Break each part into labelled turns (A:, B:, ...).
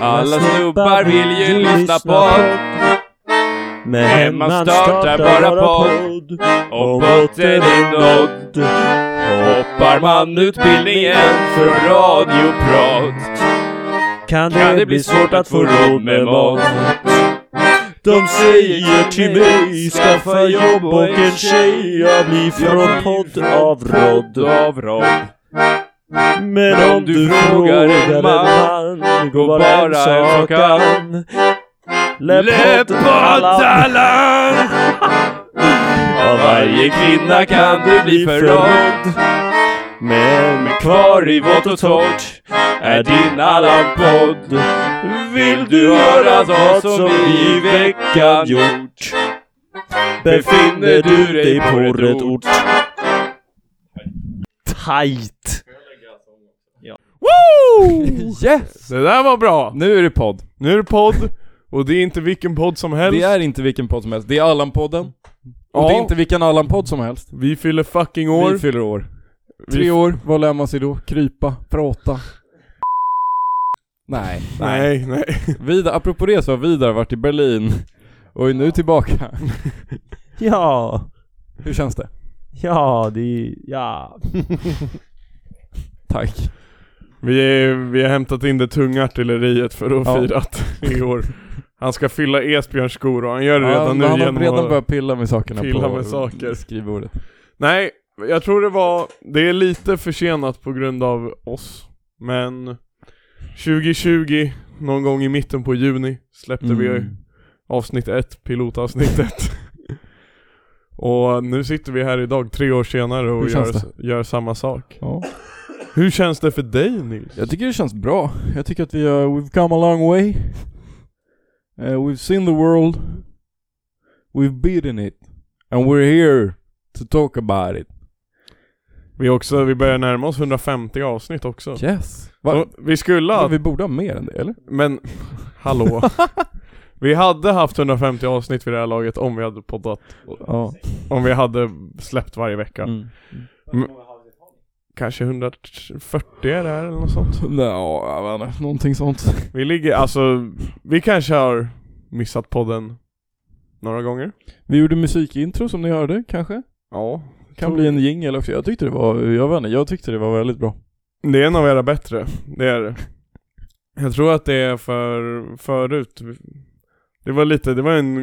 A: Alla snubbar vill ju lyssna på
B: Men
A: Hemma
B: hemma
A: startar
B: startar
A: bara
B: bara podd.
A: och botten är nådd. Hoppar man utbildningen för radioprat
B: Kan
A: kan det bli svårt att få råd med mat.
B: De säger till mig skaffa jobb och en tjej jag
A: Typ
B: blir från podd
A: Råd
B: avrådd.
A: av råd.
B: Men om du frågar en man går bara en sak an. Läppodd-talang
A: Läppotalang!
B: av varje kvinna kan du bli förrådd.
A: förrådd.
B: Men
A: Men kvar i vått och torrt är din Allan-podd. Vill du höra vad som vi i veckan gjort?
B: befinner du dig på rätt ort. Tight!
C: Woo!
A: Yes!
C: Det där var bra!
A: Nu är det podd.
C: Nu är det podd, och det är inte vilken podd som helst.
A: Det är inte vilken podd som helst. Det är Allan-podden. Och
C: Ja.
A: det är inte vilken Allan-podd som helst.
C: Vi fyller fucking år.
A: Vi fyller år.
C: Vi-
A: Tre år, vad lär man sig då? Krypa, prata. Nej, nej.
C: Nej, nej.
A: Vidar, apropå det så har Vidar varit i Berlin och är nu tillbaka.
B: Ja,
A: Hur känns det?
B: ja, det är, ja.
A: Tack.
C: Vi, är, vi har hämtat in det tunga artilleriet för att
A: Ja.
C: fira att i år. Han ska fylla Esbjörns skor och han gör det
A: Ja,
C: redan nu
A: han har
C: genom
A: redan
C: att-
A: börjat pilla med sakerna
C: Pilla
A: på
C: med saker.
A: skrivbordet.
C: Nej, jag tror det var, det är lite försenat på grund av oss. Men 2020, någon gång i mitten på juni, släppte vi
A: Mm.
C: avsnitt 1, pilotavsnittet. och nu sitter vi här idag tre år senare och
A: Hur känns
C: gör, gör samma sak.
A: Ja.
C: Hur känns det för dig Nils?
A: Jag tycker det känns bra. Jag tycker att vi har, we've come a long way. Eh, we've seen the world. We've beaten it. And we're here to talk about it.
C: Vi, också, vi börjar närma oss 150 avsnitt också.
A: Yes. Va,
C: Så Vi skulle ha,
A: Vi borde ha mer än det, eller?
C: men hallå. vi hade haft 150 avsnitt vid det här laget om vi hade poddat,
A: Ja.
C: om vi hade släppt varje vecka.
A: Mm.
C: Kanske 140 är det här eller något sånt.
A: Nå, jag vet inte. Någonting sånt.
C: Vi ligger, alltså, vi kanske har missat podden några gånger.
A: Vi gjorde musikintro som ni hörde, kanske?
C: Ja.
A: Kan bli en jingle också. Jag tyckte det var, jag vet inte, jag tyckte det var väldigt bra.
C: Det är en av era bättre, det är det. Jag tror att det är för, förut, det var lite, det var en,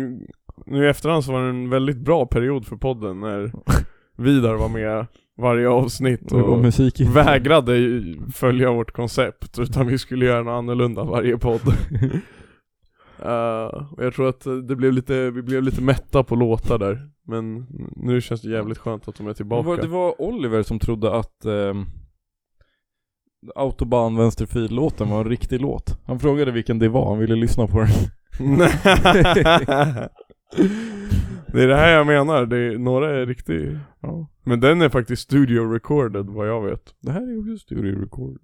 C: nu i efterhand så var det en väldigt bra period för podden när Vidar var med varje avsnitt
A: Och
C: och
A: musik.
C: vägrade ju följa vårt koncept utan vi skulle göra något annorlunda varje podd. Eh, och jag tror att det blev lite, vi blev lite mätta på låtar där. Men nu känns det jävligt skönt att de är
A: Det var,
C: tillbaka.
A: det var Oliver som trodde att ehm, Autobahn Vänsterfil-låten var en riktig låt. Han frågade vilken det var, han ville lyssna på den.
C: det är det här jag menar, det är, några är riktigt
A: Ja,
C: Men den är faktiskt studio recorded vad jag vet
A: det här är också studio record.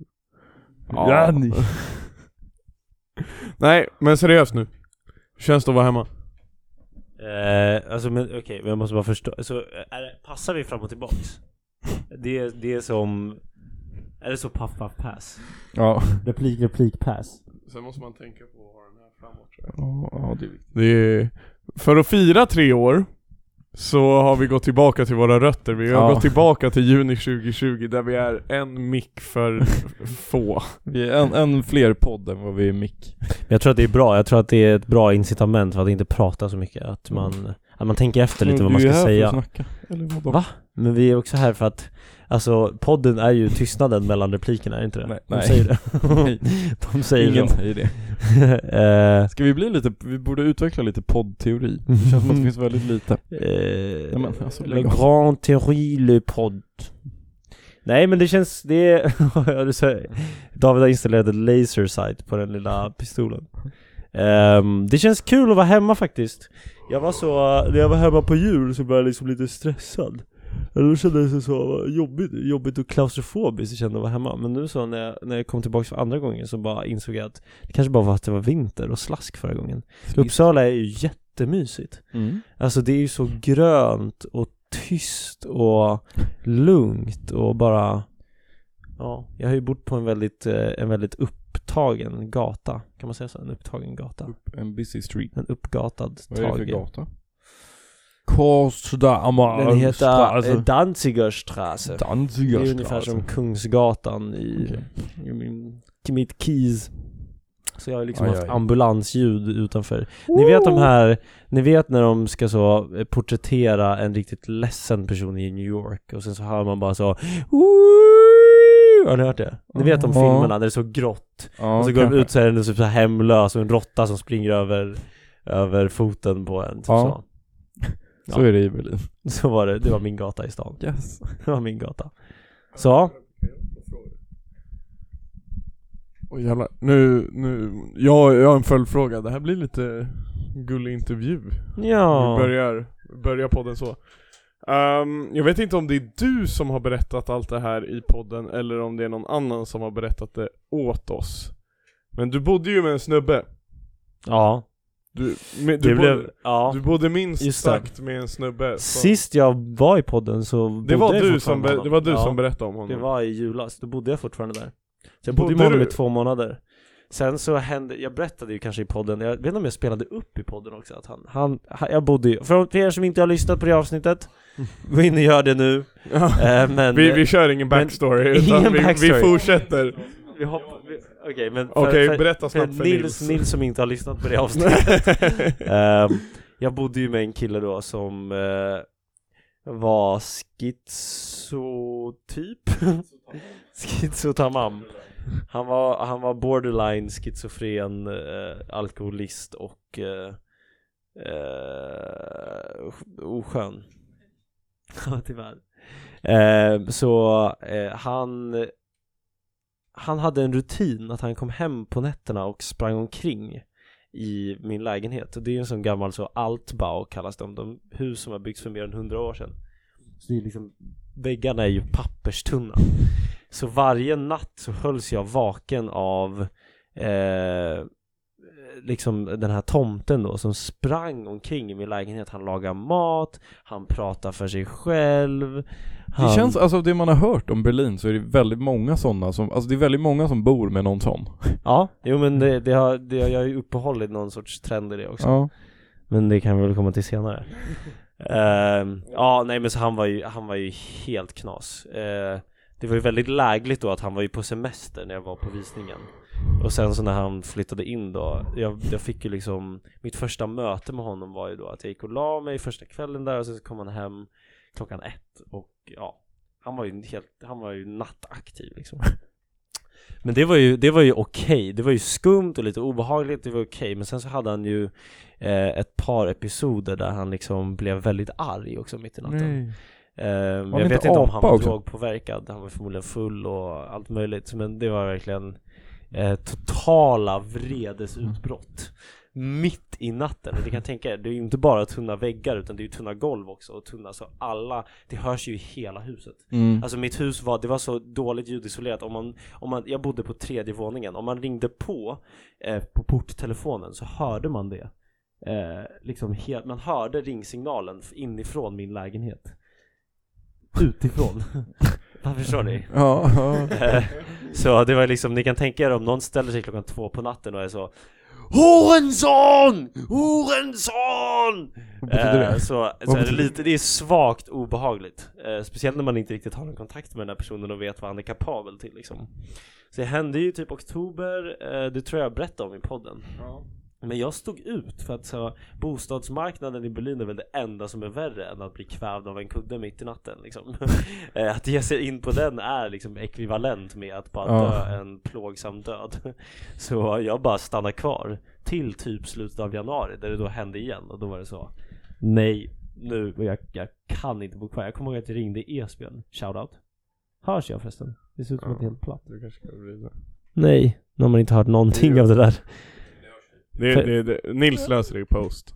C: Ja. Nej men seriöst nu Hur känns det att vara hemma?
B: Eh, alltså men okej, men jag måste bara förstå. Så Alltså, är det, passar vi fram och tillbaks? Det, är- det är som... Är det så puff puff pass?
A: Ja.
B: Replik replik pass?
C: Sen måste man tänka på att ha den här framåt
A: Ja,
C: tror jag
A: ja, det är viktigt.
C: det är, För att fira tre år Så har vi gått tillbaka till våra rötter, vi har
A: Ja.
C: gått tillbaka till juni 2020 där vi är en mick för få
A: Vi är en, en fler podd än vad vi är mick.
B: Jag tror att det är bra, jag tror att det är ett bra incitament för att inte prata så mycket. Att man, att man tänker efter lite vad man
A: Du är
B: ska
A: här För
B: säga.
A: att snacka. Eller vadå?
B: Va? Men vi är också här för att, alltså podden är ju tystnaden mellan replikerna, är det inte det?
A: Nej,
B: De
A: nej.
B: säger det.
A: Nej,
B: De säger
A: ingen
B: så.
A: säger det.
B: Eh,
A: Ska vi bli lite, vi borde utveckla lite poddteori. Det känns som att det finns väldigt lite.
B: Eh,
A: Nej, men alltså,
B: Le
A: lägg av.
B: Grand Théorie Le Pod Nej men det känns, det är, ja, du säger- David har installerat ett laser sight på den lilla pistolen Ehm, Det känns kul att vara hemma faktiskt Jag var så, när jag var hemma på jul så blev jag liksom lite stressad Eller Då kändes det så jobbigt, jobbigt och klaustrofobiskt jag kände att vara hemma Men nu så när jag, när jag kom tillbaka för andra gången så bara insåg jag att Det kanske bara var att det var vinter och slask förra gången Uppsala är ju jättemysigt
A: Mm.
B: Alltså det är ju så grönt och tyst och lugnt och bara Ja, jag har ju bott på en väldigt, eh, en väldigt upp, upptagen gata. Kan man säga så? En upptagen gata.
A: Upp en busy street.
B: En uppgatad
A: Vad är det för
B: tage.
A: gata? Korsdammar.
B: Den heter
A: Alltså.
B: eh, Danzigerstraße. Det är
A: Danzigerstraße.
B: ungefär som Kungsgatan i, i min, i mitt Keys. Så jag har liksom
A: Aj,
B: haft
A: aj.
B: ambulansljud utanför. Ni vet de här, ni vet när de ska så eh, porträttera en riktigt ledsen person i New York och sen så hör man bara så "Woo!" Har ni hört det? Ni vet de
A: Ja.
B: filmerna där det är så grått
A: Ja,
B: och så går de
A: kanske.
B: ut så är den typ så här hemlös och en råtta som springer över, över foten på en typ
A: Ja. Så
B: Ja.
A: är det i Berlin.
B: så. Så var det, det var min gata i stan.
A: Yes.
B: Det var min gata. Så,
C: Oj jävlar. Nu, nu, jag, jag har en följdfråga. Det här blir lite gullig intervju.
B: ja.
C: Vi börjar, börjar podden så. Ehm, jag vet inte om det är du som har berättat allt det här i podden eller om det är någon annan som har berättat det åt oss. Men du bodde ju med en snubbe.
B: Ja,
C: Du, med,
B: det
C: du, bodde,
B: blev, ja.
C: du bodde minst
B: Just det.
C: sagt med en snubbe. som-
B: Sist jag var i podden så bodde
C: det var,
B: jag
C: du
B: fortfarande
C: som
B: med
C: be,
B: honom.
C: det var du
B: ja,
C: som berättade om honom.
B: Det var i julas, då bodde jag fortfarande där. Så jag bodde ju
C: Bodde
B: med honom i
C: du?
B: två månader. Sen så hände, jag berättade ju kanske i podden, jag vet inte om jag spelade upp i podden också att han, han, han jag bodde ju, för er som inte har lyssnat på det avsnittet, gå in och gör det nu. Eh, men
C: vi, vi kör ingen backstory,
B: men-
C: utan
B: ingen
C: vi,
B: backstory.
C: vi fortsätter.
B: vi hoppar, vi- okej men för,
C: Okej,
B: för,
C: berätta
B: för
C: snabbt för Nils.
B: Nils som inte har lyssnat på det avsnittet. Ehm, jag bodde ju med en kille då som eh, var schizotyp Schizotamam han var, han var borderline schizofren, eh, alkoholist och eh, eh, oskön Ja tyvärr eh, Så eh, han Han hade en rutin att han kom hem på nätterna och sprang omkring i min lägenhet. Och det är en sån gammal så altbau kallas de, de hus som har byggts för mer än hundra år sedan. Så det är liksom, väggarna är ju papperstunna. Så varje natt så hölls jag vaken av eh, liksom den här tomten då som sprang omkring i min lägenhet. Han lagar mat, han pratar för sig själv. Han...
A: Det känns, alltså det man har hört om Berlin så är det väldigt många sådana som, alltså det är väldigt många som bor med någon sån.
B: Ja, jo men det, det har, det, har- jag har ju uppehållit någon sorts trend i det också.
A: Ja.
B: Men det kan vi väl komma till senare. Ehm, ja, nej men så han var ju, han var ju helt knas. Eh, det var ju väldigt lägligt då att han var ju på semester när jag var på visningen. Och sen så när han flyttade in då, jag, jag fick ju liksom, mitt första möte med honom var ju då att jag gick och la mig första kvällen där och sen så kom han hem klockan ett och ja, han var ju helt, han var ju nattaktiv liksom. Men det var ju, det var ju okej, det var ju skumt och lite obehagligt, det var okej, men sen så hade han ju eh, ett par episoder där han liksom blev väldigt arg också mitt i
A: Mm.
B: natten. Eh,
A: han
B: jag
A: inte
B: vet inte om han
A: apa
B: var
A: också?
B: drogpåverkad, han var förmodligen full och allt möjligt, men det var verkligen eh, totala vredesutbrott. Mitt i natten, och ni kan tänka er, det är ju inte bara tunna väggar utan det är ju tunna golv också och tunna så alla, det hörs ju i hela huset.
A: Mm.
B: Alltså mitt hus var, det var så dåligt ljudisolerat om man, om man, jag bodde på tredje våningen, om man ringde på eh, på porttelefonen så hörde man det eh, liksom helt, man hörde ringsignalen f- inifrån min lägenhet Utifrån, vad förstår ni?
A: Ja, ja.
B: Eh, så det var liksom, ni kan tänka er om någon ställer sig klockan två på natten och är så Horensson! Horensson!
A: Vad betyder
B: Eh,
A: det?
B: Så, så
A: Vad
B: är det,
A: betyder det?
B: lite, det är svagt obehagligt. Eh, speciellt när man inte riktigt har någon kontakt med den här personen och vet vad han är kapabel till liksom. Så det hände ju typ oktober, eh, det tror jag berättade om i podden. Men jag stod ut för att så, bostadsmarknaden i Berlin är väl det enda som är värre än att bli kvävd av en kudde mitt i natten liksom. Eh, att ge sig in på den är liksom ekvivalent med att bara
A: Ja.
B: dö en plågsam död. Så jag bara stannade kvar till typ slutet av januari där det då hände igen och då var det så Nej, nu, jag, jag kan inte bo kvar. Jag kommer ihåg att jag ringde Esbjörn, shoutout. Hörs jag förresten? Det ser ut som
C: Ja.
B: ett helt platt.
C: Du kanske kan vrida.
B: Nej, nu har man inte hört någonting av det där.
C: Det, det, det, Nils löser det i post.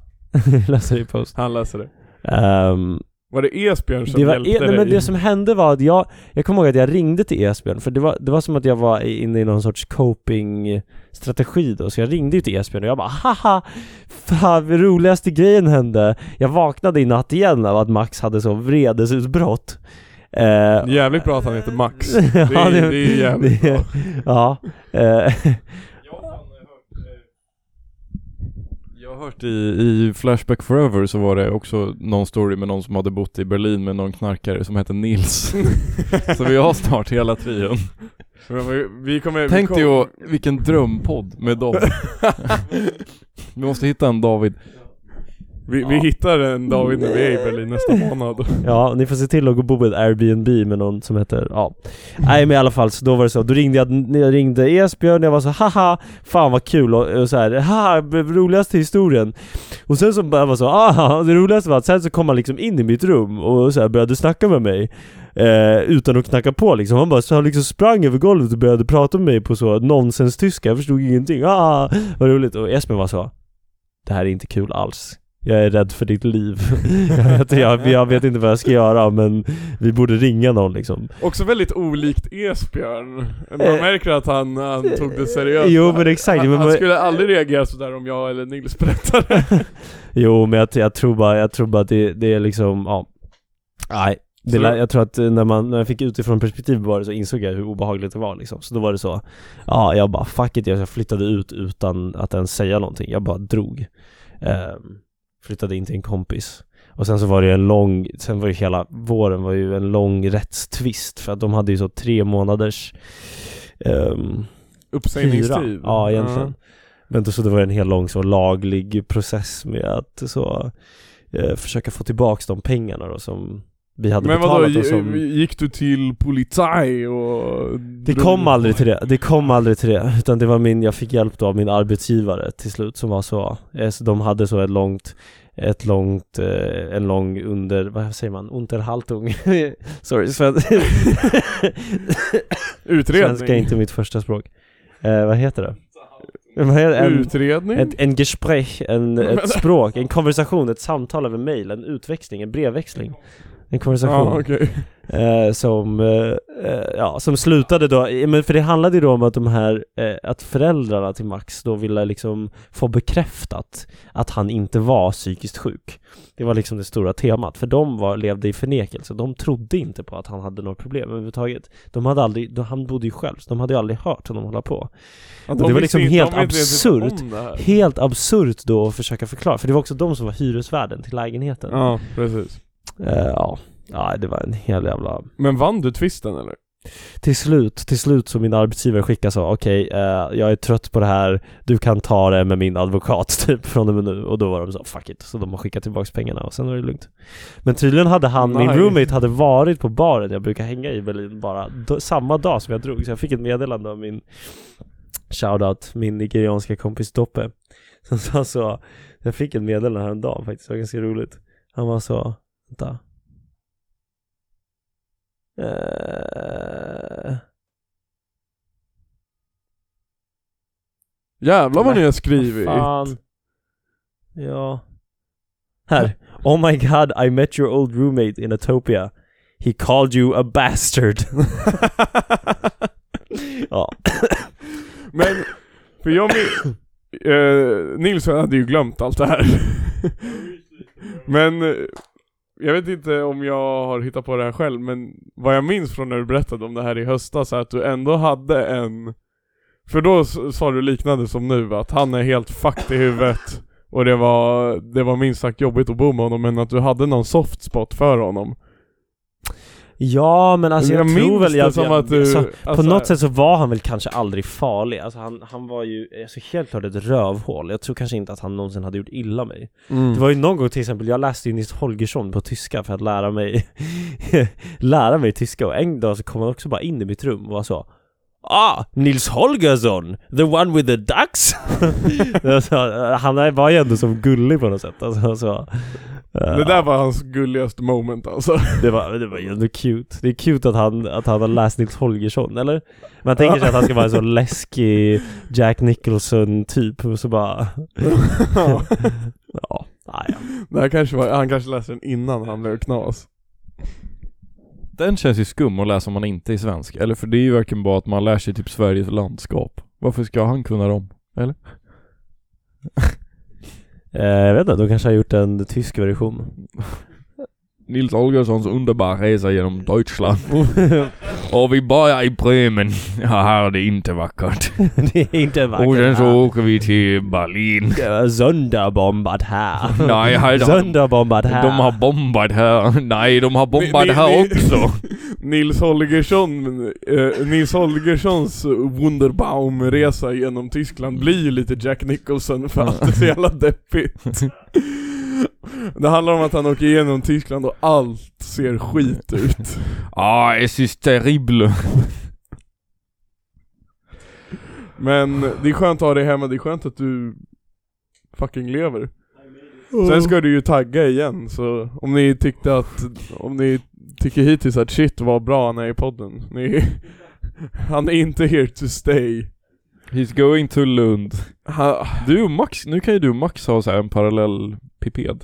B: Läser det i post.
C: Han löser det.
B: Ehm,
C: Var det Esbjörn som
B: det var,
C: hjälpte
B: e- nej,
C: dig?
B: men det som hände var att jag, jag kommer ihåg att jag ringde till Esbjörn för det var, det var som att jag var i- inne i någon sorts coping-strategi då, så jag ringde ju till Esbjörn och jag bara haha, fan vad roligaste grejen hände. Jag vaknade i natt igen av att Max hade så vredesutbrott. Eh,
C: Jävligt bra att han heter Max.
B: ja,
C: Det är- det är jävligt
B: det är- Ja. eh,
A: eh, Jag har hört i, i Flashback Forever så var det också någon story med någon som hade bott i Berlin med någon knarkare som hette Nils. så vi har snart hela trion.
C: Men vi- Vi kommer...
A: Tänk
C: vi
A: dig
C: kommer-
A: att- vilken drömpodd med dem. vi måste hitta en David.
C: Vi, vi
A: Ja.
C: hittar en David när vi är i Berlin nästa månad.
B: Ja, ni får se till att gå och bo på ett Airbnb med någon som heter, ja. Nej men i alla fall, så då var det så. Då ringde jag, jag ringde Esbjörn, jag var så haha, fan vad kul och, och så här, haha, b- roligaste historien. Och sen så bara var så, aha, det roligaste var att sen så kom han liksom in i mitt rum och så här började snacka med mig. Eh, utan att knacka på liksom. Han bara så han liksom sprang över golvet och började prata med mig på så nonsenstyska, jag förstod ingenting. Ah, vad roligt. Och Esbjörn var så, det här är inte kul alls. Jag är rädd för ditt liv. jag, vet, jag, jag vet inte vad jag ska göra men vi borde ringa någon liksom.
C: Också väldigt olikt Esbjörn. Man märker att han, han tog det seriöst.
B: Eh. Jo men exakt.
C: Han,
B: men,
C: han skulle aldrig reagera sådär om jag eller Nils berättade.
B: Jo men jag, jag tror bara, jag tror bara att det, det är liksom, ja. Nej. Det,
C: Så-
B: lä- jag tror att eh, när man, när jag fick utifrån perspektiv bara så insåg jag hur obehagligt det var liksom. Så då var det så, ja jag bara fuck it, jag flyttade ut utan att ens säga någonting. Jag bara drog. Ehm, flyttade in till en kompis. Och sen så var det ju en lång, sen var ju hela våren var ju en lång rättstvist för att de hade ju så tre månaders ehm,
C: Uppsägningstid.
B: Ja, egentligen. Men då så det var en hel lång så laglig process med att så eh, försöka få tillbaks de pengarna då som vi hade
C: Men vadå,
B: betalat och
C: gi-
B: som...
C: gick du till polizei och...
B: Det kom aldrig till det, det kom aldrig till det. Utan det var min, jag fick hjälp då av min arbetsgivare till slut som var så, eh, så de hade så ett långt, ett långt, eh, en lång under, vad säger man, unterhaltung. Sorry, sven-
C: Utredning?
B: svenska är inte mitt första språk. Eh, vad heter det? Vad heter det? En-
C: Utredning?
B: En, en Gespräch, en,
C: Men-
B: ett språk, en konversation, ett samtal över mail, en utväxling, en brevväxling. En konversation.
C: Ja, okej.
B: eh, som, eh, eh, ja, som slutade då, eh, men för det handlade ju då om att de här, eh, att föräldrarna till Max då ville liksom få bekräftat att han inte var psykiskt sjuk. Det var liksom det stora temat, för de var, levde i förnekelse. De trodde inte på att han hade något problem överhuvudtaget. De hade aldrig, de, han bodde ju själv, så de hade ju aldrig hört honom hålla på.
C: Ja,
B: det var
C: visste
B: liksom
C: inte-
B: helt
C: de visste inte ens om det här.
B: Helt absurt då att försöka förklara, för det var också de som var hyresvärden till lägenheten. Ja,
C: Ja, precis.
B: ja. ja det var en hel jävla...
C: Men vann du tvisten eller?
B: Till slut, till slut så min arbetsgivare skickade så, okej, eh, jag är trött på det här, du kan ta det med min advokat typ från och med nu. Och då var de så, fuck it. Så de har skickat tillbaka pengarna och sen var det lugnt. Men tydligen hade han, min
C: Nej.
B: roommate hade varit på baren jag brukar hänga i Berlin bara d- samma dag som jag drog. Så jag fick ett meddelande av min shoutout, min nigerianska kompis Doppe. Som sa så, jag fick ett meddelande häromdagen faktiskt, det var ganska roligt. Han var så, vänta. Eh,
C: Jävlar vad ni har
B: Vad
C: skrivit.
B: Fan. Ja. Här. Oh my god, I met your old roommate in Atopia. He called you a bastard. ja.
C: Men, för jag min... eh, Nils hade ju glömt allt det här. men, eh, jag vet inte om jag har hittat på det här själv, men vad jag minns från när du berättade om det här i höstas är att du ändå hade en... För då s- sa du liknande som nu, att han är helt fucked i huvudet och det var, det var minst sagt jobbigt att bo med honom, men att du hade någon soft spot för honom.
B: ja, men alltså jag, tror väl...
C: det
B: Jag,
C: som
B: jag,
C: att du...
B: så,
C: alltså-
B: på något sätt så var han väl kanske aldrig farlig. Alltså han, han var ju alltså, helt klart ett rövhål. Jag tror kanske inte att han någonsin hade gjort illa mig.
C: Mm.
B: Det var ju någon gång till exempel, jag läste ju Nils Holgersson på tyska för att lära mig lära mig tyska och en dag så kom han också bara in i mitt rum och var så Ah, Nils Holgersson! The one with the ducks! alltså, han är- var ju ändå som gullig på något sätt alltså, så, eh,
C: Det där var hans gulligaste moment alltså.
B: det, var, det var ju ändå cute Det är cute att han, att han har läst Nils Holgersson, eller? Man tänker sig att han ska vara en så läskig Jack Nicholson-typ och så bara
C: Ja.
B: Ja, nej
C: det här kanske var, han kanske läste den innan han blev knas.
A: Den känns ju skum att läsa om man inte är svensk. Eller för det är ju verkligen bara att man lär sig typ Sveriges landskap. Varför ska han kunna dem?
B: Eh, jag vet inte, de kanske har gjort en tysk version.
A: Nils Holgerssons underbara resa genom Deutschland. och vi börjar i Bremen. Ja, här är det inte vackert.
B: det är inte vackert
A: Och sen så
B: här.
A: åker vi till Berlin.
B: Det var Sönderbombat här.
A: Nej, här, de,
B: Sönderbombat här.
A: de har bombat här. Nej, de har bombat
C: Ni- ni-
A: här
C: ni-
A: också.
C: Nils Holgersson, eh, Nils Holgerssons Wunderbaum-resa genom Tyskland blir ju lite Jack Nicholson för att det är så jävla deppigt. Det handlar om att han åker igenom Tyskland och allt ser skit ut.
A: Ah, es ist terrible.
C: Men det är skönt att ha dig hemma, det är skönt att du fucking lever. Sen ska du ju tagga igen, så om ni tyckte att, om ni tycker hittills att shit var bra när jag är i podden, ni, han är inte here to stay.
A: He's going to Lund.
C: Han,
A: Du Max, nu kan ju du Max ha så här en parallell piped.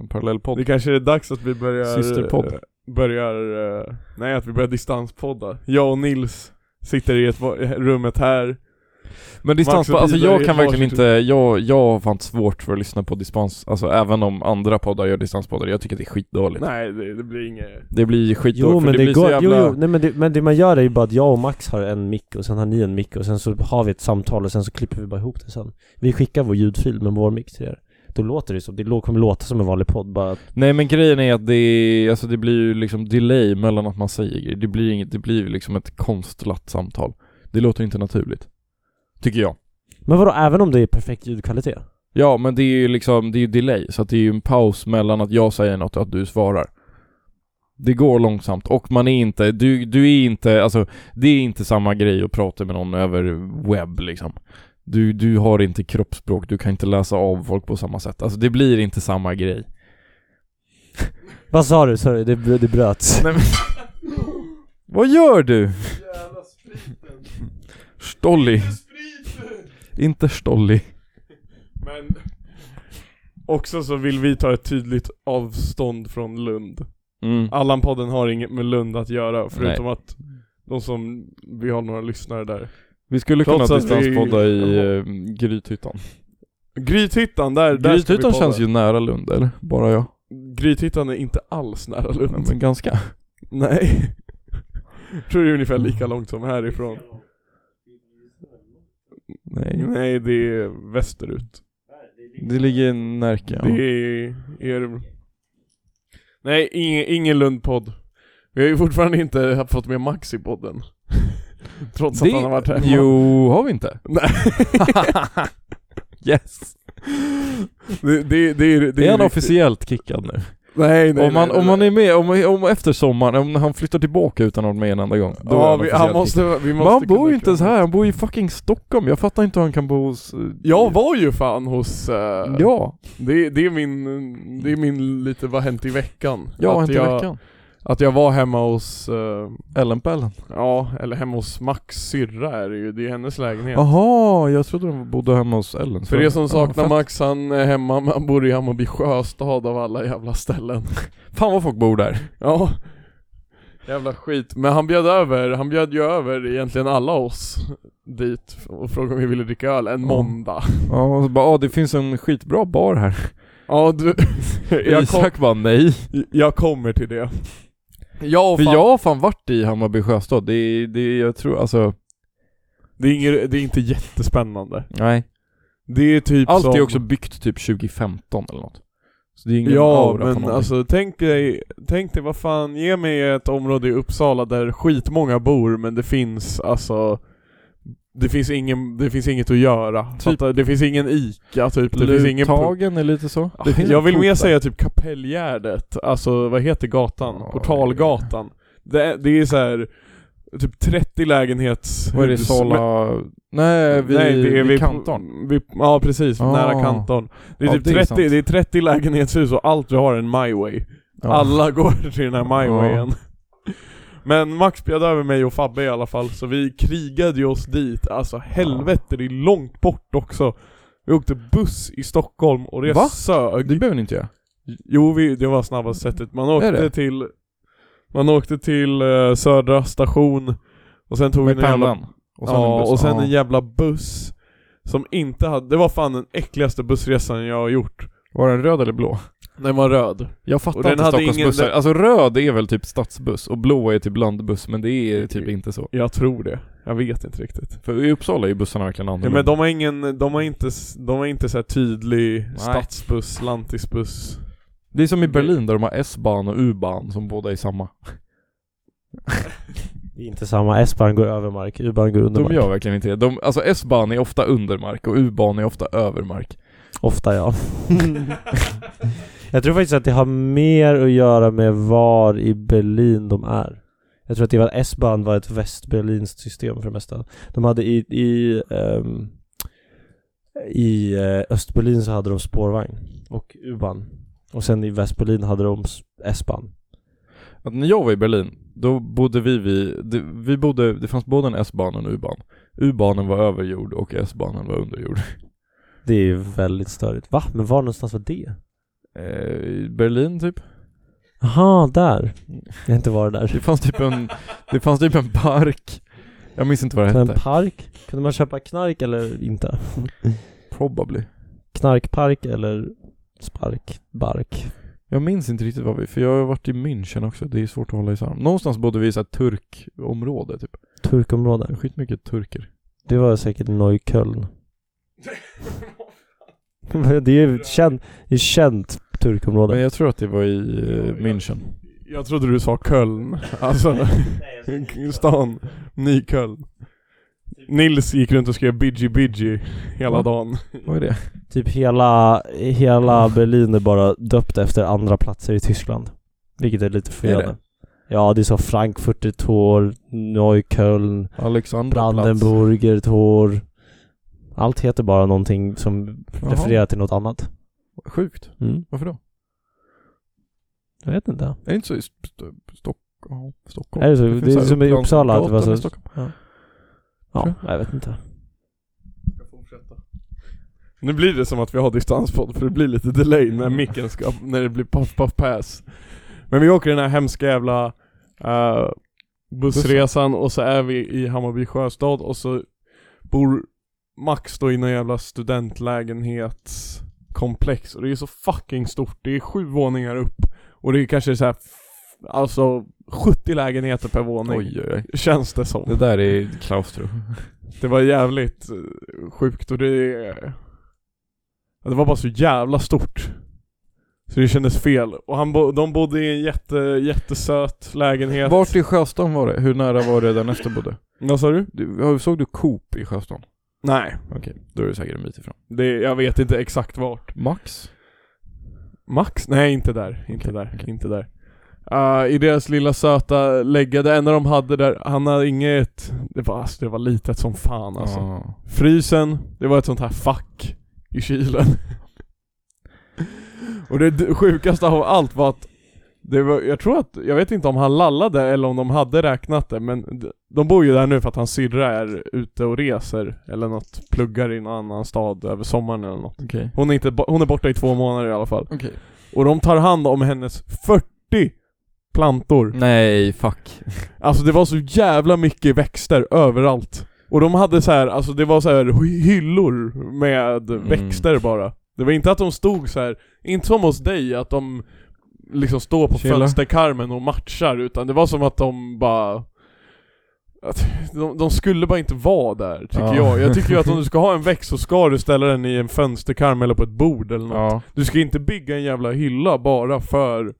A: En parallell
C: Det
A: podd.
C: kanske är dags att vi börjar...
A: Systerpodd.
C: eh, Börjar... eh, Nej, att vi börjar distanspodda. Jag och Nils sitter i ett va- rummet här.
A: Men distans,
C: Max och
A: alltså
C: Ida
A: jag
C: är
A: kan verkligen
C: varsitt-
A: inte, jag, jag har fan svårt för att lyssna på dispens, alltså även om andra poddar gör distanspoddar, jag tycker att det är skitdåligt.
C: Nej, det, det blir inget...
A: Det blir skitdåligt
B: Jo
A: för
B: men
A: det,
B: det,
A: blir
B: går,
A: så jävla...
B: jo, jo. Nej, men, det, men det man gör är ju bara att jag och Max har en mick och sen har ni en mick och sen så har vi ett samtal och sen så klipper vi bara ihop det sen Vi skickar vår ljudfil med vår mick till er Då låter det som, det lå- kommer låta som en vanlig podd bara att,
A: Nej men grejen är att det, är- alltså det blir ju liksom delay mellan att man säger grejer. Det blir inget, det blir ju liksom ett konstlat samtal. Det låter inte naturligt. Tycker jag.
B: Men vadå, även om det är perfekt ljudkvalitet?
A: Ja men det är ju liksom, det är ju delay, så att det är ju en paus mellan att jag säger något och att du svarar. Det går långsamt och man är inte, du, du är inte, alltså det är inte samma grej att prata med någon över webb liksom. Du, du har inte kroppsspråk, du kan inte läsa av folk på samma sätt. Alltså det blir inte samma grej.
B: Vad sa du? Sorry, det, br- det bröts
A: Nej, men... Vad gör du? Stolli. Inte Stolli.
C: Men... Också så vill vi ta ett tydligt avstånd från Lund.
A: Mm.
C: Allan-podden har inget med Lund att göra, förutom att de som, vi har några lyssnare där.
A: Vi skulle kunna
C: Trots att vi-
A: distanspodda i eh, Grythyttan.
C: Grythyttan, där, där ska vi
A: Grythyttan
C: podda.
A: känns ju nära Lund, eller? Bara jag?
C: Grythyttan är inte alls nära
A: Ja,
C: Lund.
A: men ganska.
C: Nej. Tror det är ungefär lika långt som härifrån.
A: Nej.
C: Nej, det är västerut.
A: Det ligger i Närke.
C: Det är Örebro. Nej, ingen, ingen Lundpodd. Vi har ju fortfarande inte fått med Max i podden. Trots att han har varit här.
A: Jo, har vi inte?
C: Nej.
A: Yes.
C: Det, det, det, är- det,
A: Det är han
C: riktigt-
A: officiellt kickad nu.
C: Nej, nej,
A: Om man,
C: nej,
A: om
C: nej.
A: man är med, om, om efter sommaren, om han flyttar tillbaka utan att vara med en enda gång. då är
C: Ja, vi,
A: officiellt
C: han
A: kickad.
C: måste, vi måste
A: Men han bor
C: kunna
A: ju inte ens
C: klämma.
A: här, han bor i fucking Stockholm. Jag fattar inte hur han kan bo hos... eh,
C: Jag var ju fan hos... eh,
A: Ja,
C: Det, det, är min, det är min lite vad hänt i veckan.
A: ja
C: att,
A: inte i
C: jag,
A: veckan.
C: att jag var hemma hos... eh,
A: Ellen Pellen.
C: Ja, eller hemma hos Max syrra är det ju, det är hennes lägenhet.
A: Jaha, jag trodde de bodde hemma hos Ellen.
C: För
A: det
C: er som saknar Max, han är hemma, men han bor i Hammarby sjöstad av alla jävla ställen.
A: Fan vad folk bor där.
C: Ja. Jävla skit. Men han bjöd över, han bjöd ju över egentligen alla oss dit och frågade om vi ville dricka öl en
A: Ja.
C: måndag.
A: Ja, och så bara, ah, det finns en skitbra bar här.
C: Ja du, jag, kom,
A: Isak bara nej.
C: jag kommer till det. Jag och
A: För
C: fan,
A: jag har fan varit i Hammarby Sjöstad, det är, det är, jag tror, alltså,
C: Det, är inget, det är inte jättespännande.
A: nej.
C: Det är typ
A: Allt
C: som...
A: är också byggt typ 2015 eller något. Så det är ingen
C: Ja
A: aura på
C: men
A: någonting.
C: alltså tänk dig, tänk dig vad fan, ge mig ett område i Uppsala där skitmånga bor men det finns alltså det finns, ingen, det finns inget att göra.
A: Typ
C: Fattar du? det finns ingen ICA typ. Det finns ingen pro-
A: Luthagen är lite så.
C: Ah,
A: Det finns
C: Jag
A: en
C: vill
A: port
C: mer
A: där.
C: säga typ Kapellgärdet. Alltså vad heter gatan?
A: Ja,
C: Portalgatan. Det, är- det är så här typ 30 lägenhetshus.
A: Vad är det,
C: men-
A: Sala? Nej, vi,
C: Nej, det är
A: vid
C: vid
A: Kantorn.
C: Vi, ja precis,
A: Ah.
C: nära kantorn. Det är
A: Ja,
C: typ
A: det är
C: 30,
A: sant.
C: det är 30 lägenhetshus och allt vi har är en My Way.
A: Ja.
C: Alla går till den här mywayen.
A: Ja.
C: Men Max bjöd över mig och Fabbe i alla fall, så vi krigade ju oss dit. Alltså helvete, det är långt bort också. Vi åkte buss i Stockholm och det
A: Va?
C: sög.
A: Det behöver ni inte göra.
C: Jo, vi, det var snabbaste sättet. Man
A: Är det?
C: åkte till... Man åkte till eh, Södra station och sen tog vi
A: Med
C: en jävla
A: pendeln. Och sen
C: ja,
A: en buss.
C: och sen
A: Ja.
C: en jävla buss som inte hade, det var fan den äckligaste bussresan jag har gjort.
A: Var den röd eller blå?
C: Den var röd.
A: Jag
C: Och
A: fattar
C: den
A: inte
C: hade ingen-
A: Stockholmsbussar.
C: den-
A: Alltså röd är väl typ stadsbuss och blå är typ blandbuss, men det är typ inte så.
C: Jag tror det. Jag vet inte riktigt.
A: För i Uppsala är ju bussarna verkligen
C: Ja,
A: annorlunda.
C: men de har ingen, de har inte, s- de har inte så här tydlig stadsbuss, lantisbuss.
A: Det är som i Berlin där de har S-ban och U-ban som båda är samma.
B: Det är inte samma. S-ban går över mark, U-ban går under
A: De
B: mark.
A: gör verkligen inte det. De, alltså S-ban är ofta under mark och U-ban är ofta över mark.
B: Ofta ja. jag tror faktiskt att det har mer att göra med var i Berlin de är. Jag tror att det var S-band var ett Västberlinskt system för det mesta. De hade i, i, ehm, i eh, Östberlin så hade de spårvagn och U-band. Och sen i Västberlin hade de s- S-band.
A: Att när jag var i Berlin, då bodde vi vid, det, vi bodde, det fanns både en S-ban och en U-ban. U-banen var över jord och S-banen var under jord.
B: Det är ju väldigt störigt. Va? Men var någonstans var det?
A: Eh, i Berlin typ.
B: Aha, där. Jag har inte varit där.
A: Det fanns typ en, det fanns typ en park. Jag minns inte vad det
B: En
A: hette.
B: park? Kunde man köpa knark eller inte?
A: Probably.
B: Knarkpark eller spark, bark.
A: Jag minns inte riktigt vad vi, för jag har varit i München också, det är svårt att hålla isär. Någonstans bodde vi i ett turkområde typ. Det är
B: Turkområden.
A: skitmycket turker.
B: Det var säkert Neukölln. det är ju ett känt, det är ett känt
A: Men
B: turkområde.
A: jag tror att det var i eh, München.
C: Jag trodde du sa Köln. Alltså, stan. Nykölln. Nils gick runt och skrev Bidgie Bidgie hela
A: Va?
C: dagen.
A: Vad är det?
B: Typ hela, hela Berlin är bara döpt efter andra platser i Tyskland. Vilket är lite
A: Är det?
B: förvirrande. Ja, det är så Frankfurter Tor, Neukölln,
A: Alexanderplatz.
B: Brandenburger Tor. Allt heter bara någonting som
A: Jaha.
B: refererar till något annat.
A: Sjukt.
B: Mm.
A: Varför då?
B: Jag vet inte.
A: Är det inte så i St- St- Stock- ja, Stockholm?
B: Är det så?
A: finns
B: Det är
A: så här
B: som i Uppsala, att det var
A: Upplandsgatan
B: så-
A: i Stockholm.
B: Ja,
A: Tror
B: jag vet inte.
C: Nu blir det som att vi har distanspodd för det blir lite delay när micken ska, när det blir puff puff pass. Men vi åker den här hemska jävla eh, bussresan och så är vi i Hammarby sjöstad och så bor Max då i någon jävla studentlägenhetskomplex och det är så fucking stort. Det är sju våningar upp och det är kanske så här, f- alltså 70 lägenheter per våning.
A: Oj, oj, oj.
C: Känns det som.
A: Det där är klaustro.
C: Det var jävligt eh, sjukt och det... ja, Det var bara så jävla stort. Så det kändes fel. Och han bo, de bodde i en jätte, jättesöt lägenhet.
A: Vart i Sjöstaden var det? Hur nära var det där nästa bodde?
C: Vad sa du?
A: Du, ja, såg du Coop i Sjöstaden?
C: Nej,
A: Okej, då är det säkert en bit ifrån.
C: det, jag vet inte exakt vart.
A: Max?
C: Max? Nej, inte där. Inte
A: Okej,
C: där.
A: okej.
C: Inte där. Eh, I deras lilla söta lägga, det enda de hade där, han hade inget... Det var, alltså, det var litet som fan alltså.
A: Ja.
C: Frysen, det var ett sånt här fack i kylen. Och det d- sjukaste av allt var att det var, jag tror att, jag vet inte om han lallade eller om de hade räknat det men d- de bor ju där nu för att hans syrra är ute och reser eller något, pluggar i någon annan stad över sommaren eller något.
A: Okej.
C: Hon är, inte, bo- hon är borta i två månader i alla fall.
A: Okej.
C: Och de tar hand om hennes 40 plantor.
A: Nej, fuck.
C: Alltså det var så jävla mycket växter överallt. Och de hade så här, alltså det var så här hy- hyllor med
A: Mm.
C: växter bara. Det var inte att de stod så här, inte som hos dig att de liksom står på
A: Chillar.
C: fönsterkarmen och matchar utan det var som att de bara att de, de skulle bara inte vara där, tycker
A: Ja.
C: jag. Jag tycker ju att om du ska ha en växt så ska du ställa den i en fönsterkarm eller på ett bord eller något.
A: Ja.
C: Du ska inte bygga en jävla hylla bara för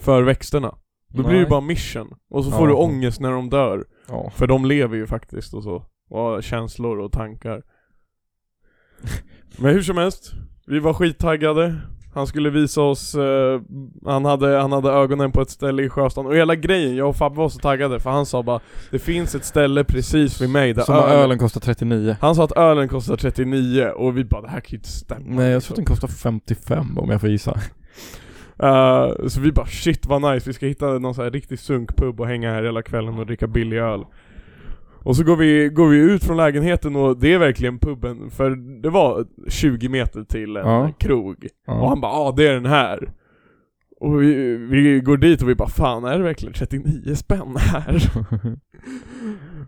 C: för växterna. Då blir det bara mission. Och så får
A: Ja.
C: du ångest när de dör.
A: Ja.
C: För de lever ju faktiskt och så. Och har känslor och tankar. Men hur som helst. Vi var skittaggade. Han skulle visa oss, eh, han, hade, han hade ögonen på ett ställe i Sjöstaden. Och hela grejen, jag och Fabbe var så taggade för han sa bara Det finns ett ställe precis vid mig där
A: Som
C: ölen-
A: ölen kostar 39.
C: Han sa att ölen kostar 39 och vi bara det här kan ju inte stämma.
A: Nej, jag tror att den kostar 55 om jag får gissa.
C: Eh, så vi bara shit vad nice, vi ska hitta någon sån här riktig sunkpub och hänga här hela kvällen och dricka billig öl. Och så går vi, går vi ut från lägenheten och det är verkligen puben, för det var 20 meter till en
A: Ja.
C: krog.
A: Ja.
C: Och han bara ah det är den här. Och vi, vi går dit och vi bara fan är det verkligen 39 spänn här?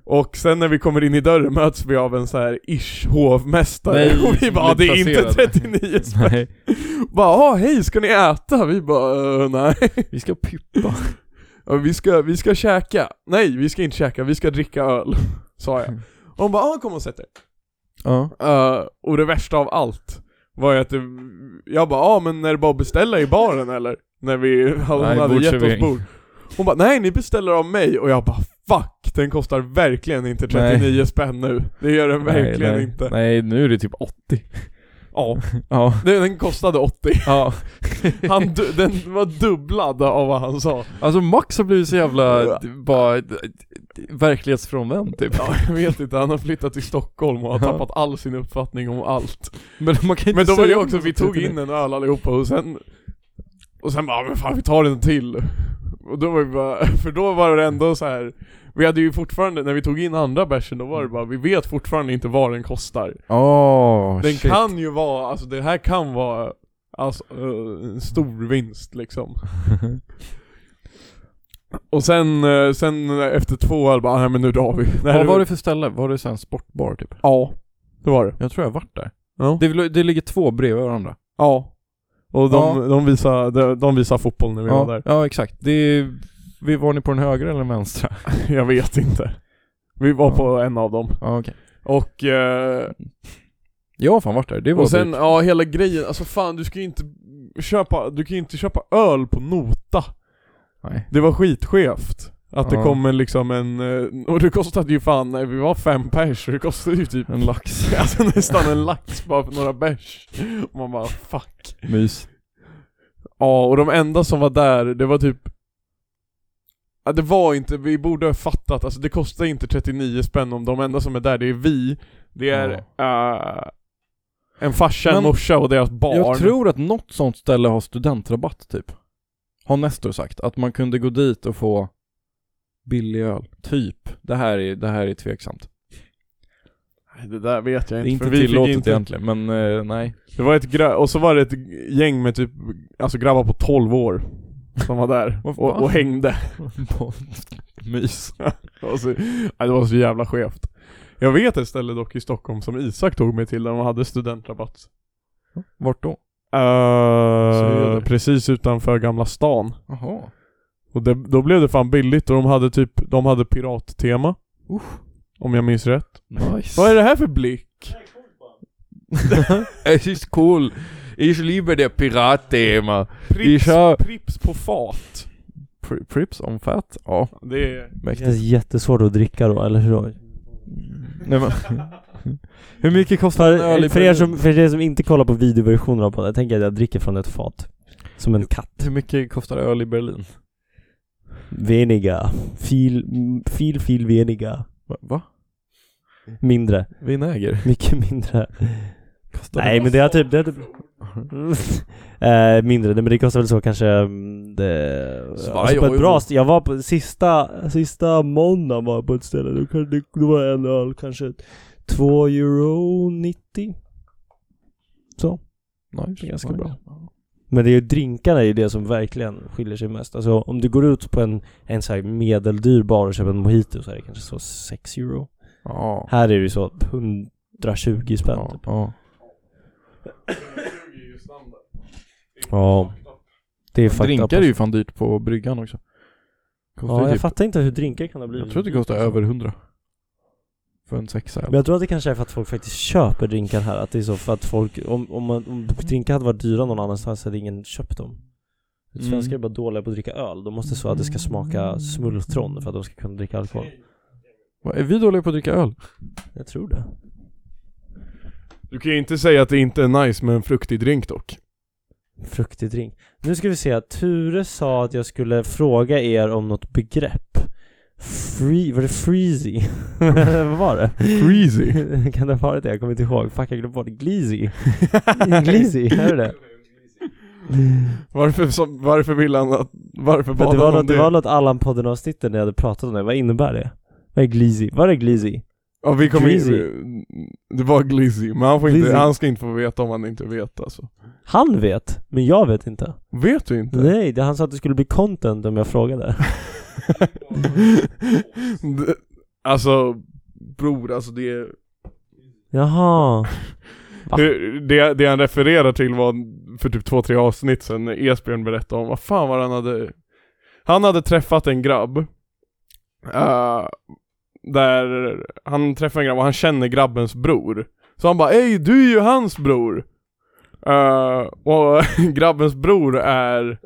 C: och sen när vi kommer in i dörren möts vi av en så här ish hovmästare
A: Nej,
C: och vi bara "Ah, det är inte
A: placerade."
C: 39 spänn.
A: Nej,
C: bara "Ah, hej ska ni äta? Vi bara "Eh, nej.
A: vi ska pippa.
C: Ja, vi, ska, vi ska käka. Nej vi ska inte käka, vi ska dricka öl. Sa jag. Och hon bara ah, kom och sätt dig.
A: Ja.
C: Eh, och det värsta av allt var ju att det, jag bara ah, men är det bara att beställa i baren eller? När vi hon
A: Nej,
C: hade gett oss
A: bordservering.
C: bord. Hon bara nej ni beställer av mig och jag bara fuck den kostar verkligen inte 39 spänn nu. Det gör den verkligen
A: nej,
C: inte.
A: Nej, nu är det typ 80.
C: Ja,
A: Ja.
C: det- den kostade 80.
A: ja.
C: Han, du- den var dubblad av vad han sa.
A: Alltså Max har blivit så jävla, d- bara, d- d- verklighetsfrånvänd typ.
C: Ja, jag vet inte, han har flyttat till Stockholm och har
A: Ja.
C: tappat all sin uppfattning om allt.
A: Men man kan inte
C: Men då var
A: säga
C: det också,
A: något
C: vi tog
A: till
C: in en öl allihopa och sen Och sen bara, men fan vi tar en till Och då var vi bara, för då var det ändå så här Vi hade ju fortfarande, när vi tog in andra bärsen då var det bara, vi vet fortfarande inte vad den kostar
A: Åh,
C: Den
A: Ah, shit.
C: kan ju vara, alltså det här kan vara Alltså eh, en stor vinst liksom Och sen, eh, sen efter två öl bara, nej men nu drar vi det här
A: Vad
C: är-
A: var det för ställe? Var det så här en sportbar typ?
C: Ja, det var det
A: Jag tror jag varit där.
C: Ja,
A: Det, vill- det ligger två bredvid varandra.
C: ja. Och de,
A: Ja.
C: de, visar, de, de visar fotboll när vi var där
A: Ja, ja, exakt. Det är, vi- var ni på den högra eller den vänstra?
C: Jag vet inte. Vi var
A: Ja.
C: på en av dem.
A: Ja, okej.
C: Och, eh,
A: Jag har fan varit där. Det var
C: och sen,
A: dyrt.
C: ja hela grejen, alltså fan du ska ju inte köpa, du kan ju inte köpa öl på nota.
A: typ- Nej.
C: Det var skitskevt. Att det
A: Ja.
C: kom en liksom en, eh, och det kostade ju fan, nej, vi var fem pers så det kostade ju typ
A: En lax.
C: Alltså nästan en lax bara för några bärs. Och Man bara fuck.
A: Mys.
C: Ja och de enda som var där, det var typ Ja, det var inte, vi borde ha fattat, alltså det kostar inte 39 spänn om de enda som är där, det är vi, det är eh, en farsa, en
A: Men-
C: morsa och deras barn.
A: Jag tror att något sånt ställe har studentrabatt typ. Har Nestor sagt. Att man kunde gå dit och få billig öl. Typ. Det här är, det här är tveksamt.
C: Nej, Det där vet jag
A: Det är
C: inte,
A: inte
C: för vi fick
A: tillåtet
C: inte-
A: egentligen, men eh, nej.
C: Det var ett grö- och så var det ett gäng med typ, alltså grabbar på 12 år som var där
A: Vad
C: och,
A: fan?
C: och hängde.
A: Mys.
C: Och så, ja, det var så jävla skevt. Jag vet ett ställe dock i Stockholm som Isak tog mig till där de hade studentrabatt.
A: Vart då?
C: Eh,
A: det.
C: precis utanför Gamla stan.
A: Jaha.
C: Och det, då blev det fan billigt och de hade typ, de hade pirattema.
A: Usch.
C: Om jag minns rätt.
A: Nice.
C: Vad är det här för blick?
A: Es ist cool. Ich liebe det Piratthema.
C: Prips,
A: kör.
C: prips på fat.
A: Pri- Prips on fat? Ja,
C: Det är...
B: Det
A: mäktigt.
B: känns jättesvårt att dricka då, eller hur?
A: Nej, men. Hur mycket kostar en öl
B: För,
A: i
B: för, er som, för er som inte kollar på videoversioner av podden, jag tänker att jag dricker från ett fat. Som en katt.
A: Hur mycket kostar öl i Berlin?
B: Veniga. Fil, fil, fil veniga.
A: Va? Va?
B: Mindre.
A: Vinäger?
B: Mycket mindre.
A: Kostar
B: Nej men det har typ... Det har typ... Eh, mindre, Nej, men det kostar väl så kanske... mm, Det,
A: Svaj,
B: alltså på
A: oj,
B: ett bra
A: oj.
B: st- Jag var på sista, sista måndagen var jag på ett ställe, då, kan- det, då var en öl kanske 2 euro 90.
A: Nice.
B: Det är ganska
A: nice.
B: bra. Men det är ju drinkarna är ju det som verkligen skiljer sig mest. Alltså om du går ut på en, en så här medeldyr bar och köper en mojito så är det kanske så 6 euro.
A: Ja.
B: Här är det ju så 120 spänn
A: Ja.
B: typ.
A: ja.
B: Ja. Det är fucked up,
A: Drinkar är
B: alltså.
A: ju fan dyrt på bryggan också. Kostar
B: Ja,
A: ju
B: jag
A: typ,
B: fattar inte hur drinkar kan ha blivit
A: jag tror typ- att det kostar över 100. För en sexa
B: Men jag tror att det kanske är för att folk faktiskt köper drinkar här, att det är så för att folk, om, om, man, om drinkar hade varit dyra någon annanstans hade ingen köpt dem.
A: Mm.
B: Svenskar är bara dåliga på att dricka öl, de måste så att det ska smaka smultron för att de ska kunna dricka alkohol.
A: Va, Är vi dåliga på att dricka öl?
B: Jag tror det.
C: Du kan ju inte säga att det inte är nice med en fruktig drink dock.
B: Fruktig drink. Nu ska vi se, Ture sa att jag skulle fråga er om något begrepp. Free, var det freezy? Vad var det?
C: Freezy.
B: kan det ha varit det? Jag kommer inte ihåg. Fuck, jag glömde bort. Gleezy. Gleezy, är det det?
C: Varför, så, varför vill han att... Varför
B: För
C: bad
B: att det var
C: han om
B: något,
C: det?
B: det var något Allan-podden avsnittet när jag hade pratat om det, vad innebär det? Vad är glizzy? Vad är glizzy?
C: Ja vi kommer
B: Glizzy.
C: in, Det var glizzy, men han, får inte,
B: Glizzy.
C: han ska inte få veta om han inte vet alltså.
B: Han vet, men jag vet inte.
C: Vet du inte?
B: Nej, det han sa att det skulle bli content om jag frågade.
C: D- alltså, bror, alltså det...
B: Jaha. Va?
C: Hur- Det, det han refererar till var för typ två, tre avsnitt sedan när Esbjörn berättade om vad fan var det han hade Han hade träffat en grabb eh, Där han träffade en grabb och han känner grabbens bror Så han bara 'Ey du är ju hans bror' Eh, Och grabbens bror är,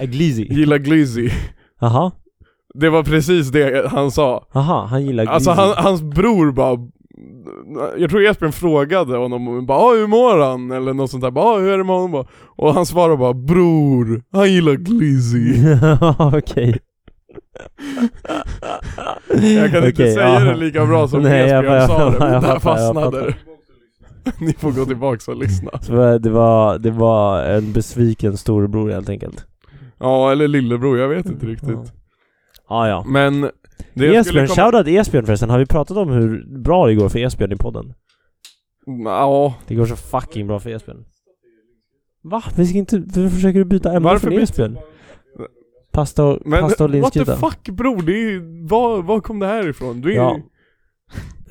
B: Aglizi.
C: gillar Glizzy
B: Jaha.
C: Det var precis det han sa
B: Jaha, han gillar Aglizi.
C: Alltså han, hans bror bara jag tror Esbjörn frågade honom och bara "Ah, hur mår han? Eller något sånt där, bara "Ah, hur är det med honom? Bara- Och han svarade bara 'Bror, han gillar glizzy'
B: Ja, Okej.
C: Jag kan inte
B: Okej,
C: säga
B: ja.
C: det lika bra som
B: Nej, jag
C: Esbjörn
B: fa- jag
C: sa det,
B: fattar,
C: men
B: jag
C: där
B: fattar, jag
C: fastnade
B: fattar.
C: det Ni får gå tillbaks och lyssna
B: Så var- det var, det var en besviken storebror helt enkelt.
C: Ja, eller lillebror, jag vet inte
B: Ja.
C: riktigt
B: Ah, ja.
C: Men det jag skulle
B: Esbjörn,
C: komma...
B: shoutout Esbjörn förresten. Har vi pratat om hur bra det går för Esbjörn i podden?
C: Ja,
B: Det går så fucking bra för Esbjörn. Va? Vi ska inte... Varför försöker du byta ämne
C: Varför
B: från
C: byter-
B: Esbjörn? Pasta och,
C: men
B: pasta och
C: what the
B: linsgryta.
C: fuck bror? Det är ju, var, var kom det här ifrån? Du är
B: Ja.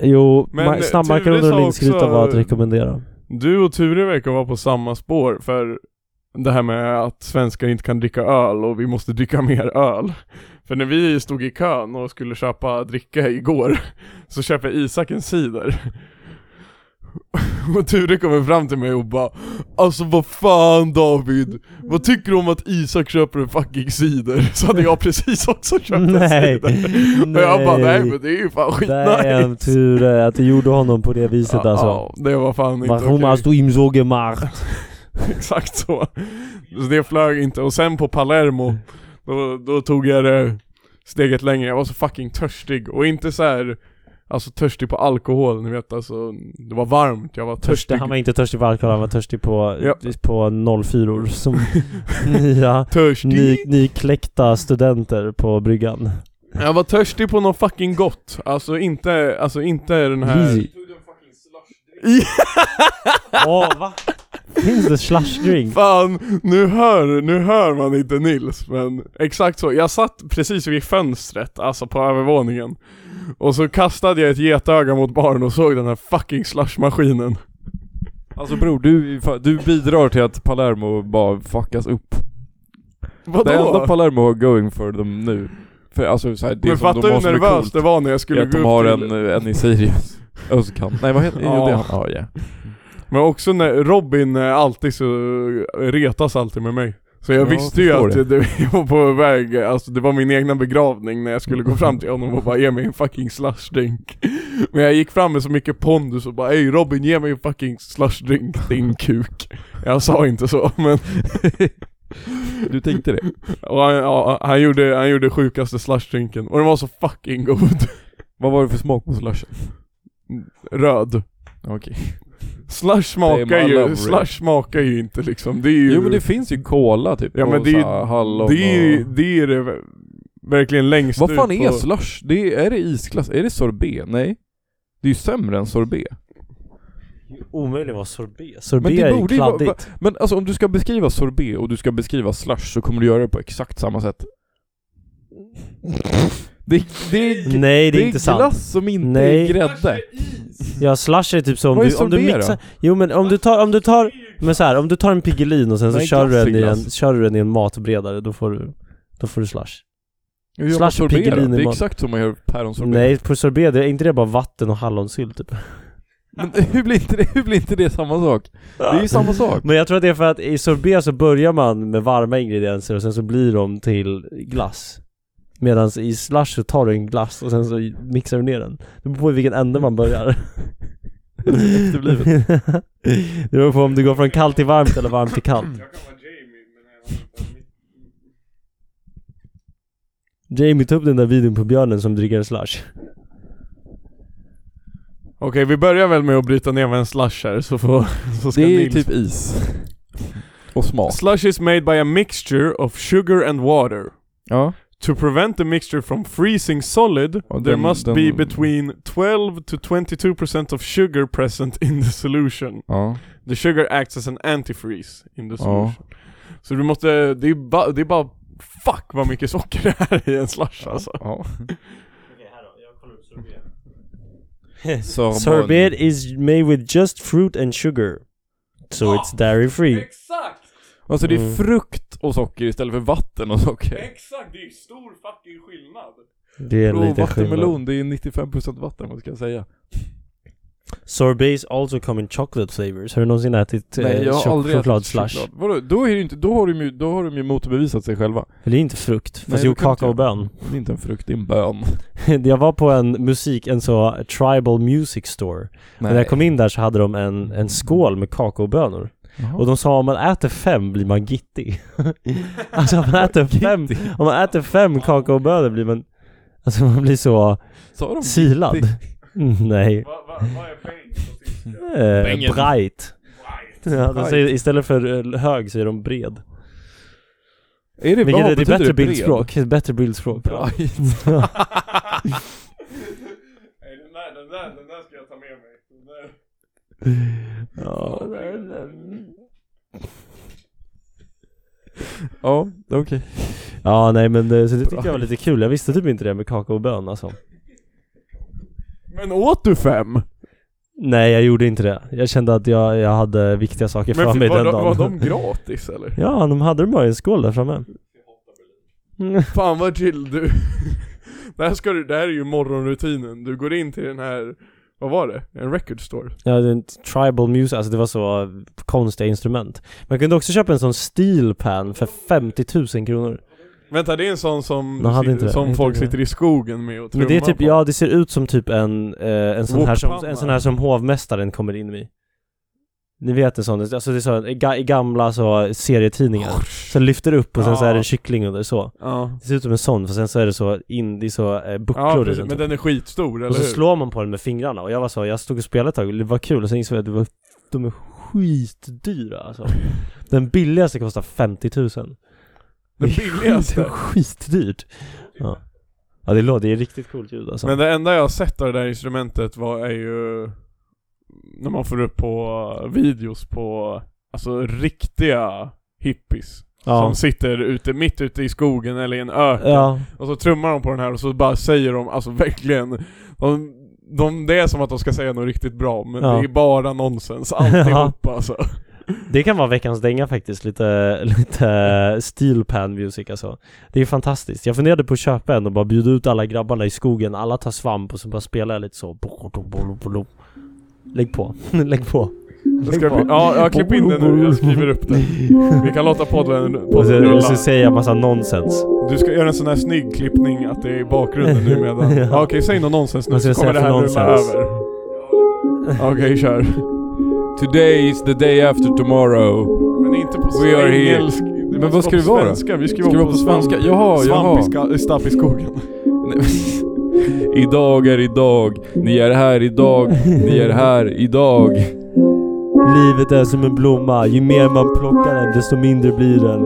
B: Jo,
C: Men
B: ma-
C: Ture
B: snabbmakaroner
C: sa
B: och linsgryta
C: också-
B: var att rekommendera.
C: Du och Ture verkar vara på samma spår för det här med att svenskar inte kan dricka öl och vi måste dricka mer öl. För när vi stod i kön och skulle köpa dricka igår så köper Isak en cider. Och Ture kommer fram till mig och bara Alltså vad fan David, vad tycker du om att Isak köper en fucking cider? Så hade jag precis också köpt en
B: Nej.
C: cider. Och jag bara nej men det är ju fan
B: Damn
C: skitnice.
B: Ture, att du gjorde honom på det viset alltså.
C: Ja, det var fan inte
B: Warum
C: okej.
B: hast du ihm so gemacht?
C: Exakt så. Så det flög inte. Och sen på Palermo, då, då tog jag det steget längre. Jag var så fucking törstig. Och inte så här, alltså törstig på alkohol, ni vet alltså. Det var varmt, jag var
B: Törstig.
C: törstig.
B: Han var inte törstig på alkohol, han var törstig på,
C: Ja.
B: på 04 som nya, ny,
C: törstig.
B: nykläckta studenter på bryggan.
C: Jag var törstig på något fucking gott. Alltså inte, alltså inte den här...
B: Easy. Åh, va? Finns det slush drink?
C: Fan, nu hör, nu hör man inte Nils, men exakt så. Jag satt precis vid fönstret, alltså på övervåningen. Och så kastade jag ett getöga mot baren och såg den här fucking slushmaskinen.
A: Alltså bror, du, du bidrar till att Palermo bara fuckas upp. Det enda
C: Vadå?
A: Palermo har going for dem nu, för alltså så här, det
C: Men
A: som
C: fattar
A: de
C: du
A: har
C: hur
A: som är
C: nervös
A: coolt
C: det var när jag
A: är
C: skulle
A: att de
C: gå
A: har
C: upp till...
A: en, eh, en i Sirius. Özcan. Nej vad heter jo,
C: Ja.
A: det? är han. Ja, ja.
C: Men också när Robin eh, alltid så eh, retas alltid med mig. Så jag
A: Ja,
C: visste ju
A: förstår
C: att det.
A: det.
C: jag var på väg, alltså det var min egna begravning när jag skulle
A: Mm.
C: gå fram till honom och bara ge mig en fucking slushdrink. Men jag gick fram med så mycket pondus och bara ey Robin ge mig en fucking slushdrink din kuk. Jag sa inte så men,
A: Du tänkte det?
C: och han, ja, han, gjorde, han gjorde sjukaste slushdrinken och den var så fucking god.
A: Vad var det för smak på slushen?
C: Röd.
A: Okej.
C: Slush smakar
A: Damn, I love
C: ju,
A: red.
C: slush smakar ju inte liksom, det är ju
A: Jo men det finns ju cola typ,
C: Ja,
A: och
C: men det är
A: så
C: ju-
A: här hallon
C: Det är ju,
A: och...
C: det är det ver- verkligen längst
A: Vad
C: ut
A: fan är
C: på-
A: slush? Det är, är det isglass? Är det sorbet? Nej? Det är ju sämre än sorbet.
B: Omöjligt att vara sorbet.
A: Men
B: Sorbet
A: det
B: är ju
A: borde ju vara-
B: kladdigt.
A: Men alltså om du ska beskriva sorbet och du ska beskriva slush så kommer du göra det på exakt samma sätt. Det, det är, g-
B: Nej, det
A: det
B: är
A: är
B: inte sant.
A: glass som inte
B: Nej.
A: är grädde.
B: Ja, slush är typ så om
A: Vad är
B: du, om du
A: sorbet då?
B: mixar... Jo men om du tar, om du tar... Men så här, om du tar en Piggelin och sen så
A: Nej,
B: kör du,
A: glass är
B: den i en,
A: glass.
B: kör du den i en matbredare, då får du, då får du slush.
A: Jag gör
B: Slush
A: på
B: och
A: sorbet då.
B: Piggelin i
A: Det är
B: mat.
A: exakt som man gör päronsorbet.
B: Nej, på sorbet, det är inte det bara vatten och hallonsylt typ?
A: Men hur blir, inte det, hur blir inte det samma sak? Det är ju samma sak.
B: Men jag tror att det är för att i sorbet så börjar man med varma ingredienser och sen så blir de till glass. Medan i slush så tar du en glass och sen så mixar du ner den. Det beror på i vilken ände man börjar.
A: Efterblivet.
B: det beror på om du går från kallt till varmt eller varmt till kallt. Jamie, ta upp den där videon på björnen som dricker en slush.
C: Okej vi börjar väl med att bryta ner vad en slush är så får, så ska
A: Det är ju
C: Nils...
A: typ is. Och smak.
C: Slush is made by a mixture of sugar and water
A: Ja.
C: To prevent the mixture from freezing solid,
A: Ja,
C: there
A: den-
C: must
A: den-
C: be between 12 to 22% of sugar present in the solution.
A: Ja.
C: The sugar acts as an antifreeze in the
A: Ja.
C: solution. Så du måste, det är, ba, det är bara fuck vad mycket socker det är i en slush alltså.
A: ja.
B: Okej, här då. Jag kollar upp sorbet.
A: Sorbon.
B: Sorbet is made with just fruit and sugar. So it's dairy free.
C: Exakt!
A: Alltså det är
B: Mm.
A: frukt och socker istället för vatten och socker.
C: Exakt! Det är stor fucking skillnad.
B: Det är
A: Och
B: lite skillnad.
A: vattenmelon, det är 95% vatten, vad ska jag säga?
B: Sorbets also come in chocolate flavors. Har du någonsin ätit eh, chok- chokladslush?
A: choklad. Vadå? Då, är det inte, då, har de ju, då har de ju motbevisat sig själva.
B: För Det är inte frukt.
A: Nej,
B: Fast
A: det
B: jo,
A: kan inte jag.
B: kakaobön.
A: Det är inte en frukt, det är en bön.
B: jag var på en musik, en så tribal music store. När jag kom in där så hade de en,
A: Mm.
B: en skål med kakaobönor.
A: Jaha.
B: Och de sa om man äter fem blir man gitti. alltså om man äter fem, om man äter fem kakaobönor blir man, alltså man blir så
A: Sa de?
B: silad.
A: gitti?
B: Nej.
C: Vad va, va är pengar?
B: Eh,
A: Bängen.
B: bright. Ja, de
A: Bright.
B: säger, istället för eh, hög säger de bred.
A: Är det,
B: Vilket
A: vad
B: är ett
A: betyder
B: bättre
A: bred?
B: bildspråk. Ett bättre bildspråk. Ja.
A: Bright.
C: Nej, den där, den där, den där ska jag ta med mig. Den där.
B: Ja.
A: Ja, okej.
B: ja, nej men eh, så det tyckte jag var
A: Bright.
B: lite kul. Jag visste typ inte det med kakaobön alltså.
C: Men åt du fem?
B: Nej, jag gjorde inte det. Jag kände att jag, jag hade viktiga saker för mig
C: var,
B: den
C: de,
B: dagen.
C: var de gratis eller?
B: Ja, de hade dem bara i en skål där framme. Mm.
C: Fan vad chill du. det, här ska du det här är ju morgonrutinen. Du går in till den här, vad var det? En record store.
B: Ja, det är en tribal music, alltså det var så konstiga instrument. Man kunde också köpa en sån steel pan för 50 000 kronor.
C: Vänta det är en sån som,
B: De hade
C: sitter,
B: inte det,
C: som
B: inte
C: folk
B: det.
C: sitter i skogen med och trummar
B: Men det är typ,
C: på.
B: ja det ser ut som typ en, eh, en, sån här som,
C: Wokpanna.
B: en sån här som hovmästaren kommer in i. Ni vet en sån, alltså det är så, i ga- i gamla så serietidningar. Så lyfter upp och sen så är det en
C: Ja.
B: kyckling under så.
C: Ja,
B: Det ser ut som en sån, för sen så är det så in, det är så eh,
C: ja
B: bucklor i
C: precis,
B: den
C: men
B: typ.
C: den är skitstor
B: Och
C: eller
B: så
C: hur?
B: slår man på den med fingrarna och jag var så, jag stod och spelade ett tag och det var kul och sen insåg jag att det var, de är skitdyra alltså. Den billigaste kostar 50 000.
C: Den
B: Det är
C: billigaste.
B: skit- Skitdyrt. Ja. Ja det låter, det är riktigt coolt ljud alltså.
C: Men det enda jag har sett av det där instrumentet var, är ju när man får upp på videos på, alltså riktiga hippies.
B: ja.
C: Som sitter ute, mitt ute i skogen eller i en öken.
B: ja.
C: Och så trummar de på den här och så bara säger de, alltså verkligen de, de, Det är som att de ska säga något riktigt bra men
B: Ja.
C: det är bara nonsens alltihop alltså
B: Det kan vara veckans dänga faktiskt, lite, lite steel pan music alltså. Det är fantastiskt. Jag funderade på att köpa en och bara bjuda ut alla grabbarna i skogen, alla tar svamp och så bara spelar jag lite så. Lägg på, lägg på.
C: det ska bli, Ja, jag klipp in den nu, jag skriver upp den Vi kan låta podden,
B: Och så,
C: podden rulla
B: och så säger jag massa nonsens.
C: Du ska göra en sån här snygg klippning att det är i bakgrunden nu medan
B: Ja.
C: ja. Okej, säg något nonsens nu
B: Vad ska
C: så
B: jag
C: kommer det
B: säga
C: här rulla
B: för nonsens?
C: över Okej, kör
A: Today is the day after tomorrow.
C: Men inte på
A: We are here.
C: engelsk det
A: Men
C: måste
A: vad ska det
C: på
A: vara?
C: svenska. Vi ska,
A: Ska
C: vara
A: vi vara på svenska? Jaha,
C: Svamp i
A: jaha.
C: ska- i stapp i skogen
A: Nej, men- idag är idag. Ni är här idag. Ni är här idag.
B: Livet är som en blomma, ju mer man plockar den desto mindre blir den.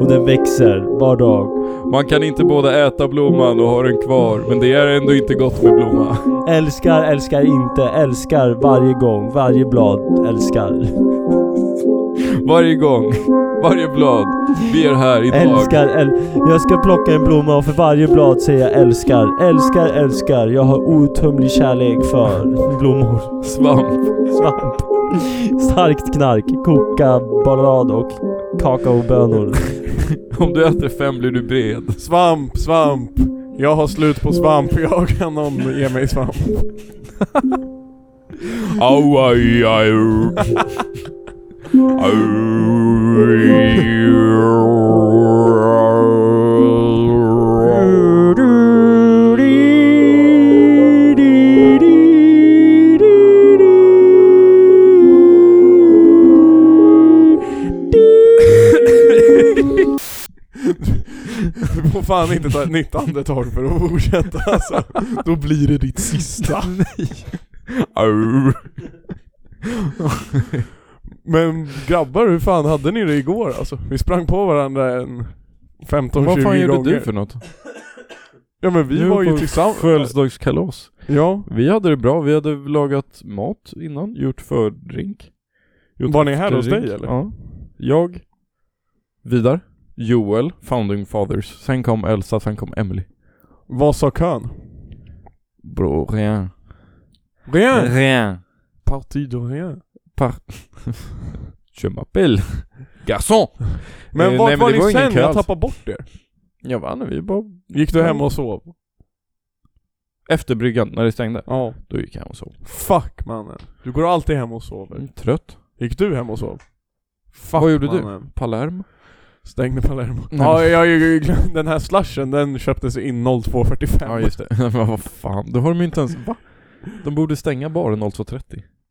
B: Och den växer var dag.
A: Man kan inte både äta blomman och ha den kvar. Men det är ändå inte gott med blomma.
B: Älskar, älskar inte, älskar varje gång, varje blad älskar.
A: Varje gång. Varje blad. Vi är här idag.
B: Älskar, äl jag ska plocka en blomma och för varje blad säger jag älskar. Älskar, älskar, jag har outtömlig kärlek för blommor,
A: Svamp.
B: svamp, starkt knark, koka, ballad och kakaobönor.
A: Om du äter fem blir du bred.
C: Svamp, svamp. Jag har slut på svamp, jag kan någon ge mig svamp.
A: Au, aj, aj. Au.
C: Du får fan inte ta ett nytt andetag för att fortsätta alltså. Då blir det ditt sista.
A: Au.
C: Men grabbar, hur fan hade ni det igår alltså? Vi sprang på varandra en
A: Vad
C: 15-20
A: fan
C: gånger.
A: gjorde du för något?
C: Ja men vi
A: Du
C: var ju
A: på
C: tillsammans.
A: Födelsedagskalas.
C: Ja.
A: Vi hade det bra, vi hade lagat mat innan, gjort fördrink. Gjort
C: Var ni här hos
A: efterdrink.
C: dig eller?
A: Ja. Jag, Vidar, Joel, Founding Fathers. Sen kom Elsa, sen kom Emily.
C: Vad sa kön?
A: Bro, rien. Eh,
C: Rien!
A: Rien.
C: Parti de rien.
A: Je m'appelle. Garçon!
C: Men
A: Eh, nej, men
C: vart var
A: det var
C: ni
A: ingen
C: sen?
A: kö
C: Jag
A: alls.
C: tappade bort er.
A: Jag vann, vi bara...
C: Gick du hem och sov?
A: Efter bryggan, när det stängde.
C: Ja.
A: Då gick jag hem och sov.
C: Fuck mannen. Du går alltid hem och sover.
A: Trött.
C: Gick du hem och sov? Fuck,
A: Vad Mm. gjorde du?
C: mannen.
A: Palermo.
C: Stängde Palermo.
A: Nej,
C: Ja, jag, jag, jag glömde- den här slushen den köptes in 02.45.
A: Ja just det. Men vad fan, då har de ju inte ens... Va? De borde stänga baren 02.30.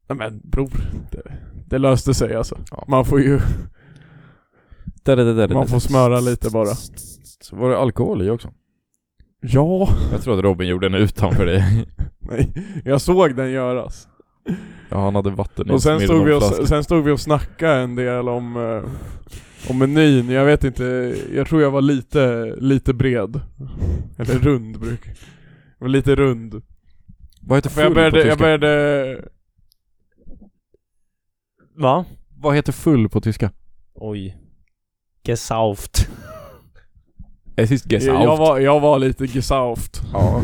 C: Nej, men bror. Det, det löste sig alltså.
A: Ja.
C: Man får ju,
A: Där, där, där, där,
C: man
A: där.
C: får smöra lite bara.
A: Så var det alkohol i också?
C: Ja.
A: Jag tror att Robin gjorde den utanför dig.
C: Nej, jag såg den göras.
A: Ja, han hade vatten i
C: Och sen
A: sin
C: stod, vi och,
A: middagsflaska.
C: sen stod vi och snackade en del om, eh, om menyn. Jag vet inte, jag tror jag var lite, lite bred. Eller rund bruk. Jag var lite rund.
A: Vad heter
C: För
A: full
C: jag
A: på
C: började,
A: tyska?
C: jag började
B: Va?
A: Vad heter full på tyska?
B: Oj. Gesauft. Eh,
A: Es ist
C: Jag, jag, var, jag var lite gesauft.
A: Ja.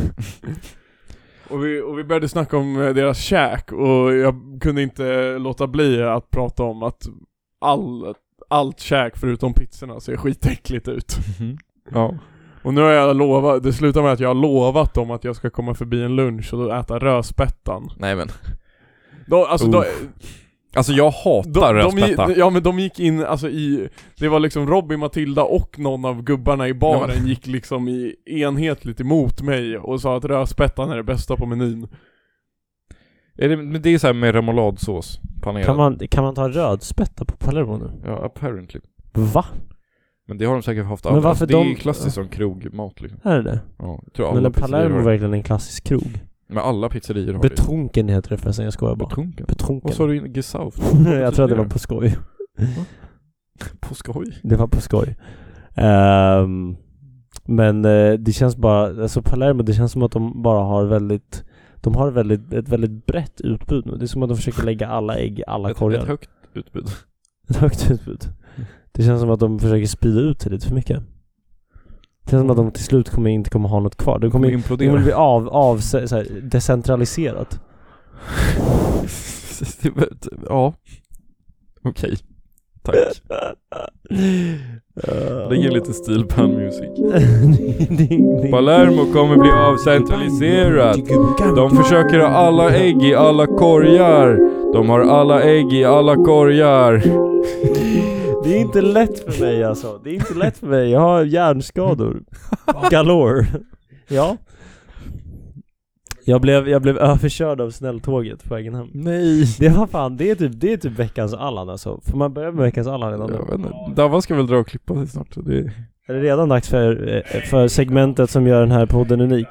C: Och vi, och vi började snacka om eh, deras käk och jag kunde inte låta bli att prata om att all, allt käk förutom pizzorna ser skitäckligt ut.
A: Mhm. ja.
C: Och nu har jag lovat, det slutar med att jag har lovat dem att jag ska komma förbi en lunch och äta rödspättan.
A: Nej men.
C: Då, alltså, då,
A: Alltså jag hatar
C: de, de,
A: rödspätta.
C: ja men de gick in alltså i, det var liksom Robin, Matilda och någon av gubbarna i baren
A: Ja, men-
C: gick liksom i enhetligt emot mig och sa att rödspättan är det bästa på menyn.
A: Är det, men det är så här med remouladsås. Panerad.
B: Kan man, kan man ta rödspätta på Palermo nu?
A: Ja, apparently.
B: Va?
A: Men det har de säkert haft
B: Men
A: alla.
B: varför
A: Alltså, det är
B: de-
A: ju klassiskt som krogmat liksom.
B: Är det det?
A: Ja, jag tror alla
B: Men är
A: pizzerior
B: Palermo
A: har det.
B: verkligen en klassisk krog?
A: Men alla pizzerior har det.
B: Betrunken heter det förresten, jag skojar bara.
A: Betrunken?
B: Betrunken.
A: Vad sa du? innan? Gesauft?
B: jag tror att det var på skoj.
A: På skoj?
B: Det var på skoj. Ehm, men eh, det känns bara, alltså Palermo, det känns som att de bara har väldigt de har väldigt, ett väldigt brett utbud nu. Det är som att de försöker lägga alla ägg i alla
A: Ett, ett
B: korgar.
A: högt utbud.
B: Ett högt utbud. Det känns som att de försöker sprida ut sig lite för mycket. Det känns som att de till slut kommer inte kommer ha något kvar. Det kommer,
A: Kommer
B: det kommer
A: implodera.
B: bli av, av så så här, decentraliserat.
A: ja. Okej. Tack. Det ger lite stil på music. Palermo kommer bli avcentraliserat. De försöker ha alla ägg i alla korgar. De har alla ägg i alla korgar.
B: Det är inte lätt för mig alltså. Det är inte lätt för mig. Jag har hjärnskador. Galore. Ja. Jag blev, jag blev överkörd av snälltåget på vägen hem.
A: Nej.
B: Det var fan, det är typ, det är typ veckans Allan alltså. Får man börja med veckans Allan redan nu?
A: Jag vet inte. Dava ska väl dra och klippa sig snart. Så det...
B: Är det redan dags för, eh, för segmentet som gör den här podden unik?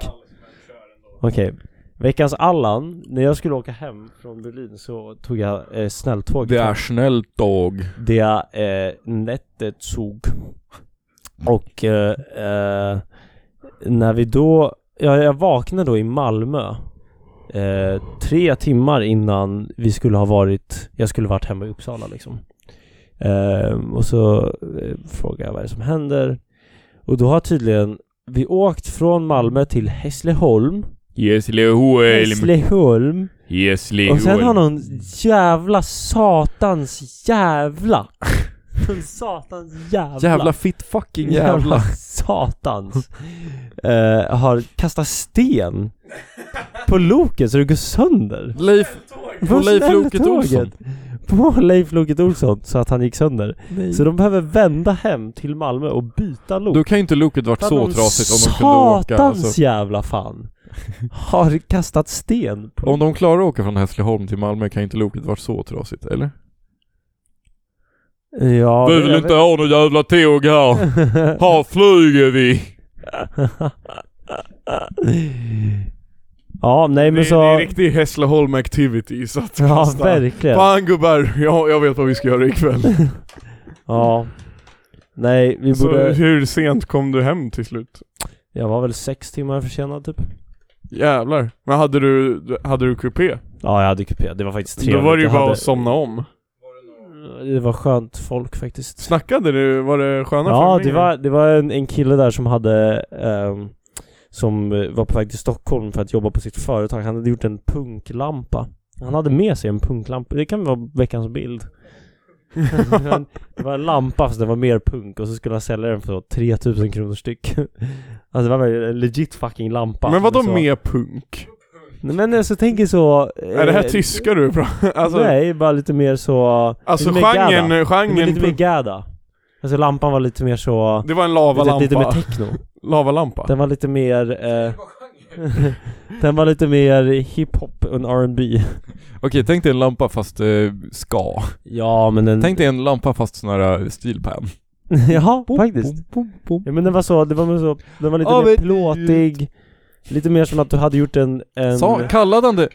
B: Okej. Veckans Allan, när jag skulle åka hem från Berlin så tog jag eh, snälltåget.
A: det
B: hem.
A: är snällt tåg.
B: der äh, nette Zug. Och eh, eh, när vi då, ja, jag vaknade då i Malmö eh, tre timmar innan vi skulle ha varit, jag skulle varit hemma i Uppsala liksom. Eh, och så eh, frågade jag vad är det som händer. Och då har tydligen vi åkt från Malmö till Hässleholm.
A: Gessleholm.
B: Hässleholm.
A: Gessleholm.
B: Och sen har någon jävla satans jävla Någon Satans jävla
A: Jävla fitt fucking
B: Jävla
A: jävla.
B: satans eh, Har kastat sten På loket så det går sönder
A: Leif.
B: På
A: Leif Loket
B: snälltåget.
A: Olsson.
B: På Leif Loket Olsson så att han gick sönder
A: Nej.
B: Så de behöver vända hem till Malmö och byta lok
A: Då kan ju inte loket varit
B: Fan,
A: så
B: de
A: trasigt om de kunde åka.
B: Satans
A: Alltså,
B: jävla fan Har kastat sten på
A: om de klarar att åka från Hässleholm till Malmö kan ju inte loket varit så trasigt, eller?
B: Ja, det- jag vet-
A: ha något jävla tåg här. Här flyger vi.
B: ja, nej men
C: det, det är en
B: så...
C: riktig Hässleholm activity så att
B: Ja,
C: kasta-
B: verkligen.
C: Fan gubbar, jag, jag vet vad vi ska göra ikväll.
B: Ja. Nej, vi
C: Så
B: borde...
C: Alltså, hur sent kom du hem till slut?
B: Jag var väl sex timmar försenad typ.
C: Jävlar. Men hade du, hade du kupé?
B: Ja, jag hade kupé. Det var faktiskt trevligt.
C: Då var det ju
B: Jag
C: bara
B: hade...
C: att somna om.
B: Det var skönt folk faktiskt.
C: Snackade du? Var det sköna
B: Ja, det
C: stämningar?
B: var, det var en, en kille där som hade ehm, Som eh, var på väg till Stockholm för att jobba på sitt företag. Han hade gjort en punklampa. Han hade med sig en punklampa. Det kan vara veckans bild. det var en lampa fast det var mer punk och så skulle han sälja den för 3000 kronor styck. Alltså det var verkligen en legit fucking lampa.
C: Men vadå
B: så...
C: med punk?
B: Nej, men alltså tänker så...
C: Är det här
B: eh,
C: tyska du pratar? Alltså,
B: Nej, bara lite mer så...
C: alltså
B: lite mer gadda.
C: genren,
B: Det var
C: genren
B: Lite mer
C: punk,
B: gada. Alltså lampan var lite mer så...
C: det var en
B: Lite, lite mer
C: lavalampa.
B: techno.
C: Lavalampa?
B: Den var lite mer... Eh, den var lite mer hiphop än R&B
A: Okej, tänk dig en lampa fast eh, ska.
B: Ja men den...
A: Tänk dig en lampa fast sån här eh, stilpen.
B: ja, faktiskt. Ja, men den var så, det var så, den var lite
A: Ja,
B: mer
A: men-
B: plåtig. Lite mer som att du hade gjort en... en...
A: Sa, kallade han det,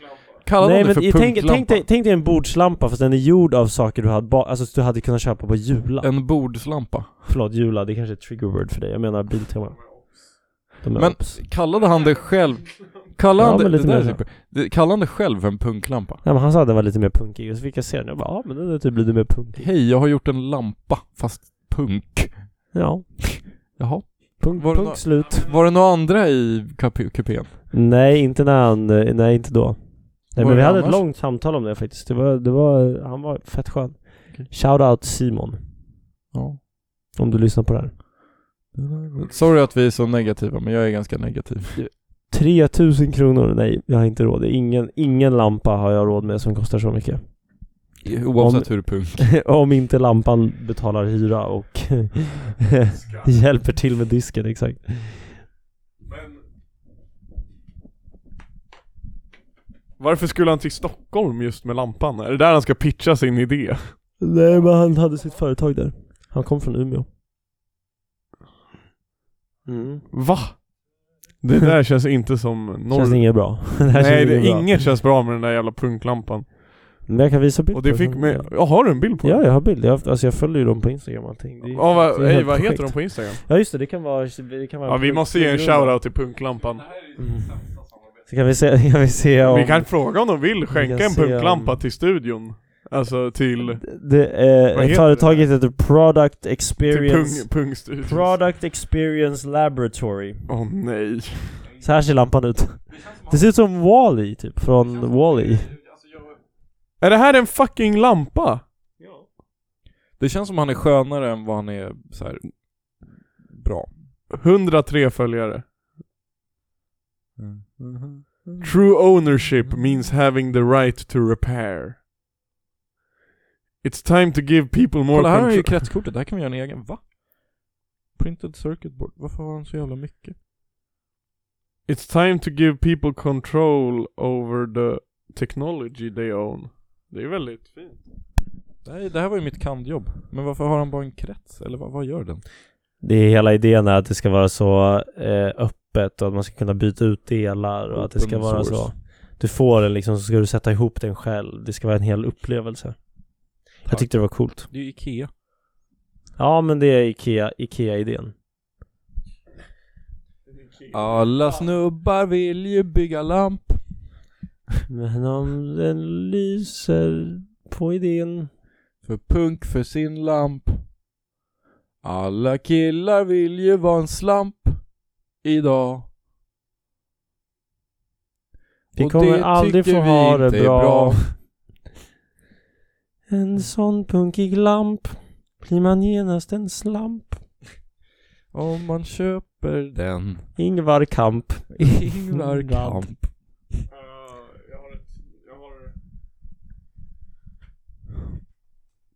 A: kallade
B: Nej
A: han det
B: men
A: för
B: i- tänk,
A: punklampa?
B: tänk, dig, tänk dig en bordslampa fast den är gjord av saker du hade, ba- alltså, du hade kunnat köpa på Jula.
A: En bordslampa.
B: Förlåt, Jula, det kanske är ett trigger word för dig. Jag menar Biltema. De är
A: Men-
B: obs.
A: Kallade han det själv, kallade
B: Ja,
A: han det,
B: men
A: det
B: lite
A: där
B: mer
A: är typ, det- kallade han det själv för en punklampa?
B: Nej men han sa att den var lite mer punkig och så fick jag se den jag bara ja men den är typ lite mer punkig.
A: Hej, jag har gjort en lampa fast punk.
B: Ja,
A: Jaha.
B: punk,
A: Var det
B: punk
A: nå-
B: slut.
A: Var det några andra i kap- kupén?
B: Nej inte när han, nej inte då. Nej
A: Var
B: men vi
A: det
B: hade ett
A: annars?
B: långt samtal om det faktiskt. Det var, det var, han var fett skön. Shout out Simon.
A: Ja.
B: Om du lyssnar på det här.
A: Sorry att vi är så negativa, men jag är ganska negativ.
B: 3000 kronor, nej jag har inte råd. Det är ingen, ingen lampa har jag råd med som kostar så mycket.
A: Oavsett hur punk.
B: om inte lampan betalar hyra och hjälper till med disken exakt.
C: Varför skulle han till Stockholm just med lampan? Är det där han ska pitcha sin idé?
B: Nej men han hade sitt företag där. Han kom från Umeå. Mm.
C: Va? Det där känns inte som
B: Känns
C: norr...
B: inget bra. det här
C: Nej,
B: känns
C: det,
B: bra.
C: inget känns bra med den där jävla punklampan.
B: Men jag kan visa bild
C: Och det
B: på
C: fick
B: sen.
C: mig... Jag har du en bild på
B: Ja,
C: den?
B: jag har bild. Jag, alltså jag följer ju dem på Instagram och allting. Det är-
C: Ja,
B: det är
C: vad,
B: ett
C: hej,
B: helt
C: vad heter de
B: projekt.
C: på Instagram?
B: Ja just det, det kan vara... Det kan vara
C: Ja, vi måste ge en shoutout till punklampan.
B: Mm. Så kan vi se, kan vi se om...
C: Vi kan fråga om de vill
B: Vi
C: skänka
B: kan
C: en
B: se om-
C: punklampa till studion. Alltså till,
B: Det, eh,
C: Vad heter
B: företaget heter Product
C: till
B: Experience...
C: pung, pungstudion.
B: Product Experience Laboratory.
C: Åh nej.
B: Så här ser lampan ut. Det ser ut som Wall-E typ, från Wall-E.
C: Är det här en fucking lampa?
A: Det känns som han är skönare än vad han är så här bra.
C: 103 följare.
A: Mm. Mm-hmm.
C: True ownership means having the right to repair. It's time to give people more
A: Kolla här har ju
C: control.
A: kretskortet, det här kan vi göra en egen. Va? Printed circuit board, varför har han så jävla mycket?
C: It's time to give people control over the technology they own. Det är väldigt fint.
A: Det här, det här var ju mitt kandjobb. Men varför har han bara en krets? Eller vad, vad gör den?
B: Det är hela idén är att det ska vara så eh, öppet och att man ska kunna byta ut delar och att det ska
A: Open
B: vara
A: source.
B: så. Du får den liksom så ska du sätta ihop den själv. Det ska vara en hel upplevelse. Jag tyckte det var coolt.
A: Det är ju Ikea.
B: Ja men det är Ikea, Ikea-idén.
A: Alla snubbar vill ju bygga lamp.
B: Men om den lyser på idén.
A: För punk för sin lamp. Alla killar vill ju vara en slamp idag.
B: Vi
A: Och
B: kommer
A: det
B: aldrig få
A: tycker vi
B: ha det
A: inte är
B: bra.
A: bra.
B: En sån punkig lamp blir man genast en slamp.
A: Om man köper den.
B: Ingvar Kamp.
A: Ingvar
B: Kamp.
A: Kamp.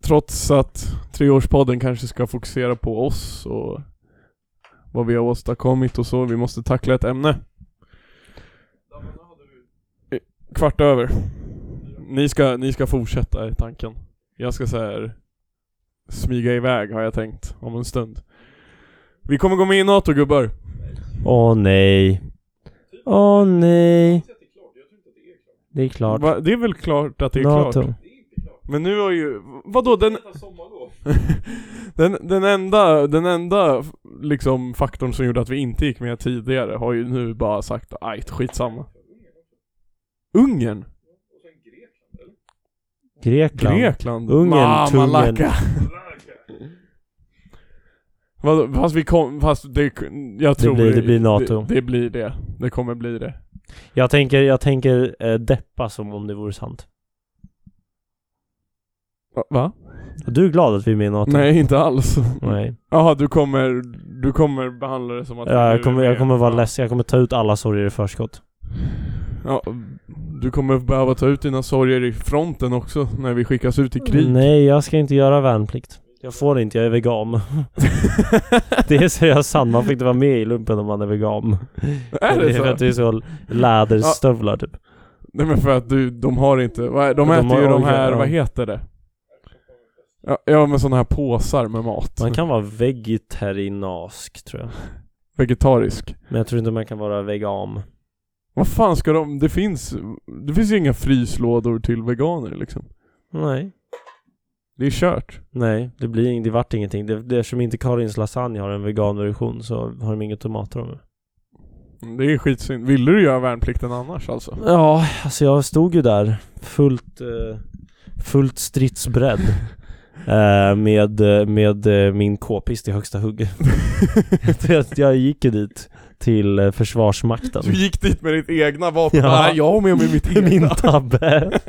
C: Trots att treårspodden kanske ska fokusera på oss och vad vi har åstadkommit och så, vi måste tackla ett ämne. Eh, Kvart över. Ni ska, ni ska fortsätta i tanken. Jag ska så här smyga iväg har jag tänkt om en stund. Vi kommer gå med i NATO gubbar.
B: Åh nej. Åh nej. Det är klart.
C: Va? Det är väl klart att det är klart?
B: NATO.
C: Men nu har ju, vadå den... den, den enda, den enda liksom faktorn som gjorde att vi inte gick med tidigare har ju nu bara sagt aj skitsamma. Ungern?
B: Grekland.
C: Grekland? Ah,
B: Ungern,
C: Mamalaka.
B: Tungern.
C: Vadå, fast vi kom, fast det,
B: Det
C: jag tror
B: blir- det blir NATO.
C: Det, det blir det. Det kommer bli det.
B: Jag tänker, jag tänker eh, deppa som om det vore sant.
C: Va?
B: Du är glad att vi är med i NATO?
C: Nej, inte alls.
B: Nej.
C: Jaha, du kommer, du kommer behandla det som att
B: Ja,
C: du
B: jag,
C: är
B: kommer, jag
C: med.
B: kommer vara
C: Ja.
B: ledsen, jag kommer ta ut alla sorger i förskott.
C: Ja, du kommer behöva ta ut dina sorger i fronten också när vi skickas ut i krig.
B: Nej, jag ska inte göra värnplikt. Jag får inte, jag är vegan. det är seriöst sant, man får inte vara med i lumpen om man är vegan.
C: Är det
B: för
C: så?
B: att det är så läderstövlar typ.
C: Nej men för att du, de har inte, vad är- de
B: De
C: äter
B: har-
C: ju de
B: ja,
C: här,
B: ja.
C: vad heter det? Ja, ja men sådana här påsar med mat.
B: Man kan vara vegetarianask tror jag.
C: Vegetarisk.
B: Men jag tror inte man kan vara vegan.
C: Vad fan ska de, det finns, det finns ju inga fryslådor till veganer liksom.
B: Nej.
C: Det är kört.
B: Nej, det blir inget, det vart ingenting. Det, det, eftersom inte Karins lasagne har en veganversion så har de inga tomater med.
C: Det är skitsynd. Ville du göra värnplikten annars alltså?
B: Ja, alltså jag stod ju där fullt, eh, fullt stridsberedd. eh, med eh, med eh, min k-pist i högsta hugg. jag, jag gick ju dit till eh, Försvarsmakten.
C: Du gick dit med ditt egna vapen?
B: Ja.
C: Nej, jag har med mig mitt egna.
B: Min tabbe.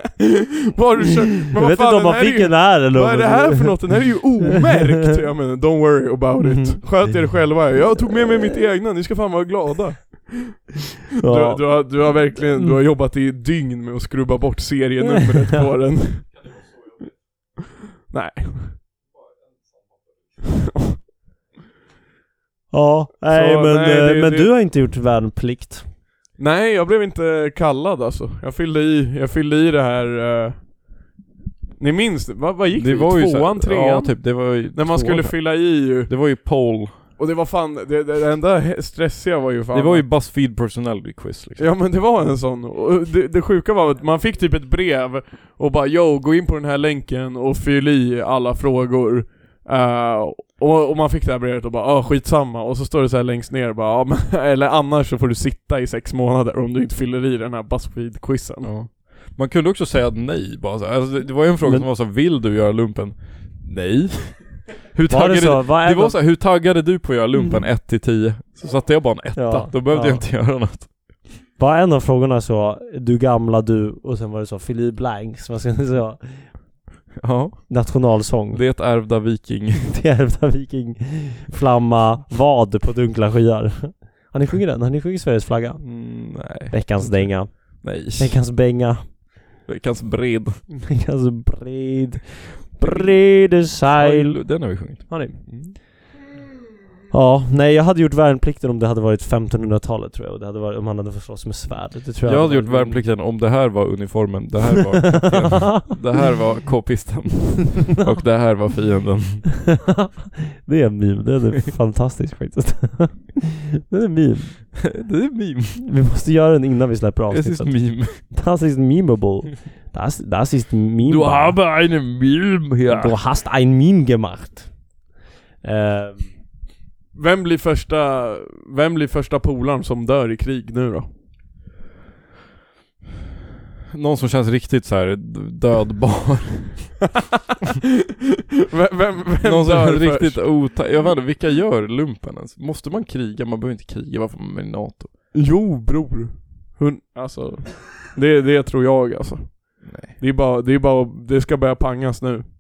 C: Vad har du kört? Men
B: Jag
C: vad
B: vet inte
C: fan,
B: om
C: den
B: man
C: här är
B: fick
C: ju-
B: en här eller
C: Vad är
B: om-
C: det här för något? Den här är ju omärkt! Jag menar, don't worry about
A: Mm-hmm.
C: it. Sköt er själva. Jag tog med mig mitt egna, ni ska fan vara glada.
B: Ja.
C: Du, du, har, du har verkligen,
A: Mm.
C: du har jobbat i dygn med att skrubba bort serienumret på den. Nej.
B: Ja, nej men,
C: nej, det-
B: eh, men
C: det-
B: du har inte gjort värnplikt.
C: Nej, jag blev inte kallad alltså. Jag fyllde i, jag fyllde i det här... eh, Ni minns det? Vad, vad gick det?
A: var ju så här-
C: Tvåan, trean?
A: Ja, typ. Det var ju
C: När man
A: tvåan,
C: skulle
A: tror
C: fylla i ju.
A: jag. Det var ju poll.
C: Och det var fan, det, det enda stressiga var ju fan
A: Det var ju Buzzfeed personality quiz liksom.
C: Ja men det var en sån, och det, det sjuka var att man fick typ ett brev och bara 'Yo, gå in på den här länken och fyll i alla frågor' Eh, och, och man fick det här brevet och bara 'Ah skitsamma' och så står det så här längst ner bara "Ja, men- 'Eller annars så får du sitta i sex månader om du inte fyller i den här Buzzfeed-quizen'
A: Ja. Man kunde också säga nej bara så här. alltså, det, det var ju en fråga
B: Men-
A: som var så här, vill du göra lumpen? Nej. Hur
B: Var det
A: taggade
B: så? Vad är
A: Det var så här, hur taggade du på att göra lumpen 1 till 10? Så satte jag bara en etta,
B: Ja,
A: då behövde
B: ja.
A: jag inte göra något.
B: Var en av frågorna så, du gamla du, och sen var det så, fyll i blanks, vad ska man säga,
A: Ja,
B: nationalsång.
A: det ärvda viking.
B: Järvda viking, flamma, vad på dunkla skyar. Har ni sjungit den? Har ni sjungit Sveriges flagga?
A: Mm, nej.
B: Veckans dänga,
A: Nej.
B: veckans bänga,
A: Veckans bred.
B: veckans bred, brede seil.
A: Oj, Den har vi sjungit.
B: Har ni? Ja, nej jag hade gjort värnplikten om det hade varit 1500-talet tror jag och det hade varit, om han hade fått slåss med svärd. Det tror jag.
A: Jag hade gjort värnplikten om det här var uniformen, det här var kapten. Det här var k-pisten. Och det här var fienden.
B: det är en meme, den är fantastisk faktiskt. det är en meme.
A: Det är meme.
B: Vi måste göra den innan vi släpper
A: Det är
B: avsnittet.
A: meme.
B: Das ist memeable. Das, das ist meme.
A: Du har en meme
B: Du
A: här.
B: hast ein Meme gemacht. Eh,
C: Vem blir första, vem blir första polaren som dör i krig nu då?
A: Någon som känns riktigt så här dödbar.
C: Vem, vem, vem
A: Någon som
C: dör
A: är
C: först?
A: riktigt otagg. Jag vet inte, vilka gör lumpen ens? Måste man kriga? Man behöver inte kriga, varför är man med i NATO?
C: Jo bror. Hon, alltså, det, det tror jag alltså.
A: Nej.
C: Det är bara, det är bara, det ska börja pangas nu.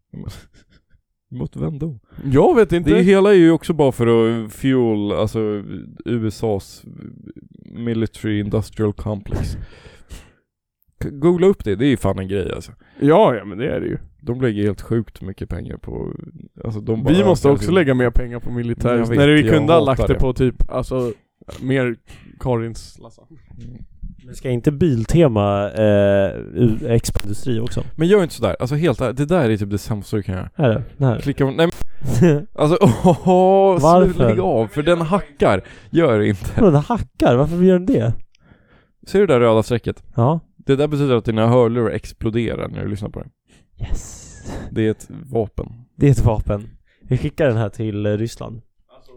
A: Mot vem då?
C: Jag vet inte.
A: Det hela är ju också bara för att fuel, alltså USAs military industrial complex. K- Googla upp det, det är ju fan en grej alltså.
C: Ja, ja men det är det ju.
A: De lägger helt sjukt mycket pengar på, alltså de bara
C: Vi måste
A: ökar
C: också
A: sin-
C: lägga mer pengar på militär.
A: Jag vet,
C: när vi
A: jag
C: kunde ha lagt
A: hatar
C: det
A: det.
C: på typ, alltså, mer Karins lasagne.
A: Mm.
B: men ska inte Biltema eh, u- expoindustri också?
A: Men gör inte sådär, alltså helt ärligt, det där är typ det sämsta du kan göra.
B: Här är det. Den här.
A: Klicka, nej men alltså åh, oh,
B: Varför?
A: lägg av, för den hackar. Gör det inte.
B: Vadå, den hackar? Varför gör den det?
A: Ser du det där röda strecket?
B: Ja.
A: Det där betyder att dina hörlurar exploderar när du lyssnar på det.
B: Yes.
A: Det är ett vapen.
B: Det är ett vapen. Vi skickar den här till eh, Ryssland.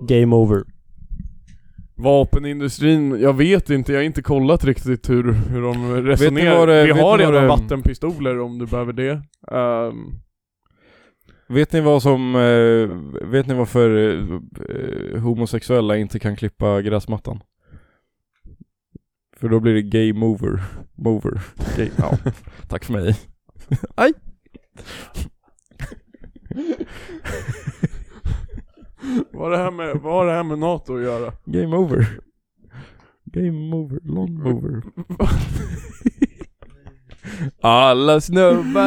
B: Game over.
C: Vapenindustrin, jag vet inte, jag har inte kollat riktigt hur, hur de resonerar.
A: vad det-
C: Vi
A: vet
C: har
A: ni vad
C: redan
A: det-
C: vattenpistoler om du behöver det. Ehm,
A: Vet ni vad som, eh, vet ni varför eh, eh, homosexuella inte kan klippa gräsmattan? För då blir det game over, mover. Game, ja. Tack för mig. Aj!
C: vad, har det här med, vad har det här med NATO att göra?
A: Game over. Game over, long mover. Alla snubbar.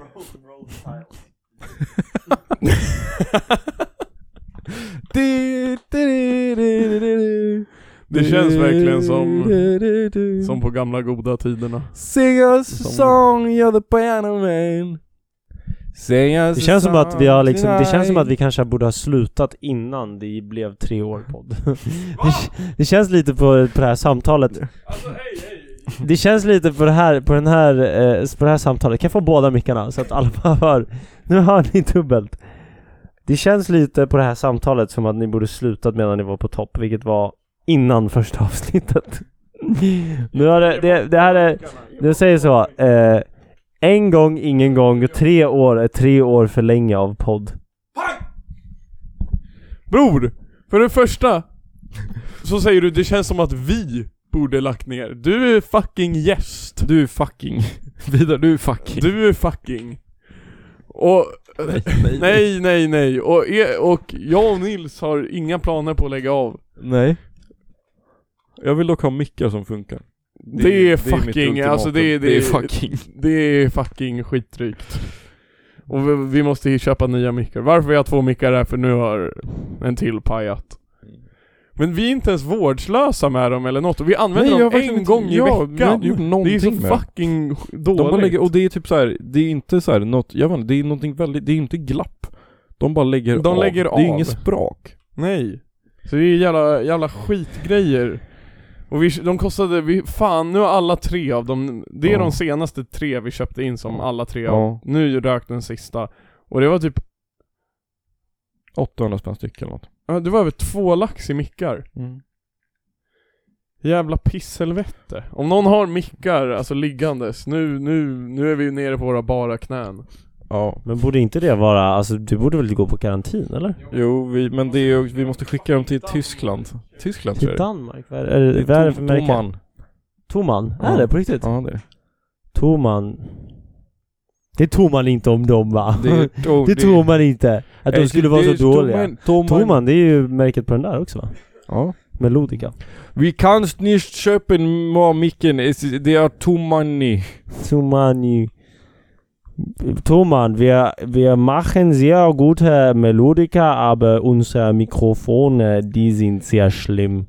B: Alltså,
C: Det känns verkligen som-
A: Mm.
C: Som på gamla goda tiderna.
A: Sing us
C: Som-
A: a song, you're the piano man Sing us
B: Det
A: a
B: känns som
A: song
B: att vi har liksom, det känns som att vi
A: tonight.
B: kanske borde ha slutat innan det blev tre år podd. Det, det känns lite på, på det här samtalet. Det känns lite på det här, på den här, eh, på det här samtalet. Kan jag få båda mickarna så att alla bara hör? Nu hör ni dubbelt. Det känns lite på det här samtalet som att ni borde slutat medan ni var på topp, vilket var innan första avsnittet. Nu har det, det, det här är, det säger så. Eh, en gång, ingen gång, tre år är tre år för länge av podd.
C: Bror! För det första så säger du det känns som att vi borde lagt ner. Du är fucking gäst.
A: Du är fucking Vidar, du är fucking
C: Du är fucking. Och
A: nej, nej,
C: nej, nej, nej. Och, e- och jag och Nils har inga planer på att lägga av.
A: Nej. Jag vill dock ha mickar som funkar
C: Det, är fucking,
A: mitt
C: alltså det,
A: ultimatum.
C: det,
A: det är fucking
C: Det är fucking skitdrygt. Och vi, vi måste ju köpa nya mickar. Varför vi har två mickar är för nu har en till pajat. Men vi är inte ens vårdslösa med dem eller något. Och Vi använder
A: jag har
C: dem
A: verkligen
C: en
A: inte-
C: gång i
A: jag har
C: veckan.
A: inte gjort
C: Det är så
A: någonting med det.
C: fucking
A: De bara
C: dåligt.
A: lägger, och det är typ så här, det är inte så här något, jag vet inte, det är någonting väldigt, det är inte glapp De bara lägger
C: De
A: av,
C: lägger
A: det är
C: av.
A: inget sprak
C: Nej. Så det är jävla, jävla skitgrejer. Och vi, de kostade, vi, fan nu har alla tre av dem, det är
A: Ja.
C: de senaste tre vi köpte in som alla tre av.
A: Ja,
C: Nu rök den sista. Och det var typ,
A: 800 spänn styck eller något
C: ja, det var över två lax i mickar. Jävla pisselvete. Om någon har mickar, alltså liggandes, nu, nu, nu är vi ju nere på våra bara knän.
A: Ja,
B: Men borde inte det vara, alltså du borde väl gå på karantin eller?
A: Jo, vi, men det är, ju- vi måste skicka dem till Tyskland. Tyskland tror jag
B: Till
A: det är.
B: Danmark? Vad är det, är det,
A: Det
B: vad är det
A: Tom-
B: för märke?
A: Toman.
B: Toman?
A: Ja.
B: Är det på riktigt?
A: Ja, det är
B: Toman Det tror man inte om dem va?
A: det.
B: Det,
A: är- oh,
B: tror man inte! Att
A: Nej,
B: de skulle
A: det-
B: vara
A: det är
B: så dåliga
A: Toman- Toman.
B: Toman, det är ju märket på den där också va?
A: Ja.
B: Melodica
A: Vi kan inte köpa mer micken, det är Tomani.
B: Tomani Thoman, wir, wir machen sehr gute Melodica, aber unsere Mikrofone, die sind sehr schlimm.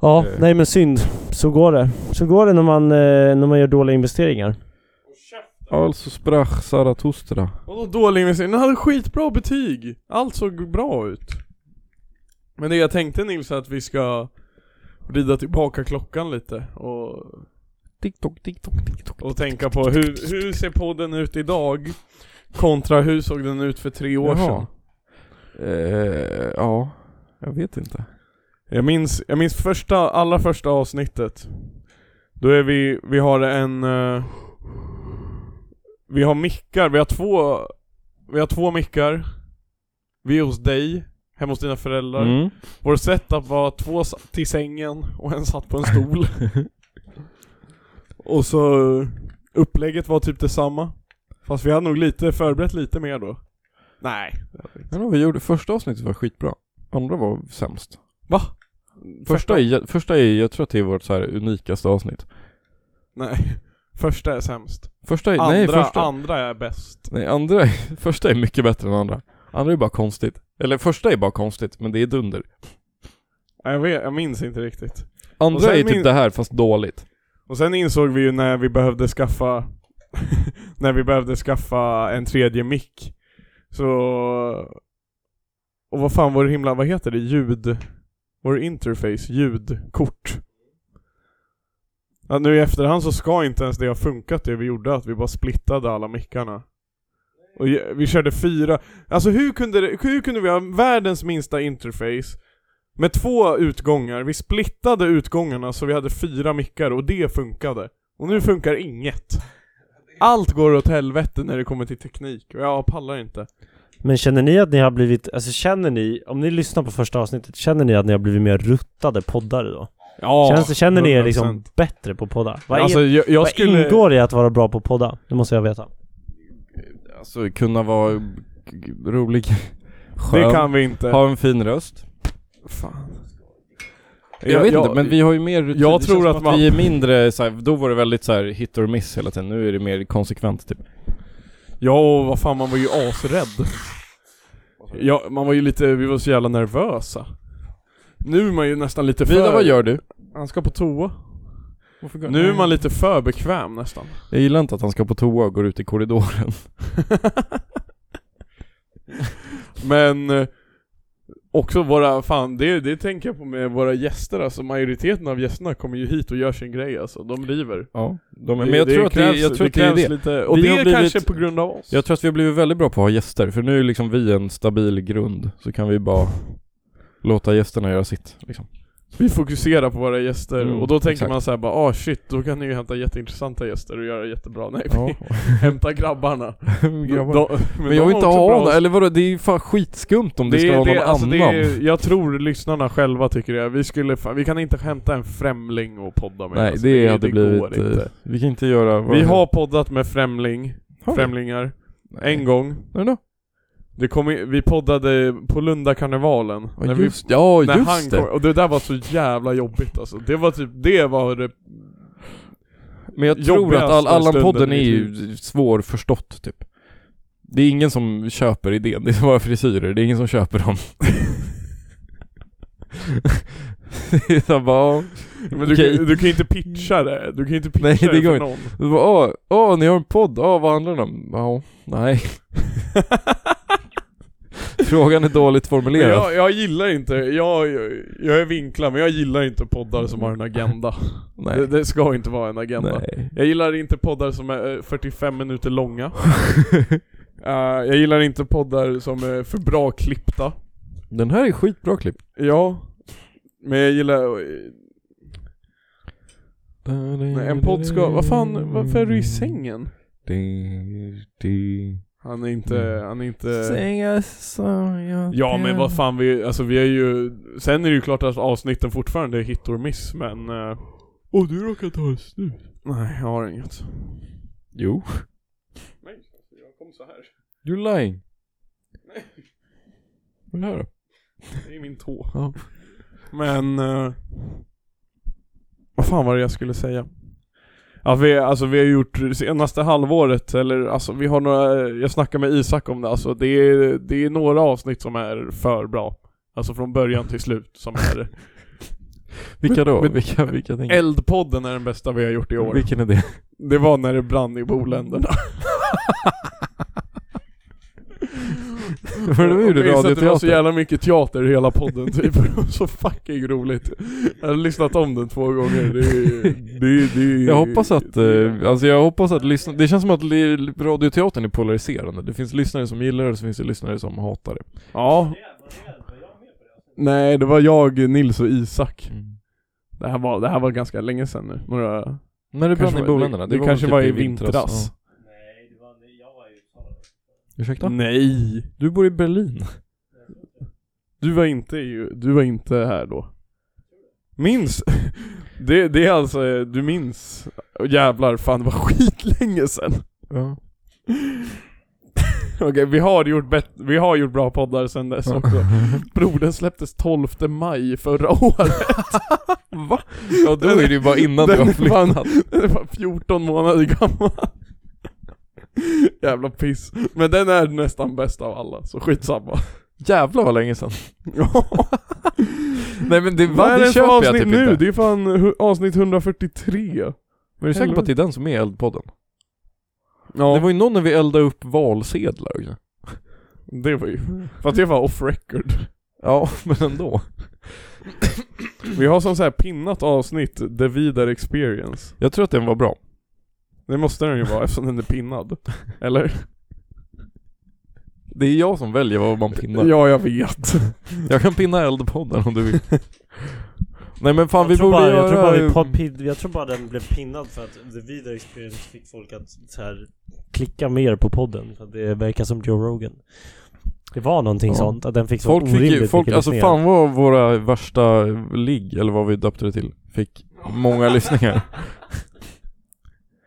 B: Ja,
A: Eh.
B: nej men synd. Så går det. Så går det när man, eh, när man gör dåliga investeringar.
A: Alltså sprach Zarathustra.
C: Vadå dålig investering? Den hade skitbra betyg! Allt såg bra ut. Men det jag tänkte Nils är att vi ska vrida tillbaka klockan lite och,
A: TikTok, TikTok, TikTok.
C: och tänka på hur, hur ser podden ut idag? Kontra hur såg den ut för tre år
A: Jaha.
C: sedan?
A: Eh, ja, jag vet inte.
C: Jag minns, jag minns första, allra första avsnittet. Då är vi, vi har en... eh, vi har mickar, vi har två... Vi har två mickar. Vi är hos dig, hemma hos dina föräldrar.
A: Mm.
C: Vår setup var två sa- till sängen och en satt på en stol. och så... eh, Upplägget var typ detsamma. Fast vi hade nog lite förberett lite mer då. Nej.
A: Men vad vi gjorde, första avsnittet var skitbra. Andra var sämst.
C: Va?
A: Första är, första är, jag tror att det är vårt så här unikaste avsnitt.
C: Nej. Första är sämst.
A: Första är,
C: Andra,
A: nej första.
C: andra är bäst.
A: Nej, andra, första är mycket bättre än andra. Andra är bara konstigt. Eller första är bara konstigt, men det är dunder.
C: Ja, Jag, vet, jag minns inte riktigt. Och
A: Andra
C: sen
A: är typ
C: min-
A: det här fast dåligt.
C: Och sen insåg vi ju när vi behövde skaffa När vi behövde skaffa en tredje mick Så Och vad fan var det himla, vad heter det? Ljud Vår interface, ljudkort Ja, nu i efterhand så ska inte ens det ha funkat det vi gjorde, att vi bara splittade alla mickarna. Och ge- vi körde fyra, alltså hur kunde, det, hur kunde vi ha världens minsta interface med två utgångar, vi splittade utgångarna så vi hade fyra mickar och det funkade. Och nu funkar inget. Allt går åt helvete när det kommer till teknik, och jag pallar inte.
B: Men känner ni att ni har blivit, alltså känner ni, om ni lyssnar på första avsnittet, känner ni att ni har blivit mer ruttade poddare då?
C: Ja,
B: Känns, känner ni er liksom bättre på poddar? Vad, är,
C: Alltså, jag, jag
B: vad
C: skulle...
B: ingår i att vara bra på podda? Det måste jag veta.
A: Alltså kunna vara g- g- rolig, skön,
C: Det kan vi inte.
A: ha en fin röst.
C: Fan.
A: Jag, vet inte, men vi har ju mer rutin.
C: jag
A: Det
C: tror
A: känns
C: att
A: som
C: man-
A: vi är mindre så här, då var det väldigt så här hit or miss hela tiden. Nu är det mer konsekvent typ.
C: Ja, och vad fan, man var ju asrädd. Ja, man var ju lite, vi var så jävla nervösa. Nu är man ju nästan lite för...
A: Frida, vad gör du?
C: Han ska på toa. Nu är man lite för bekväm nästan.
A: Jag gillar inte att han ska på toa och går ut i korridoren.
C: Men eh, också våra, fan det, det tänker jag på med våra gäster alltså, majoriteten av gästerna kommer ju hit och gör sin grej alltså, de driver.
A: Ja, de är, men jag tror att det, jag tror att det är
C: krävs
A: det.
C: Lite, och
A: Vi
C: det
A: har
C: är
A: blivit-
C: kanske på grund av oss.
A: Jag tror att vi har blivit väldigt bra på att ha gäster, för nu är liksom vi en stabil grund, så kan vi bara låta gästerna göra sitt liksom.
C: Vi fokuserar på våra gäster
A: Mm,
C: och då tänker
A: exakt.
C: man såhär bara ah shit, då kan ni ju hämta jätteintressanta gäster och göra jättebra. Nej,
A: Ja.
C: vi hämtar grabbarna.
A: Grabbar.
C: De-
A: Men jag vill
C: de
A: inte
C: har också
A: ha
C: bra-
A: det, eller vadå, det är ju fan skitskumt om det,
C: Det
A: ska vara
C: är-
A: någon
C: det- alltså, det
A: annan.
C: är- Jag tror lyssnarna själva tycker det. Vi, skulle, fan- vi kan inte hämta en främling och podda med.
A: Nej,
C: alltså,
A: det, hade
C: går
A: blivit... eh,
C: inte.
A: Vi kan inte göra... vad-
C: Vi har poddat med främling,
A: Har vi?
C: främlingar,
A: Nej.
C: en gång.
A: Nej då.
C: Det kom, i- vi poddade på Lundakarnevalen.
A: Ja,
C: vi,
A: just, ja,
C: när han
A: just det.
C: kom, och det där var så jävla jobbigt alltså. Det var typ, det var det
A: Men jag tror
C: Jobbigaste
A: att all, Allan-podden
C: stunden
A: är
C: i
A: ju svårförstått typ. Det är ingen som köper idén, det är bara frisyrer, det är ingen som köper dem. det är såhär bara,
C: Men du,
A: Okej.
C: kan, du kan ju inte pitcha det, du kan ju inte pitcha
A: Nej, det
C: det
A: går
C: för
A: inte.
C: någon.
A: åh, åh, ni har en podd, åh, vad handlar den om? Ja, nej. Frågan är dåligt
C: Men
A: formulerad.
C: jag, jag gillar inte, jag, jag, jag är vinklad men jag gillar inte poddar som har en agenda. Det,
A: nej.
C: det ska inte vara en agenda.
A: nej.
C: Jag gillar inte poddar som är eh, 45 minuter långa. Eh, jag gillar inte poddar som är för bra klippta.
A: Den här är skitbra klipp.
C: Ja, men jag gillar... Nej, en podd ska... Vad fan, varför är du i sängen? Han är inte, han är inte... Ja men vad fan vi, alltså vi är ju, sen är det ju klart att avsnitten fortfarande är hit or miss men... eh,
A: Åh, du råkar ta en snus.
C: nej jag har inget.
A: Jo.
C: Nej, jag kom så här.
A: You're lying. Vad är det då?
C: Det är min tå. Men... eh, vad fan var det jag skulle säga? Ja vi, alltså vi har gjort senaste halvåret, eller alltså vi har några, jag snackade med Isak om det, alltså det är, det är några avsnitt som är för bra. Alltså från början till slut som är
A: Vilka då?
C: Men-
A: vilka, vilka tänker
C: Eldpodden är den bästa vi har gjort i år.
A: Vilken är det?
C: Det var när det brann i boländerna.
A: För det var ju
C: Jag minns att Det var så
A: radioteater.
C: jävla mycket teater i hela podden typ. Det var så fucking roligt. Jag har lyssnat om den två gånger. Det, är- det, är- det, är-
A: Jag hoppas att,
C: det är-
A: eh, alltså jag hoppas att lyssna, det känns som att li- radioteatern är polariserande. Det finns lyssnare som gillar det och så finns det lyssnare som hatar det.
C: Ja. Nej, det var jag, Nils och Isak.
A: Mm.
C: Det här var, det här var ganska länge sedan nu. Några...
A: Men det brann
C: kanske
A: i
C: var-
A: boländerna.
C: Det, det
A: var
C: kanske
A: typ
C: var i vintras.
A: ja.
C: Mm.
A: Ursäkta?
C: Nej.
A: Du bor i Berlin.
C: Du var inte i, du var inte här då. Minns? Det, det är alltså, eh, du minns? Åh, Jävlar, fan det var skitlänge sen.
A: Ja.
C: Okej, vi har gjort bet- vi har gjort bra poddar sen dess också. Brodern släpptes 12 maj förra året. Va?
A: ja, då är det ju bara innan du
C: Den
A: har
C: är fan-
A: flyttat.
C: Den var 14 månader gammal. Jävla piss. Men den är nästan bäst av alla, så skitsamma.
A: Jävlar vad länge sedan.
C: Ja.
A: Nej men det,
C: Vad
A: det
C: är det för
A: köper jag
C: avsnitt
A: typ
C: nu?
A: nu? inte.
C: Det är fan hu- avsnitt 143.
A: Men är du säker på att det är den som är eldpodden?
C: Ja.
A: Det var ju någon när vi eldade upp valsedlar också.
C: Det var ju... För att det var off record.
A: Ja, men ändå.
C: Vi har som så här pinnat avsnitt, The Vidar Experience.
A: Jag tror att den var bra.
C: Det måste den ju vara eftersom den är pinnad. Eller?
A: Det är jag som väljer vad man pinnar.
C: Ja, jag vet.
A: Jag kan pinna Eldpodden om du vill. Nej men fan
B: jag,
A: vi
B: tror
A: borde
B: bara,
A: göra...
B: jag, tror bara vi pop, pin- jag tror bara den blev pinnad för att The Vidar Experience fick folk att så här, klicka mer på podden för att det verkar som Joe Rogan Det var någonting
A: Ja.
B: sånt, att den fick så
A: Folk fick ju,
B: orimligt
A: folk,
B: mycket
A: alltså
B: lyssningar.
A: fan vad våra värsta ligg, eller vad vi döpte det till, fick många lyssningar.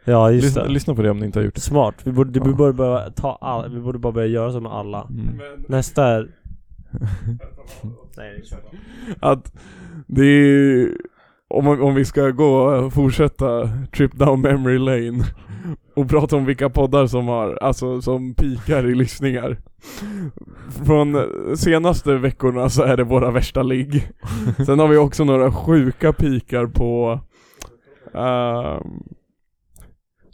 B: Ja just
A: lyssna,
B: det
A: lyssna på det om ni inte har gjort det.
B: Smart, vi borde, vi
A: Ja.
B: borde bara ta all, vi borde bara börja göra som alla
A: Mm.
B: Nästa är... Nej,
C: Att det är, om, om vi ska gå fortsätta trip down memory lane och prata om vilka poddar som har, alltså som pikar i lyssningar. Från senaste veckorna så är det våra värsta ligg. Sen har vi också några sjuka pikar på ehm,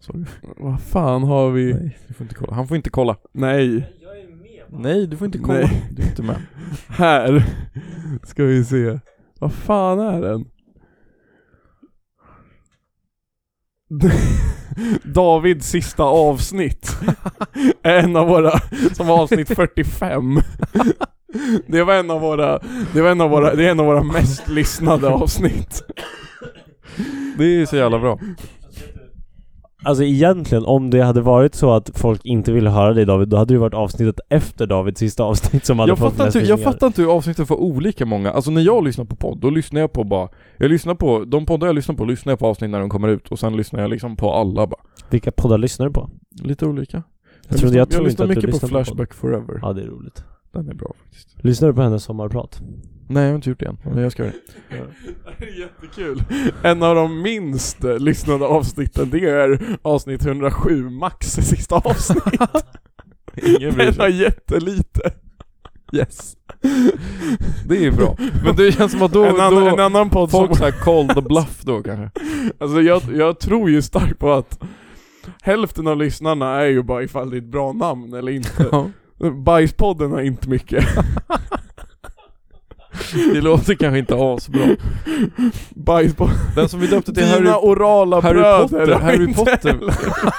A: Sorry.
C: vad fan har vi? Nej.
A: Nej, du får inte kolla. Han får inte kolla. Nej, du får inte kolla.
C: Nej.
A: Du är inte med.
C: Här ska vi se. Vad fan är den? Davids sista avsnitt är en av våra, som var avsnitt 45. Det var en av våra, det var en av våra, det är en av våra mest lyssnade avsnitt.
A: Det är så jävla bra.
B: Alltså egentligen, om det hade varit så att folk inte ville höra dig David, då hade det ju varit avsnittet efter Davids sista avsnitt som hade
A: Jag
B: fått
A: fattar,
B: mest
A: inte, jag
B: lyssningar.
A: fattar inte hur avsnitten får olika många. Alltså när jag lyssnar på podd, då lyssnar jag på bara... Jag lyssnar på, de poddar jag lyssnar på, lyssnar jag på avsnitt när de kommer ut och sen lyssnar jag liksom på alla bara.
B: Vilka poddar lyssnar du på?
A: Lite olika.
B: Jag, tror, jag tror inte
A: lyssnar
B: att du
A: mycket
B: lyssnar
A: på Flashback Forever.
B: På podd. ja, det är roligt.
A: Den är bra faktiskt.
B: Lyssnar du på hennes sommarprat?
A: Nej, jag har inte gjort det än. Men jag ska göra det.
C: Det är jättekul. En av de minst lyssnade avsnitten, det är avsnitt 107, Max sista avsnitt.
A: Ingen bryr
C: Den har
A: sig.
C: jättelite.
A: Yes. Det är bra. Men det känns som att då...
C: en, annan,
A: då
C: en annan podd
A: folk
C: som...
A: såhär call the bluff då kanske.
C: Alltså jag, jag tror ju starkt på att hälften av lyssnarna är ju bara ifall det är ett bra namn eller inte.
A: Ja.
C: Bajspodden har inte mycket.
A: Det låter kanske inte asbra.
C: Bajspodden...
A: Den som vi döpte till
C: Dina
A: Harry
C: orala
A: Harry
C: bröder
A: Potter,
C: har
A: Harry
C: inte
A: Potter.
C: heller-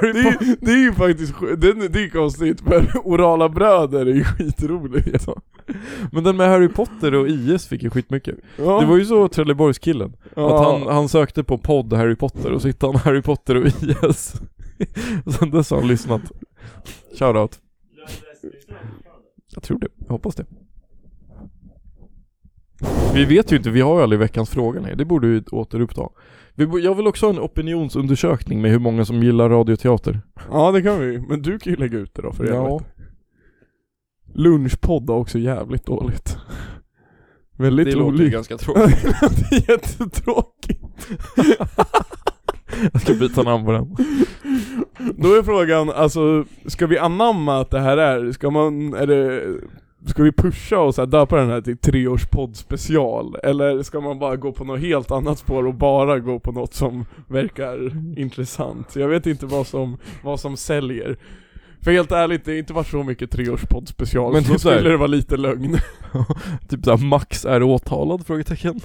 C: det, är, ju- det är ju faktiskt sk- det, är- det är konstigt för orala bröder är ju skitroligt.
A: Men den med Harry Potter och IS fick ju skitmycket.
C: Ja,
A: Det var ju så Trelleborgskillen.
C: ja.
A: Att han, han sökte på podd Harry Potter och så hittade han Harry Potter och IS. Och Sen dess har han lyssnat. Shoutout. Jag tror det. Jag hoppas det. Vi vet ju inte, vi har ju aldrig veckans fråga längre. Det borde vi återuppta. Vi, bo- jag vill också ha en opinionsundersökning med hur många som gillar radioteater.
C: ja det kan vi Men du kan ju lägga ut det då för
A: Ja.
C: helvete. Lunchpodd är också jävligt dåligt. Väldigt
A: Det låter ju
C: olikt.
A: ganska tråkigt.
C: Det är jättetråkigt.
A: Jag ska byta namn på den.
C: Då är frågan, alltså, ska vi anamma att det här är, ska man, är det, ska vi pusha och så här döpa den här till treårspodd special? Eller ska man bara gå på något helt annat spår och bara gå på något som verkar intressant? Jag vet inte vad som, vad som säljer. För helt ärligt, det har inte varit så mycket treårspodd
A: Men
C: special, men då
A: typ så här-
C: skulle det vara lite lögn.
A: Typ såhär, Max är åtalad? Frågetecken.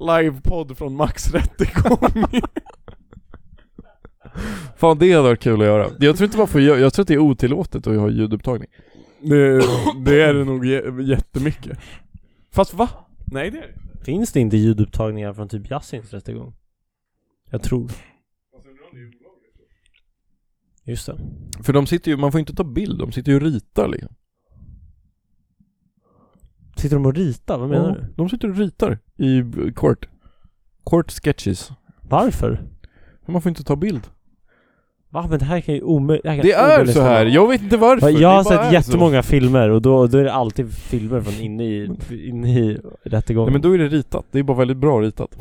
C: Livepodd från Max Rättegång.
A: Fan det hade varit kul att göra. Jag tror inte man får göra, jag tror att det är otillåtet att ha ljudupptagning.
C: det, det är det nog jä- jättemycket. Fast va? Nej det är det inte.
B: Finns det inte ljudupptagningar från typ Yassins rättegång? Jag tror. Just det.
A: För de sitter ju, man får inte ta bild, de sitter ju och ritar liksom.
B: Sitter de och ritar? Vad menar
A: Ja,
B: du?
A: De sitter och ritar i b- court. Court sketches.
B: Varför?
A: Men man får inte ta bild.
B: Va? Men det här kan ju omöjligt... Det, här kan
A: Det är
B: omöjligt
A: så här,
B: stämma.
A: jag vet inte varför.
B: jag har
A: det bara
B: sett
A: är så.
B: jättemånga filmer och då, då är det alltid filmer från inne i, inne i rättegången.
A: Nej men då är det ritat, det är bara väldigt bra ritat.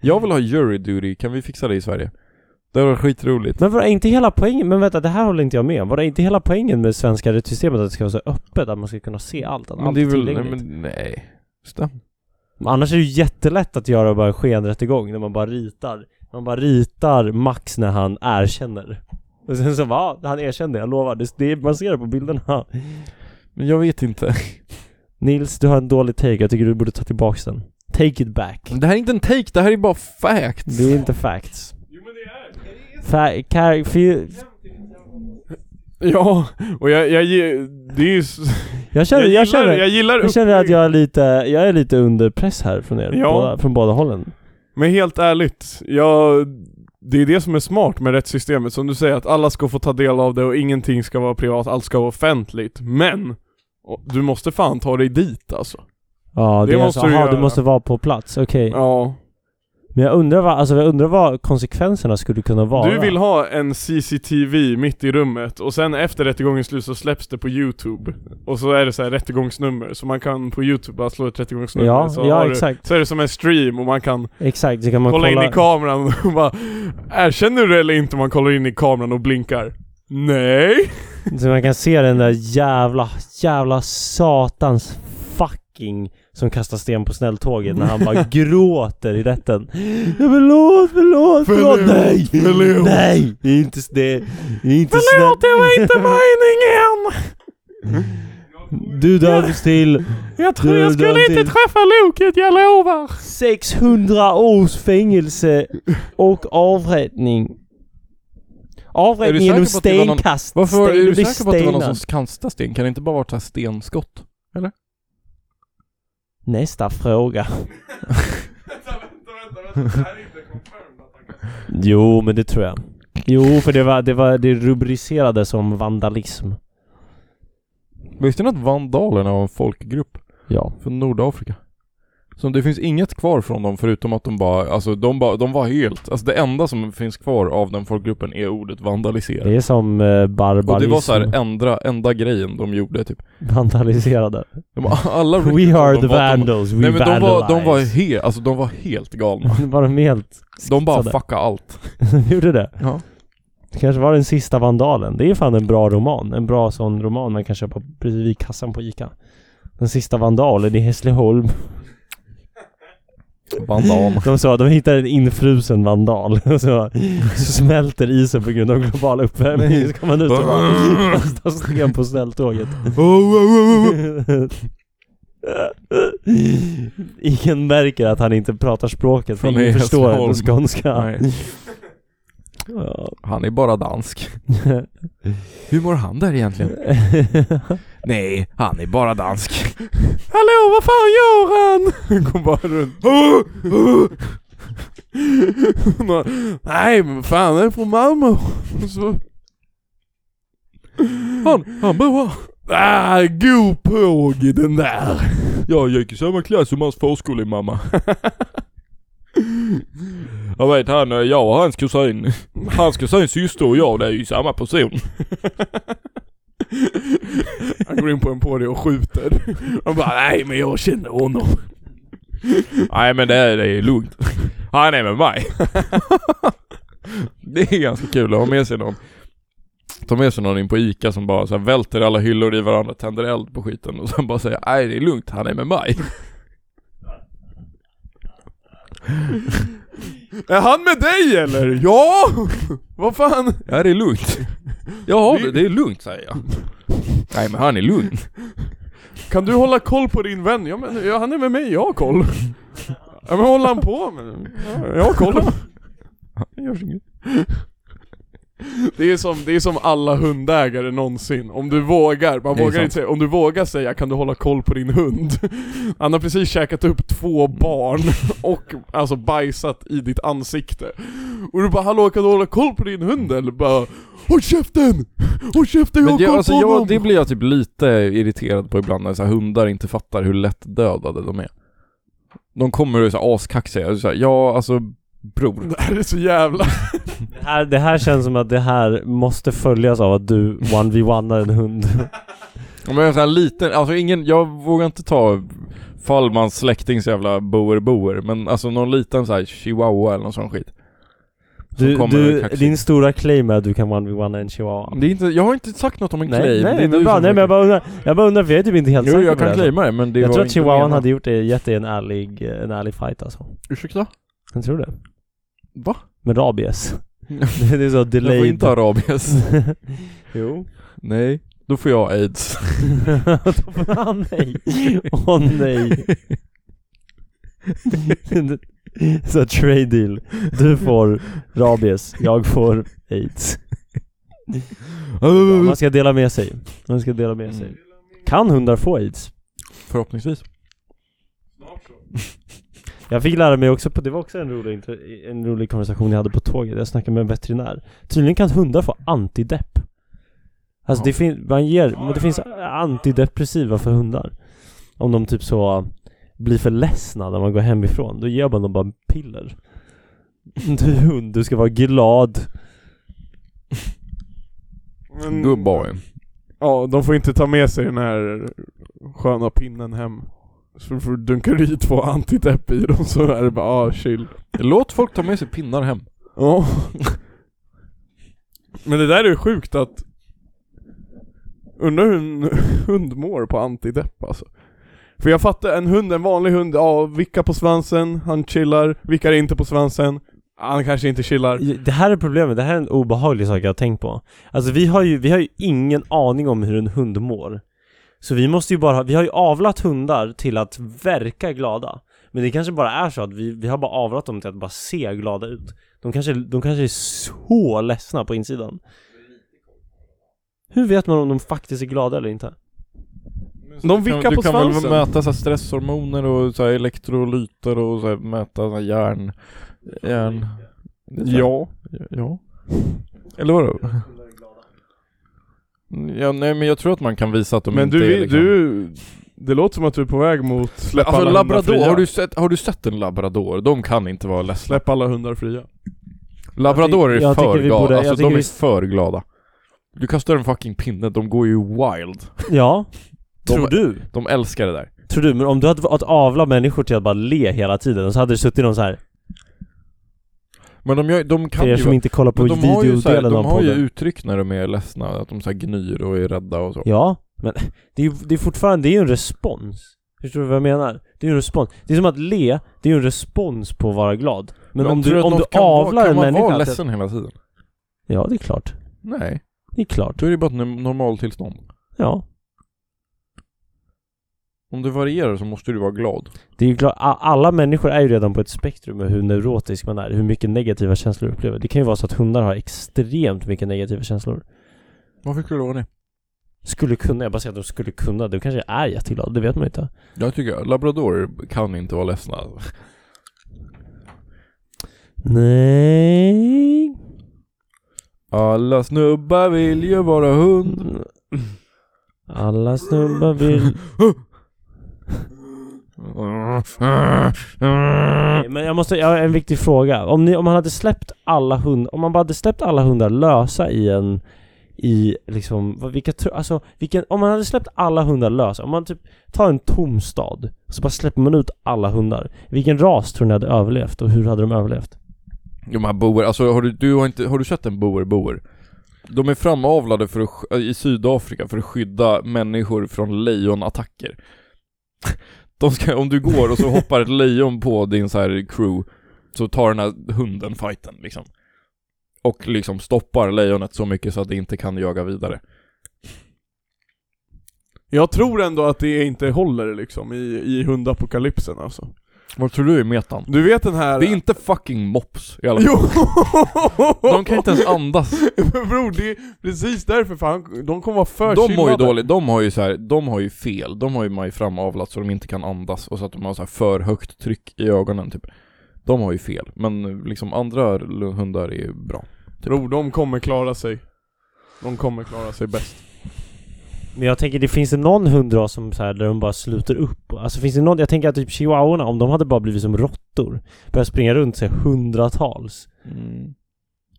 A: jag vill ha jury duty, kan vi fixa det i Sverige? Det var skitroligt.
B: Men var det inte hela poängen, men vänta det här håller inte jag med om. Var det inte hela poängen med svenska rättssystemet att det ska vara så öppet, att man ska kunna se allt? Att
A: Men
B: allt
A: det är väl, nej,
B: tillgängligt?
A: men nej. Stäm.
B: Men Annars är det ju jättelätt att göra bara en skenrättegång när man bara ritar Man bara ritar Max när han erkänner Och sen så bara, "Ja, han erkände, jag lovar. Det, det är baserat på bilderna.
A: Men jag vet inte.
B: Nils, du har en dålig take. Jag tycker du borde ta tillbaks den. Take it back.
A: Det här är inte en take, det här är bara facts.
B: Det är inte facts.
C: Jo men det är
B: Fa- kar- fi-
C: Ja, och jag, jag ge- det är ju... s-
B: jag känner,
C: jag,
B: jag
C: gillar,
B: känner,
C: jag gillar
B: jag känner att
C: uppbygg-
B: jag är lite, jag är lite under press här från er.
C: Ja.
B: Båda, från båda hållen.
C: Men helt ärligt, jag, det är det som är smart med rättssystemet. Som du säger, att alla ska få ta del av det och ingenting ska vara privat, allt ska vara offentligt. Men! och Du måste fan ta dig dit alltså.
B: Ja, det,
C: Det
B: är
C: måste
B: alltså,
C: du
B: aha,
C: göra.
B: du måste vara på plats. Okej.
C: Ja.
B: Men jag undrar vad, alltså jag undrar vad konsekvenserna skulle kunna vara.
C: Du vill ha en CCTV mitt i rummet och sen efter rättegången slut så släpps det på youtube Och så är det så här rättegångsnummer, så man kan på youtube bara slå ett rättegångsnummer
B: Ja,
A: Alltså,
C: så, har
B: ja
C: du,
B: exakt.
C: så är det som en stream och man kan
B: Exakt, så kan man
C: kolla
B: kolla.
C: in i kameran och bara Erkänner du eller inte om man kollar in i kameran och blinkar? Nej!
B: Så man kan se den där jävla, jävla satans fucking som kastar sten på snälltåget när han bara gråter i rätten. Ja, förlåt, förlåt, förlåt,
C: Förlåt,
B: nej!
C: förlåt.
B: Nej! Det är inte, s- det, det är inte
C: Förlåt, det var inte
B: mig!
C: meningen!
B: Du döms till
C: Jag tror
B: Du
C: jag skulle
B: dömde
C: inte
B: till-
C: träffa loket, jag lovar!
B: 600 års fängelse och avrättning. Avrättning
A: Är du
B: genom
A: säker på att det var någon-
B: stenkast.
A: Varför
B: Sten-
A: är du
B: blir
A: säker på att det var någon
B: stenad.
A: som kastade sten? Kan det inte bara varit så här stenskott?
B: Nästa fråga.
C: vänta, vänta, vänta, det här är inte confirmed att han kan...
B: Jo, men det tror jag. Jo, för det var, det var, det rubricerades som vandalism.
A: Visste ni att vandalerna var en folkgrupp
B: Ja.
A: från Nordafrika? Som det finns inget kvar från dem förutom att de bara, alltså de, bara, de var helt, alltså det enda som finns kvar av den folkgruppen är ordet vandalisera.
B: Det är som eh, barbarism.
A: Och det var så här enda, enda grejen de gjorde typ.
B: Vandaliserade.
A: De, var- alla records
B: We are
A: de
B: the
A: var- de-
B: vandals, we
A: Nej men de var, de var,
B: vandalize.
A: he, alltså, de var helt galna.
B: var de helt
A: De bara
B: skitsade?
A: fuckade allt.
B: Gjorde det?
A: Ja.
B: Det kanske var den sista vandalen. Det är fan en bra roman. En bra sån roman man kan köpa precis vid kassan på Ica. Den sista vandalen i Hässleholm.
A: Vandal.
B: De sa att de hittar en infrusen vandal. Och så, så smälter isen på grund av global uppvärmning. Så kommer man ut och bara
C: Mm.
B: kastar sten på snälltåget. Ingen märker att han inte pratar språket. För
A: Han är
B: ingen
A: i
B: förstår
A: Hässleholm.
B: inte skånska.
A: Nej,
B: Ja.
A: han är bara dansk. Hur mår han där egentligen? Nej, han är bara dansk.
C: Hallå, vad fan gör han? Han går bara runt. Nå, Nej men fan, han är från Malmö. Och Så...
A: Han, han bor här.
C: Ah, god påg i den där.
A: Jag gick i samma klass som hans förskolemamma. Jag vet han, eh, jag och hans kusin. Hans kusins syster och jag, det är ju samma person.
C: Han går in på en på det och skjuter. Han bara, nej men jag känner honom.
A: Nej men det är, det är lugnt. Han är med mig. Det är ganska kul att ha med sig någon. Ta med sig någon in på ICA som bara så här välter alla hyllor i varandra, tänder eld på skiten och sen bara säger nej det är lugnt, han är med mig.
C: Är han med dig eller? Ja! Vad fan?
A: Ja det är lugnt. Ja det, det är lugnt säger jag. Nej men han är lugn.
C: Kan du hålla koll på din vän? Ja men ja, han är med mig, jag har koll. Ja men håller han på med? Ja, jag har koll.
A: Det görs inget.
C: Det är, som, det är som alla hundägare någonsin, om du vågar, man
A: Det är
C: vågar
A: sant.
C: inte säga, om du vågar säga kan du hålla koll på din hund? Han har precis käkat upp två barn och alltså bajsat i ditt ansikte. Och du bara 'Hallå kan du hålla koll på din hund?' eller bara 'Håll käften! Håll käften, jag
A: Men
C: har
A: jag,
C: koll
A: alltså,
C: på
A: jag,
C: honom!'
A: det blir jag typ lite irriterad på ibland när så här, hundar inte fattar hur lätt dödade de är. De kommer och är så här askaxiga, och så här, ja alltså bror.
C: Det här är så jävla...
B: Det här, det här känns som att det här måste följas av att du 1v1ar en hund.
A: Ja, men en sån här liten, alltså ingen, jag vågar inte ta Fallmans släktings jävla boer-boer, men alltså någon liten så här chihuahua eller någon sån skit. Som
B: Du,
A: kommer
B: du,
A: kaxigt.
B: din stora claim är att du kan 1v1a en chihuahua.
A: Det är inte, jag har inte sagt något om en
B: Nej,
A: claim. det
B: nej,
A: är
B: men
A: du
B: bara,
A: som
B: nej men jag
A: sagt
B: bara undrar, jag bara undrar för jag är typ inte helt
A: det. Jo,
B: säker
A: jag
B: på det
A: kan
B: här,
A: claima det, men det
B: jag
A: var
B: tror att
A: inte
B: chihuahuan
A: menat.
B: hade gjort det, gett dig en ärlig, en ärlig fight alltså.
A: Ursäkta?
B: Jag tror det.
A: Va?
B: Med rabies. Det är så
A: Jag får
B: delayed.
A: inte ha rabies.
B: jo.
A: Nej, då får jag aids.
B: Då får han nej. Åh nej. så trade deal. Du får rabies, jag får aids. Man ska dela med sig. Man ska dela med sig.
A: Mm.
B: Kan hundar få aids?
A: Förhoppningsvis.
B: Jag fick lära mig också, på, det var också en rolig, inter- en rolig konversation jag hade på tåget, jag snackade med en veterinär Tydligen kan hundar få antidepp Alltså
A: Ja.
B: det finns, man ger, men det finns antidepressiva för hundar Om de typ så blir för ledsna när man går hemifrån, då ger man dem bara piller Du hund, du ska vara glad Mm.
C: Men-
A: Good boy.
C: Ja, de får inte ta med sig den här sköna pinnen hem. Så för dunkar du i två antidepp i dem så är det bara ah, chill.
A: Låt folk ta med sig pinnar hem.
C: Ja. Men det där är ju sjukt att Undrar hur en hund mår på antidepp alltså. För jag fattar, en hund, en vanlig hund, ja, vickar på svansen, han chillar, vickar inte på svansen, han kanske inte chillar.
B: Det här är problemet, det här är en obehaglig sak jag har tänkt på. Alltså vi har ju, vi har ju ingen aning om hur en hund mår. Så vi måste ju bara, vi har ju avlat hundar till att verka glada. Men det kanske bara är så att vi, vi har bara avlat dem till att bara se glada ut. De kanske, de kanske är så ledsna på insidan. Hur vet man om de faktiskt är glada eller inte?
C: De vickar
A: du
C: på
A: kan
C: svansen.
A: väl mäta så här stresshormoner och så här elektrolyter och så här mäta så här järn... järn... Ja. Ja. Eller vadå? Ja, nej men jag tror att man kan visa att de
C: Men
A: inte
C: du,
A: är
C: vi-
A: liksom...
C: du, det låter som att du är på väg mot släpp
A: Alltså
C: alla hundar
A: labrador,
C: fria.
A: har du, sett, har du sett en labrador? De kan inte vara ledsna.
C: Släpp alla hundar fria.
A: Labradorer är
B: Jag tycker
A: för
B: vi
A: glada,
B: borde- jag
A: alltså de
B: tycker
A: är
B: vi-
A: för glada. Du kastar en fucking pinne, de går ju wild.
B: Ja.
A: De-
B: Tror du?
A: De älskar det där.
B: Tror du? Men om du hade att avla människor till att bara le hela tiden så hade det suttit någon så här,
A: Men de, gör, de kan
B: för er
A: ju...
B: som inte kollar på
A: men de har ju, så här,
B: videodelen av
A: de har ju
B: podden.
A: uttryck när de är ledsna, att de så här gnyr och är rädda och så.
B: Ja, men det är ju det är fortfarande, det är ju en respons. Förstår du vad jag menar? Det är ju en respons. Det är som att le, det är ju en respons på att vara glad. Men,
A: Jag
B: om
A: tror
B: du,
A: att
B: om
A: någon
B: du
A: kan vara-
B: avlar en
A: Kan man
B: människa... alltså-
A: vara
B: till-
A: ledsen hela tiden?
B: Ja, det är klart.
A: Nej.
B: Det är klart.
A: Då är det bara ett n- normaltillstånd.
B: Ja.
A: Om det varierar så måste du vara glad.
B: Det är ju klart, a- alla människor är ju redan på ett spektrum med hur neurotisk man är, hur mycket negativa känslor du upplever. Det kan ju vara så att hundar har extremt mycket negativa känslor.
A: Varför skulle det vara det?
B: Skulle kunna, jag bara säger att de skulle kunna, de kanske är jätteglada, det vet man ju inte.
A: Jag tycker jag, labradorer kan inte vara ledsna.
B: Nej.
A: Alla snubbar vill ju vara hund.
B: Alla snubbar vill Nej, Men jag måste, jag har en viktig fråga. Om, ni, om man hade släppt alla hundar, om man bara hade släppt alla hundar lösa i en, i liksom, vad- vilka, tro- alltså, vilken, om man hade släppt alla hundar lösa, om man typ tar en tom stad, och så bara släpper man ut alla hundar. Vilken ras tror ni hade överlevt och hur hade de överlevt?
A: De här boer, alltså har du, du har inte, har du sett en boer-boer? De är framavlade för att, sk- i Sydafrika för att skydda människor från lejonattacker. De ska, om du går och så hoppar ett lejon på din så här crew, så tar den här hunden fighten liksom. Och liksom stoppar lejonet så mycket så att det inte kan jaga vidare.
C: Jag tror ändå att det inte håller liksom i, i hundapokalypsen alltså.
A: Vad tror du är metan?
C: Du vet den här...
A: Det är inte fucking mops i alla fall.
C: Jo!
A: De kan inte ens andas.
C: Bror, det är precis därför fan, de kommer vara för
A: De mår ju
C: chillade.
A: dåligt, de har ju så här, de har ju fel, de har ju maj framavlat så de inte kan andas och så att de har så här för högt tryck i ögonen typ. De har ju fel, men liksom andra l- hundar är ju bra.
C: Bror, de kommer klara sig. De kommer klara sig bäst.
B: Men jag tänker, det finns det någon hundras som så här, där de bara sluter upp? Alltså finns det någon, jag tänker att typ chihuahuorna, om de hade bara blivit som råttor, börjat springa runt sig hundratals.
A: Mm.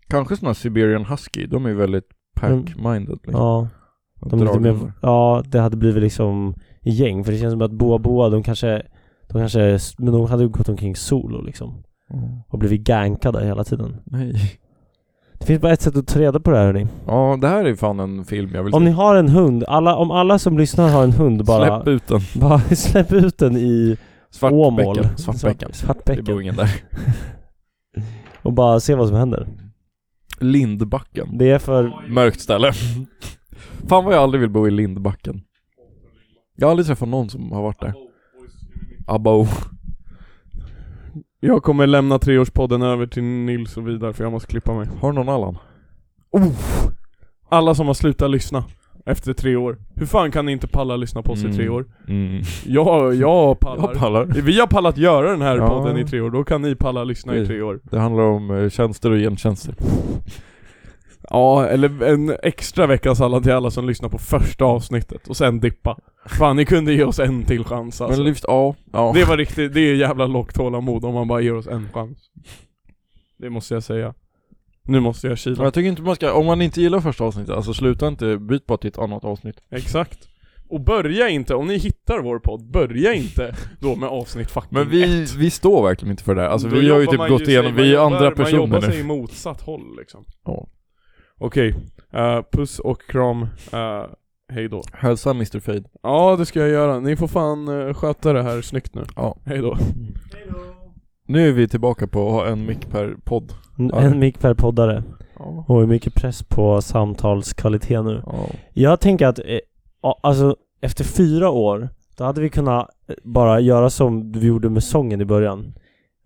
A: Kanske såna här Siberian Husky, de är ju väldigt pack-minded liksom.
B: Ja, de är lite mer, ja, det hade blivit liksom gäng för det känns som att Boa Boa, de kanske, de kanske, men de hade ju gått omkring solo liksom och blivit gankade hela tiden.
A: Nej.
B: Det finns bara ett sätt att ta reda på det här hörni.
A: Ja, det här är fan en film jag vill
B: Om
A: se.
B: ni har en hund, alla, om alla som lyssnar har en hund bara,
A: Släpp ut den.
B: bara släpp ut den i Åmål.
A: Svartbäcken. Svartbäcken.
B: Svart-
A: Det bor
B: Svartbäcken.
A: ingen där.
B: Och bara se vad som händer.
A: Lindbacken.
B: Det är för...
A: Mörkt ställe. Fan vad jag aldrig vill bo i Lindbacken. Jag har aldrig träffat någon som har varit där. Abba
C: Jag kommer lämna treårspodden över till Nils och Vidar för jag måste klippa mig.
A: Har du någon Allan?
C: Alla som har slutat lyssna efter tre år. Hur fan kan ni inte palla lyssna på oss i tre år?
A: Mm.
C: Jag, jag pallar.
A: Jag pallar.
C: Vi har pallat göra den här
A: Ja.
C: podden i tre år, då kan ni palla lyssna i
A: Precis.
C: tre år.
A: Det handlar om eh, tjänster och gentjänster.
C: Ja, eller en extra veckas alla till alla som lyssnar på första avsnittet och sen dippa. Fan, ni kunde ge oss en till chans alltså.
A: Men lyft A. Ja.
C: Det var riktigt, det är jävla lågt tålamod om man bara ger oss en chans. Det måste jag säga. Nu måste jag
A: Men
C: kila.
A: jag tycker inte man ska, om man inte gillar första avsnittet, alltså sluta inte, byt bara till ett annat avsnitt.
C: Exakt. Och börja inte, om ni hittar vår podd, börja inte då med avsnitt fucking
A: Men vi,
C: ett.
A: vi står verkligen inte för det där. Alltså
C: Då
A: vi har ju
C: jobbar
A: typ
C: man
A: gått
C: sig-
A: igenom,
C: man
A: vi är
C: jobbar-
A: andra personer
C: Man jobbar
A: nu.
C: sig i motsatt håll liksom.
A: Ja.
C: Okej, eh, puss och kram. Uh, hej då.
A: Hälsa Mr Fade.
C: Ja, det ska jag göra. Ni får fan eh, sköta det här snyggt nu.
A: Ja.
C: Hej då.
A: Nu är vi tillbaka på att ha en mick per podd. Ja.
B: En mick per poddare.
A: Ja.
B: Och hur mycket press på samtalskvalitet nu.
A: Ja.
B: Jag tänker att, eh, ja, alltså efter fyra år, då hade vi kunnat eh, bara göra som vi gjorde med sången i början.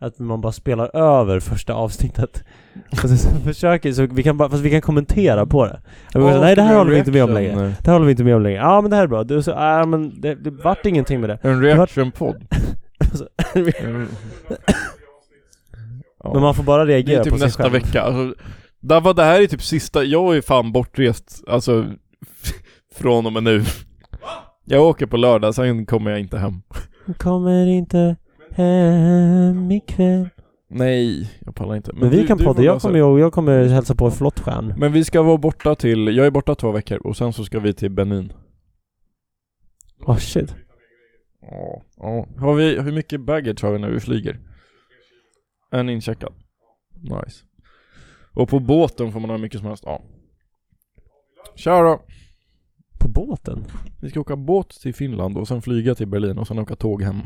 B: Att man bara spelar över första avsnittet. Och sen så försöker, så vi kan bara, fast vi kan kommentera på det. Att vi bara, Nej det här håller vi inte med om längre.
A: En,
B: Det här håller vi inte med om längre. Ja men det här är bra. Du, så, ja men det, det vart ingenting med det. Alltså,
A: en reaction-podd. Ja.
B: Men man får bara
A: Det är
B: reagera
A: typ
B: på sig
A: nästa
B: själv.
A: vecka. Alltså, där var, det här är typ sista, jag är fan bortrest, alltså från och med nu. Jag åker på lördag, sen kommer jag inte hem.
B: Kommer inte hem ikväll.
A: Nej, jag pallar inte.
B: Men vi
A: du-
B: kan
A: du
B: podda,
A: får
B: jag
A: lösa
B: kommer,
A: det.
B: jag, jag kommer hälsa på Flottstjärn.
A: Men vi ska vara borta till, jag är borta två veckor och sen så ska vi till Benin.
B: Åh shit.
A: Ja. Har vi, hur mycket baggage har vi när vi flyger? En incheckad. Nice. Och på båten får man ha hur mycket som helst. Ja. Tja då.
B: På båten?
A: Vi ska åka båt till Finland och sen flyga till Berlin och sen åka tåg hem.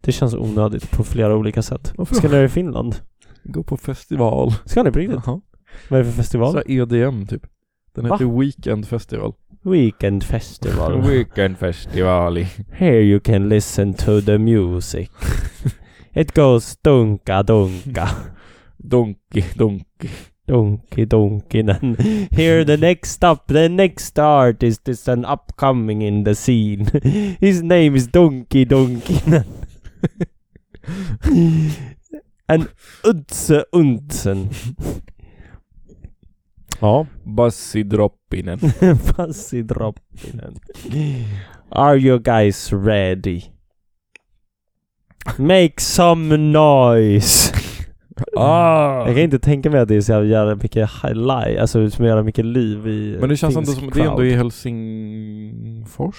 B: Det känns onödigt på flera olika sätt. Ska ni göra i Finland?
A: Gå på festival.
B: Ska ni på riktigt?
A: Jaha.
B: Vad är det för festival?
A: Så här EDM typ. Den
B: Va?
A: heter Weekend Festival.
B: Weekend festival.
A: Weekend Festival.
B: Here you can listen to the music. It goes dunka dunka.
A: Donkey, donkey.
B: Donki donkinen. Here the next up, the next artist is an upcoming in the scene. His name is Donki donkinen. An Utse Untsen. Ja.
A: Bassi Droppinen.
B: Fuzzy droppinen. Are you guys ready? Make some noise!
A: ah!
B: Jag kan inte tänka mig att det är så jävla mycket highlight, alltså så jävla mycket liv i
A: Men det känns
B: finsk
A: ändå som, det är ändå
B: crowd.
A: i Helsingfors.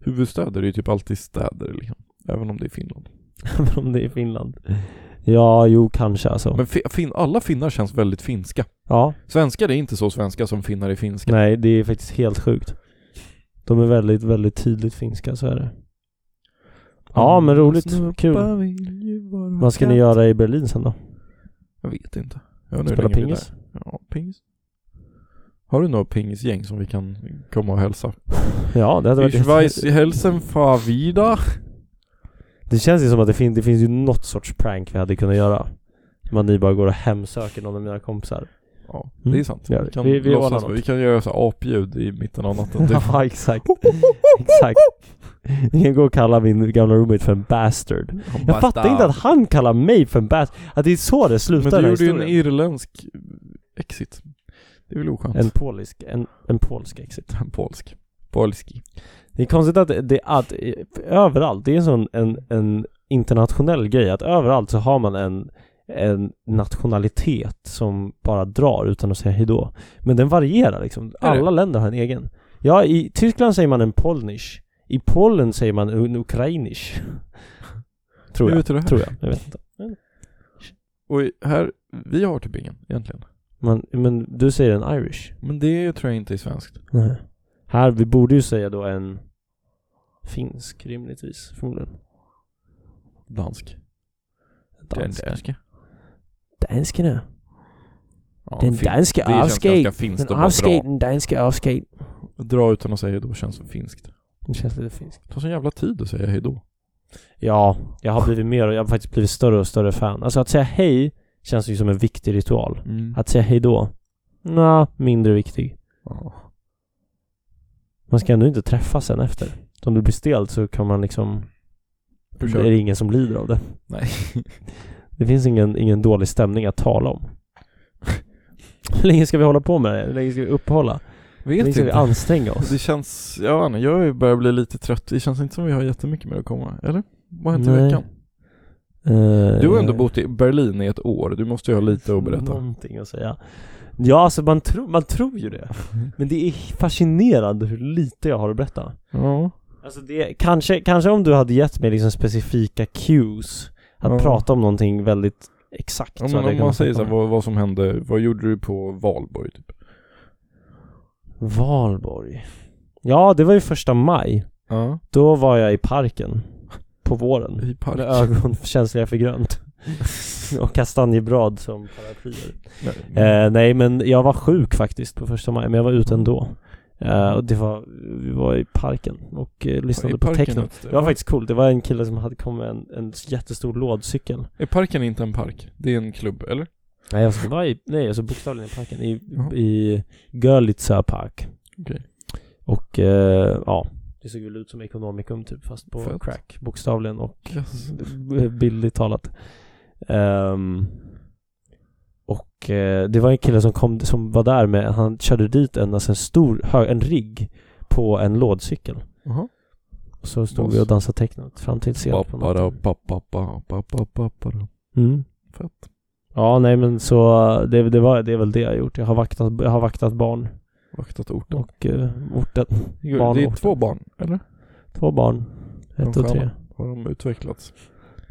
A: Huvudstäder är ju typ alltid städer liksom. Även om det är Finland.
B: Mm. Även om det är i Finland. Ja, jo kanske alltså.
A: Men fi- fin- alla finnar känns väldigt finska.
B: ja,
A: Svenskar är inte så svenska som finnar är finska.
B: nej det är faktiskt helt sjukt. De är väldigt, väldigt tydligt finska, så är det. Ja,
A: Mm.
B: men roligt. Kul. Vad ska ni göra i Berlin sen då?
A: Jag vet inte. Jag vet inte hur
B: Spela
A: länge vi är
B: pingis?
A: där. Ja, pingis. Har du några pingisgäng som vi kan komma och hälsa?
B: Ja, det hade varit
A: Ich weiß, hälsen fra vida.
B: Det känns ju som att det, fin- det finns ju något sorts prank vi hade kunnat göra. Man ni bara går och hemsöker någon av mina kompisar.
A: Ja,
B: Mm.
A: det är sant.
B: Ja,
A: vi, kan
B: vi- vi
A: låtsas-
B: ordnar något.
A: vi kan göra så här apljud i mitten av natten. typ.
B: ja, exakt. exakt. Ni kan gå och kalla min gamla roommate för en bastard. Jag fattar inte att han kallar mig för en bastard. Att det är så det
A: Men
B: slutar den
A: du
B: här
A: gjorde ju en
B: historien.
A: irländsk exit. Det är väl oskönt?
B: En polisk, en, en polsk exit.
A: En polsk.
B: Oh,
A: Polski.
B: Det är konstigt att det, att eh, överallt, det är en sån en, en internationell grej att överallt så har man en, en nationalitet som bara drar utan att säga hejdå. Men den varierar liksom.
A: Är det?
B: Alla länder har en egen. Ja, i Tyskland säger man en polnisch. I Polen säger man en ukrainisch. Tror
A: Hur
B: jag.
A: vet du det här?
B: Tror jag. Jag vet inte.
A: Och i- här, vi har typ ingen egentligen.
B: Men, men du säger en irish.
A: Men det tror jag inte är svenskt.
B: Nej. Här, vi borde ju säga då en finsk rimligtvis förmodligen.
A: Dansk.
B: Dansk.
A: Dansk.
B: Danskarna.
A: Ja,
D: Den
A: fin-
D: danske
A: Det känns
D: afskate.
A: ganska finskt
D: Den
A: att bara
D: afskate,
A: dra.
D: den danske afskate.
A: Dra utan att säga hejdå känns så finskt.
D: Den känns lite finsk.
A: Det tar sån jävla tid att säga hejdå.
B: Ja, jag har blivit mer och jag har faktiskt blivit större och större fan. Alltså att säga hej känns ju som en viktig ritual. Att säga hej då? Nja, mindre viktig.
A: Ja.
B: Man ska ändå inte träffas sen efter. Så om det blir stelt så kan man liksom...
A: Du
B: Det
A: kör.
B: är det ingen som lider av det.
A: Nej.
B: Det finns ingen, ingen dålig stämning att tala om. Hur länge ska vi hålla på med det? Hur länge ska vi uppehålla? Hur
A: Vet
B: länge ska vi
A: inte.
B: anstränga oss?
A: Det känns, jag vet inte, jag börjar bli lite trött. Det känns inte som vi har jättemycket mer att komma, eller? Vad har hänt i
B: Nej.
A: veckan?
B: Eh, Mm.
A: Du har ändå bott i Berlin i ett år, du måste ju ha lite att berätta.
B: Någonting att säga. Ja, alltså man, tro, man tror ju det. Men det är fascinerande hur lite jag har att berätta.
A: Ja.
B: Alltså det, kanske, kanske om du hade gett mig liksom specifika cues att
A: Ja.
B: prata om någonting väldigt exakt
A: Ja,
B: så hade
A: men
B: jag
A: om man
B: kunnat
A: säger
B: prata
A: så här,
B: om
A: vad, vad som hände, vad gjorde du på valborg typ?
B: det. Valborg. Ja, det var ju första maj.
A: Ja.
B: Då var jag i parken. På våren.
A: I park.
B: Med ögon känsliga för grönt. Och kastanjeblad som paraplyer.
A: Nej.
B: Eh, nej men jag var sjuk faktiskt på första maj, men jag var ute ändå. Eh, och det var, vi var i parken och eh, lyssnade
A: I
B: på
A: parken
B: techno.
A: ute.
B: Det var faktiskt coolt, det var en kille som hade kommit med en, en jättestor lådcykel.
A: Är parken inte en park? Det är en klubb, eller?
B: Nej, jag var i, nej alltså bokstavligen i parken, i,
A: Jaha.
B: i Görlitzer Park.
A: Okej.
B: Och eh, ja, det såg väl ut som Ekonomikum typ, fast på
A: Fett.
B: crack, bokstavligen och
A: Yes.
B: b- bildligt talat. Ehm, och eh, det var en kille som kom, som var där med, han körde dit en, alltså en stor, hö, en rigg på en lådcykel.
A: Jaha.
B: Och så stod
A: Boss.
B: vi och dansade technot fram till sent på
A: Bappara,
B: natten.
A: bappara, bappara.
B: Mm.
A: Fett.
B: Ja, nej men så eh, det, det, var, det är väl det jag har gjort. Jag har vaktat, jag har vaktat barn
A: Vaktat orten.
B: och eh, orten. barn
A: Det är
B: och-
A: två barn, eller?
B: Två barn. Ett
A: De
B: och tre.
A: stjärnorna. Har de utvecklats?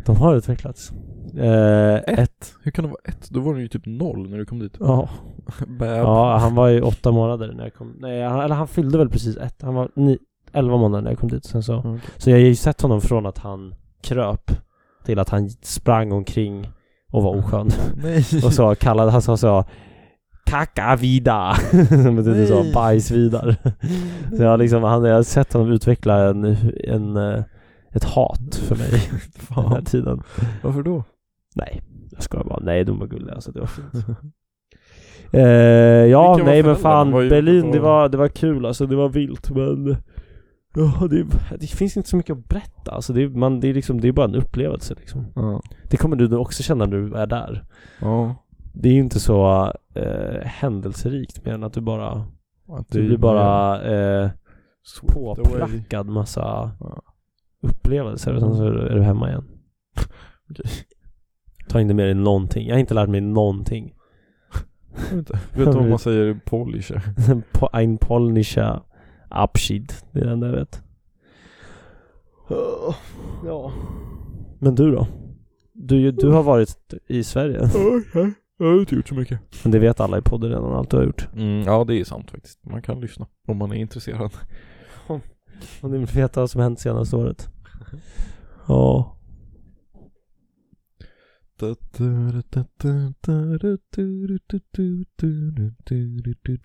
B: De har utvecklats. Eh, ett.
A: Hur kan det vara ett? Då var den ju typ noll när du kom dit.
B: Ja.
A: Bäb.
B: ja, han var ju åtta månader när jag kom. Nej, han, eller han fyllde väl precis ett. Han var ni, elva månader när jag kom dit. Sen så.
A: Mm, Okej.
B: så jag har ju sett honom från att han kröp till att han sprang omkring och var oskön.
A: Nej.
B: och så kallade han så, så Kakavida! Som betyder så,
A: Nej.
B: bajsvidar. Så jag har liksom, han, jag har sett honom utveckla en, en, eh, ett hat för mig den här
A: Fan.
B: tiden.
A: Varför då?
B: Nej, jag skojar bara. Nej, de var gulliga alltså. Det var fint. Eh, ja,
A: Vilka var
B: nej men fan.
A: föräldrarna? Var ju-
B: Berlin,
A: var-
B: det var, det var kul alltså. Det var vilt men... Ja, det, det finns inte så mycket att berätta. Alltså det, är- man, det, är liksom, det är bara en upplevelse liksom.
A: Ja.
B: Det kommer du nog också känna när du är där.
A: Ja.
B: Det är ju inte så eh, händelserikt mer än att du bara...
A: Att
B: Du
A: det-
B: blir bara eh,
A: Typ, Swept away.
B: påprackad massa
A: Ja.
B: upplevelser och sen så är du- är du hemma igen.
A: Okej.
B: Ta inte med dig någonting. Jag har inte lärt mig någonting.
A: Jag vet inte. Vet du vad man säger i Polische?
B: Po- Ein polnischer Abschied. Det är det enda jag vet. Ja. Men du då? Du, du har varit i Sverige.
A: Jag har inte gjort så mycket.
B: Men det vet alla i podden redan, allt du har gjort.
A: Mm, ja, det är sant faktiskt. Man kan lyssna om man är intresserad.
B: Om ni vill veta vad som hänt senaste året. Ja.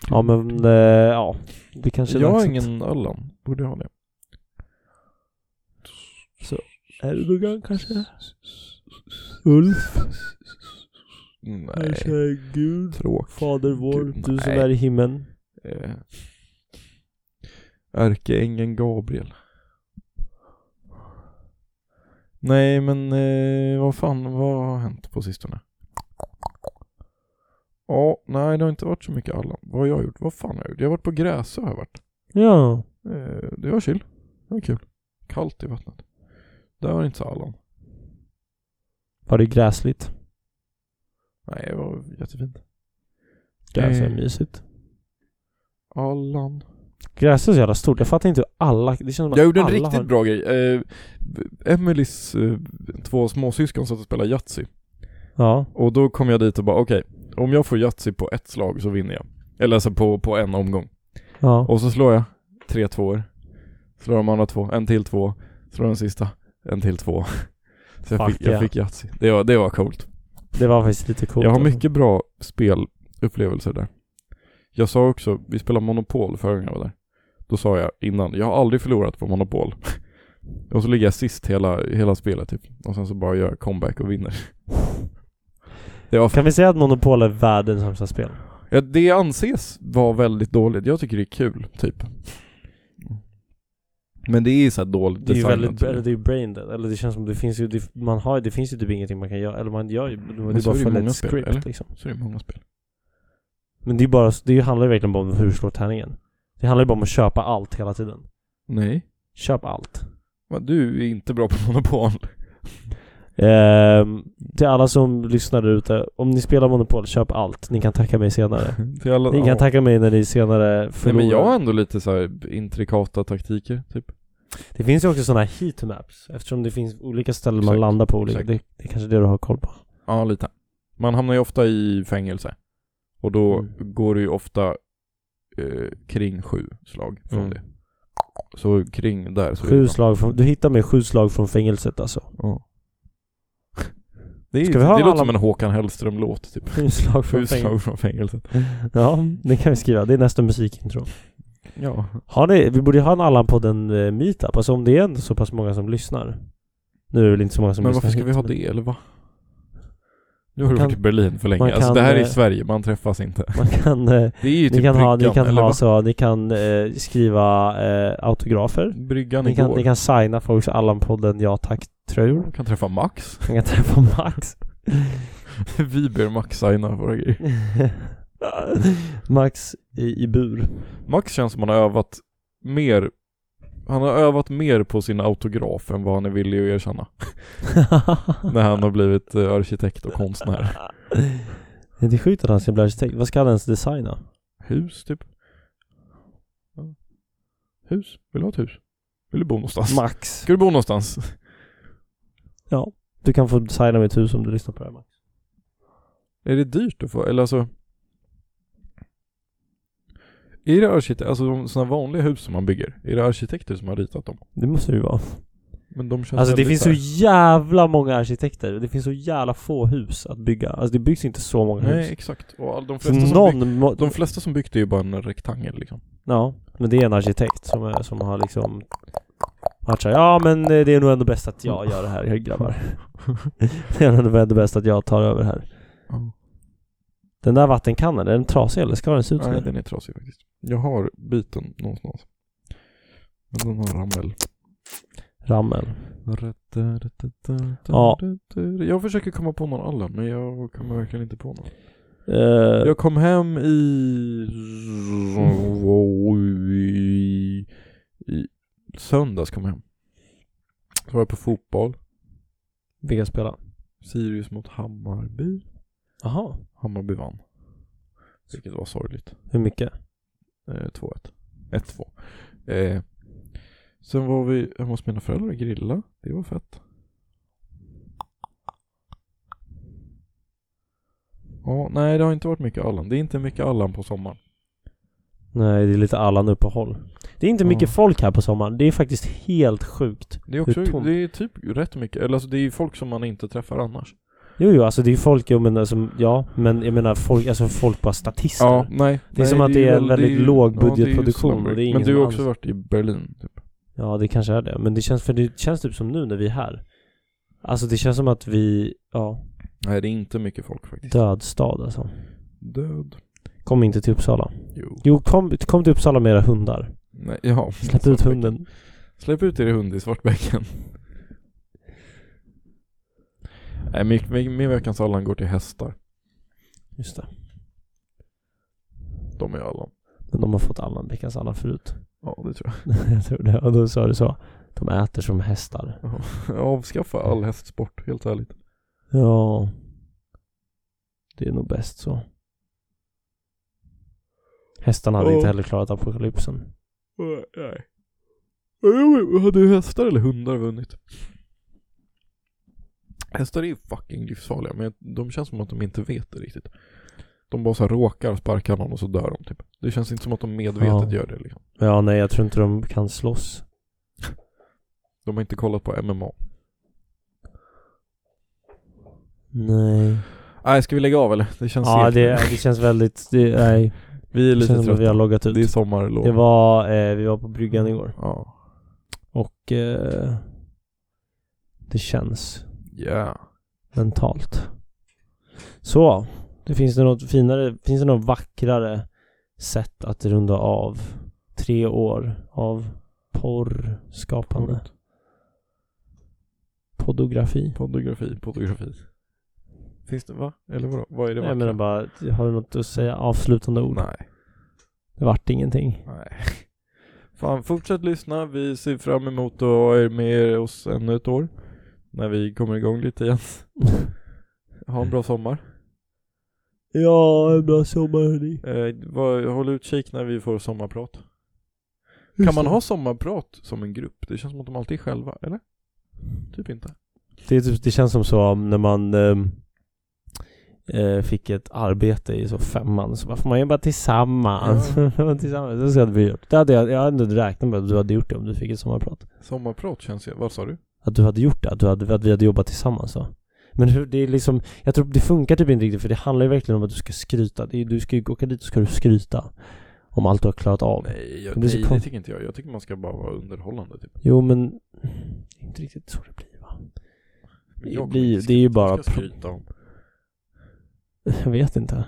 B: Ja men, eh, ja. Det kanske är
A: Jag
B: dags
A: har
B: att-
A: ingen Öland. Borde jag ha det?
B: Erdogan kanske? Ulf?
A: Nej.
B: Kanske Gud?
A: Tråkigt.
B: Fader vår,
A: Gud,
B: du som
A: nej.
B: är i himlen.
A: Eh, Ärkeängeln Gabriel. Nej men eh, vad fan, vad har hänt på sistone? Ja, nej det har inte varit så mycket Allan. Vad har jag gjort? Vad fan har jag gjort? Jag har varit på Gräsö har jag varit.
B: Ja.
A: Eh, det var chill. Det var kul. Kallt i vattnet. Där var det inte så Allan.
B: Var det gräsligt?
A: Nej, det var jättefint.
B: Gräs är
A: Eh.
B: mysigt.
A: Allan.
B: Gräs är så jävla stort. Jag fattar inte hur alla... Det känns som att
A: Jag gjorde en
B: alla
A: riktigt
B: har...
A: bra grej. Eh, Emelies eh, två småsyskon satt och spelade Yatzy.
B: Ja.
A: Och då kom jag dit och bara okej, om jag får Yatzy på ett slag så vinner jag. Eller alltså på, på en omgång.
B: Ja.
A: Och så slår jag tre tvåor. Slår de andra två, en till två. Slår den sista, en till två. Så jag
B: Fuck
A: fick, jag
B: yeah.
A: fick Yatzy. Det var, det var coolt.
B: Det var faktiskt lite coolt.
A: Jag har
B: alltså.
A: mycket bra spel upplevelser där. Jag sa också, vi spelade Monopol förra gången jag var där. Då sa jag innan, jag har aldrig förlorat på Monopol. Och så ligger jag sist hela, hela spelet typ. Och sen så bara gör jag comeback och vinner. Det, var,
B: Kan vi säga att Monopol är världens sämsta spel?
A: ja, det anses vara väldigt dåligt. Jag tycker det är kul, typ. Men det är så här dåligt
B: Det är ju
A: designat,
B: väldigt,
A: tycker jag.
B: eller det är ju brain dead. Eller det känns som det finns ju, det, man har det finns ju typ ingenting man kan göra. Eller man gör ju, det är
A: Men så
B: bara
A: är det ju
B: följa
A: många
B: ett
A: spel,
B: script
A: eller?
B: liksom.
A: Så det är många spel.
B: Men det är ju bara, det handlar ju verkligen bara om hur du slår tärningen. Det handlar ju bara om att köpa allt hela tiden.
A: Nej.
B: Köp allt.
A: Va, du är inte bra på Monopol.
B: Ehm, till alla som lyssnar där ute, om ni spelar Monopol, köp allt. Ni kan tacka mig senare.
A: Till alla,
B: Ni kan
A: Ja.
B: tacka mig när ni senare
A: Nej
B: förlorar.
A: men jag har ändå lite så här intrikata taktiker typ.
B: Det finns ju också sådana här heatmaps. Eftersom det finns olika ställen man
A: Exakt,
B: landar på. Olika.
A: exakt.
B: Det, det är kanske det du har koll på.
A: Ja lite. Man hamnar ju ofta i fängelse. Och då
B: Mm.
A: går det ju ofta eh, kring sju slag från
B: Mm.
A: det. Så kring där så är
B: Sju
A: det,
B: slag från, du hittar mig sju slag från fängelset alltså.
A: ja. det, är,
B: Ska vi
A: det
B: ha
A: låter
B: alla-
A: som en Håkan Hellström-låt typ.
B: Sju slag från
A: Sju
B: fängelset.
A: slag från fängelset.
B: Ja, det kan vi skriva. Det är nästa musikintro.
A: Ja.
B: Har ni, vi borde ha en Allan-podden eh, meetup. Alltså om det är ändå så pass många som lyssnar. Nu är det väl inte så många som
A: Men
B: lyssnar
A: varför ska
B: hit,
A: vi ha
B: men
A: det eller va? Nu har du
B: Man
A: varit i
B: kan-
A: Berlin för länge.
B: man
A: Alltså
B: kan,
A: det här är i
B: eh,
A: Sverige, man träffas inte.
B: Man kan, eh,
A: Det är ju
B: ni
A: typ
B: kan ha, ni
A: bryggan,
B: kan
A: eller
B: ha
A: va?
B: så, ni kan eh, skriva eh, autografer.
A: Bryggan
B: Ni kan,
A: igår.
B: ni kan signa folks Allan-podden ja tack-tröjor.
A: Man kan träffa Max.
B: Ni kan träffa Max.
A: vi ber Max signa våra grejer.
B: Max i, i bur.
A: Max känns som han har övat mer han har övat mer på sin autograf än vad han är villig att erkänna. När han har blivit eh, arkitekt och konstnär.
B: Det är sjukt att han ska bli arkitekt. Vad ska han ens designa?
A: Hus typ. Ja. Hus? Vill du ha ett hus? Vill du bo någonstans?
B: Max.
A: Ska du bo någonstans?
B: Ja. Du kan få designa mitt hus om du lyssnar på det här Max.
A: Är det dyrt att få, eller alltså Är det arkitekter, alltså de sådana vanliga hus som man bygger, är det arkitekter som har ritat dem?
B: Det måste det ju vara.
A: Men de känns
B: Alltså det
A: väldigt
B: finns
A: så
B: så
A: här-
B: jävla många arkitekter. Det finns så jävla få hus att bygga. Alltså det byggs inte så många
A: Nej
B: hus.
A: exakt, och all, de,
B: Så
A: flesta som byggt,
B: någon må-
A: de flesta som byggt är ju bara en rektangel liksom
B: Ja, men det är en arkitekt som, är, som har liksom matchat. Ja men eh, det är nog ändå bäst att jag gör det här grabbar. det är nog ändå bäst att jag tar över här. Den där vattenkannan, är den trasig eller ska den se ut så?
A: Nej
B: här?
A: den är trasig faktiskt Jag har biten någonstans Men den har ramel
B: Rammel. Ja.
A: ja. Jag försöker komma på någon Allan men jag kommer verkligen inte på någon
B: Eh,
A: Jag kom hem i... i... i söndags kom jag hem. Så var jag på fotboll.
B: Vilka spelar?
A: Sirius mot Hammarby.
B: Jaha.
A: Hammarby vann. Vilket var sorgligt.
B: Hur mycket?
A: Eh, 2-1. 1-2. Eh, sen var vi hemma hos mina föräldrar och grilla. Det var fett. Ja, nej det har inte varit mycket Allan. Det är inte mycket Allan på sommaren.
B: Nej, det är lite Allan-uppehåll. Det är inte
A: Ja.
B: mycket folk här på sommaren. Det är faktiskt helt sjukt.
A: Det är också,
B: Hur tomt?
A: det är typ rätt mycket, eller alltså det är ju folk som man inte träffar annars
B: Jo, jo, alltså det är folk, jag menar, som, ja, men jag menar folk, alltså folk bara statister.
A: nej
B: Det är som att det är en väldigt låg budgetproduktion och det är ingen
A: Men du
B: som
A: har också
B: alls-
A: varit i Berlin typ
B: Ja, det kanske är det. Men det känns, för det känns typ som nu när vi är här. Alltså det känns som att vi, ja,
A: Nej det är inte mycket folk faktiskt
B: död stad alltså.
A: Död
B: Kom inte till Uppsala.
A: Jo
B: Jo, Mm. kom, kom till Uppsala med era hundar.
A: Nej, ja
B: Släpp ut hunden.
A: Släpp ut er hund i Svartbäcken Nej min, min, min veckans Allan går till hästar
B: Just det.
A: De är Allan
B: Men de har fått Allan, veckans Allan förut.
A: Ja det tror
B: jag tror det. Och då sa du så. De äter som hästar.
A: jag Avskaffa all hästsport, helt ärligt
B: Ja. Det är nog bäst så. Hästarna hade
A: Ja.
B: inte heller klarat apokalypsen.
A: Nej Jo, hade ju hästar eller hundar vunnit? Hästar är ju fucking livsfarliga men de känns som att de inte vet det riktigt. De bara så här råkar sparka någon och så dör de typ. Det känns inte som att de medvetet
B: Ja.
A: gör det liksom.
B: Ja, nej, jag tror inte de kan slåss.
A: De har inte kollat på MMA.
B: Nej.
A: Nej, ska vi lägga av eller? Det känns
B: Ja,
A: segt.
B: det, det känns väldigt... Det, nej,
A: Vi är
B: det
A: lite
B: känns som att vi
A: trötta.
B: har loggat
A: Det är
B: ut.
A: sommarlov.
B: Det var, eh, vi var på bryggan igår
A: Ja.
B: och eh, det känns
A: Yeah.
B: mentalt. Så, det finns det något finare, finns det något vackrare sätt att runda av tre år av porrskapande? Podografi?
A: Podografi, podografi. Finns det, va? Eller vadå? Vad är det
B: Nej, Jag menar bara, har du något att säga avslutande ord?
A: Nej.
B: Det vart ingenting.
A: Nej. Fan, fortsätt lyssna. Vi ser fram emot att ha er med oss ännu ett år. När vi kommer igång lite igen. Ha en bra sommar.
B: Ja, en bra sommar hörni.
A: Eh, vad, håll utkik när vi får sommarprat. Kan man ha sommarprat som en grupp? Det känns som att de alltid är själva, eller? Typ inte.
B: Det, är typ, det känns som så um, när man ehm, eh, fick ett arbete i så femman så bara, får man jobba tillsammans. tillsammans. Det, ska vi gjort. det hade jag, jag hade inte räknat med att du hade gjort det om du fick ett sommarprat.
A: Sommarprat känns ju... Vad sa du?
B: Att du hade gjort det, att, du hade, att vi hade jobbat tillsammans då. Men hur, det är liksom, jag tror det funkar typ inte riktigt för det handlar ju verkligen om att du ska skryta. Det är, du ska ju åka dit och ska du skryta om allt du har klarat av.
A: Nej, jag,
B: Det blir så
A: nej
B: kon-
A: det tycker inte jag. Jag tycker man ska bara vara underhållande typ.
B: Jo men, det är inte riktigt så det blir va?
A: Men
B: Det
A: jag kommer
B: blir ju-
A: inte
B: det är ju
A: skryta.
B: bara
A: Jag ska skryta om.
B: Jag vet inte.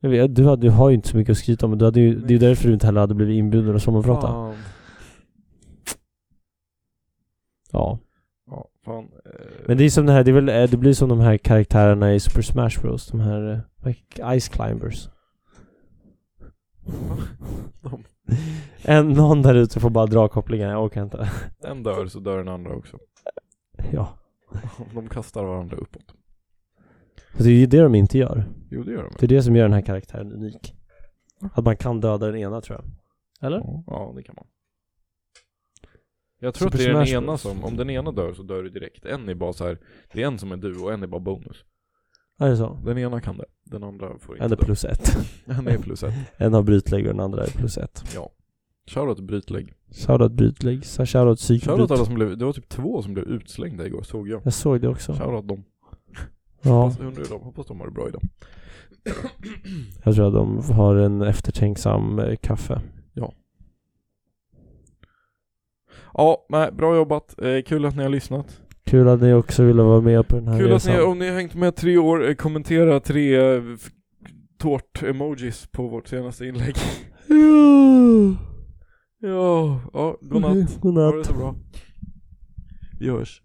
B: Jag vet, du, hade, du har ju inte så mycket att skryta om. men Du hade ju, det är ju därför du inte heller hade blivit inbjuden att sommarprata.
A: Fan.
B: Ja.
A: Ja, fan. Eh,
B: Men det är som det här, det, är väl, eh, det blir som de här karaktärerna i Super Smash Bros. De här eh, like Ice Climbers.
A: De-
B: En, någon där ute får bara dra kopplingen, jag orkar inte.
A: En dör så dör den andra också.
B: Ja.
A: De kastar varandra uppåt.
B: Så det är ju det de inte gör.
A: Jo, det gör de.
B: Det är det som gör den här karaktären unik. Att man kan döda den ena tror jag. Eller?
A: Ja, det kan man. Jag tror
B: Super
A: att det är
B: Smash
A: den ena
B: Bros.
A: som, om den ena dör så dör du direkt. En är bara så här, det är en som är du och en är bara bonus.
B: Är det så?
A: Den ena kan det, den andra får inte
B: En är
A: dö.
B: plus ett.
A: En är plus ett.
B: En har brytlägg och den andra är plus ett.
A: Shoutout till Brytlägg.
B: Shoutout brytlägg, så shoutout
A: Shoutout
B: psykbryt.
A: alla som blev, det var typ två som blev utslängda igår såg jag.
B: Jag såg det också.
A: Shoutout dem.
B: Ja,
A: Hoppas, undrar hur de, hoppas de har det bra idag.
B: jag tror att de har en eftertänksam eh, kaffe.
A: Ja, nej, bra jobbat. Eh, kul att ni har lyssnat.
B: Kul att ni också ville vara med på den här
A: Kul att ni,
B: resan.
A: om ni har hängt med tre år, eh, kommentera tre eh, f- tårt-emojis på vårt senaste inlägg. ja, ja, godnatt.
B: Godnatt.
A: Ha det så bra. Vi hörs.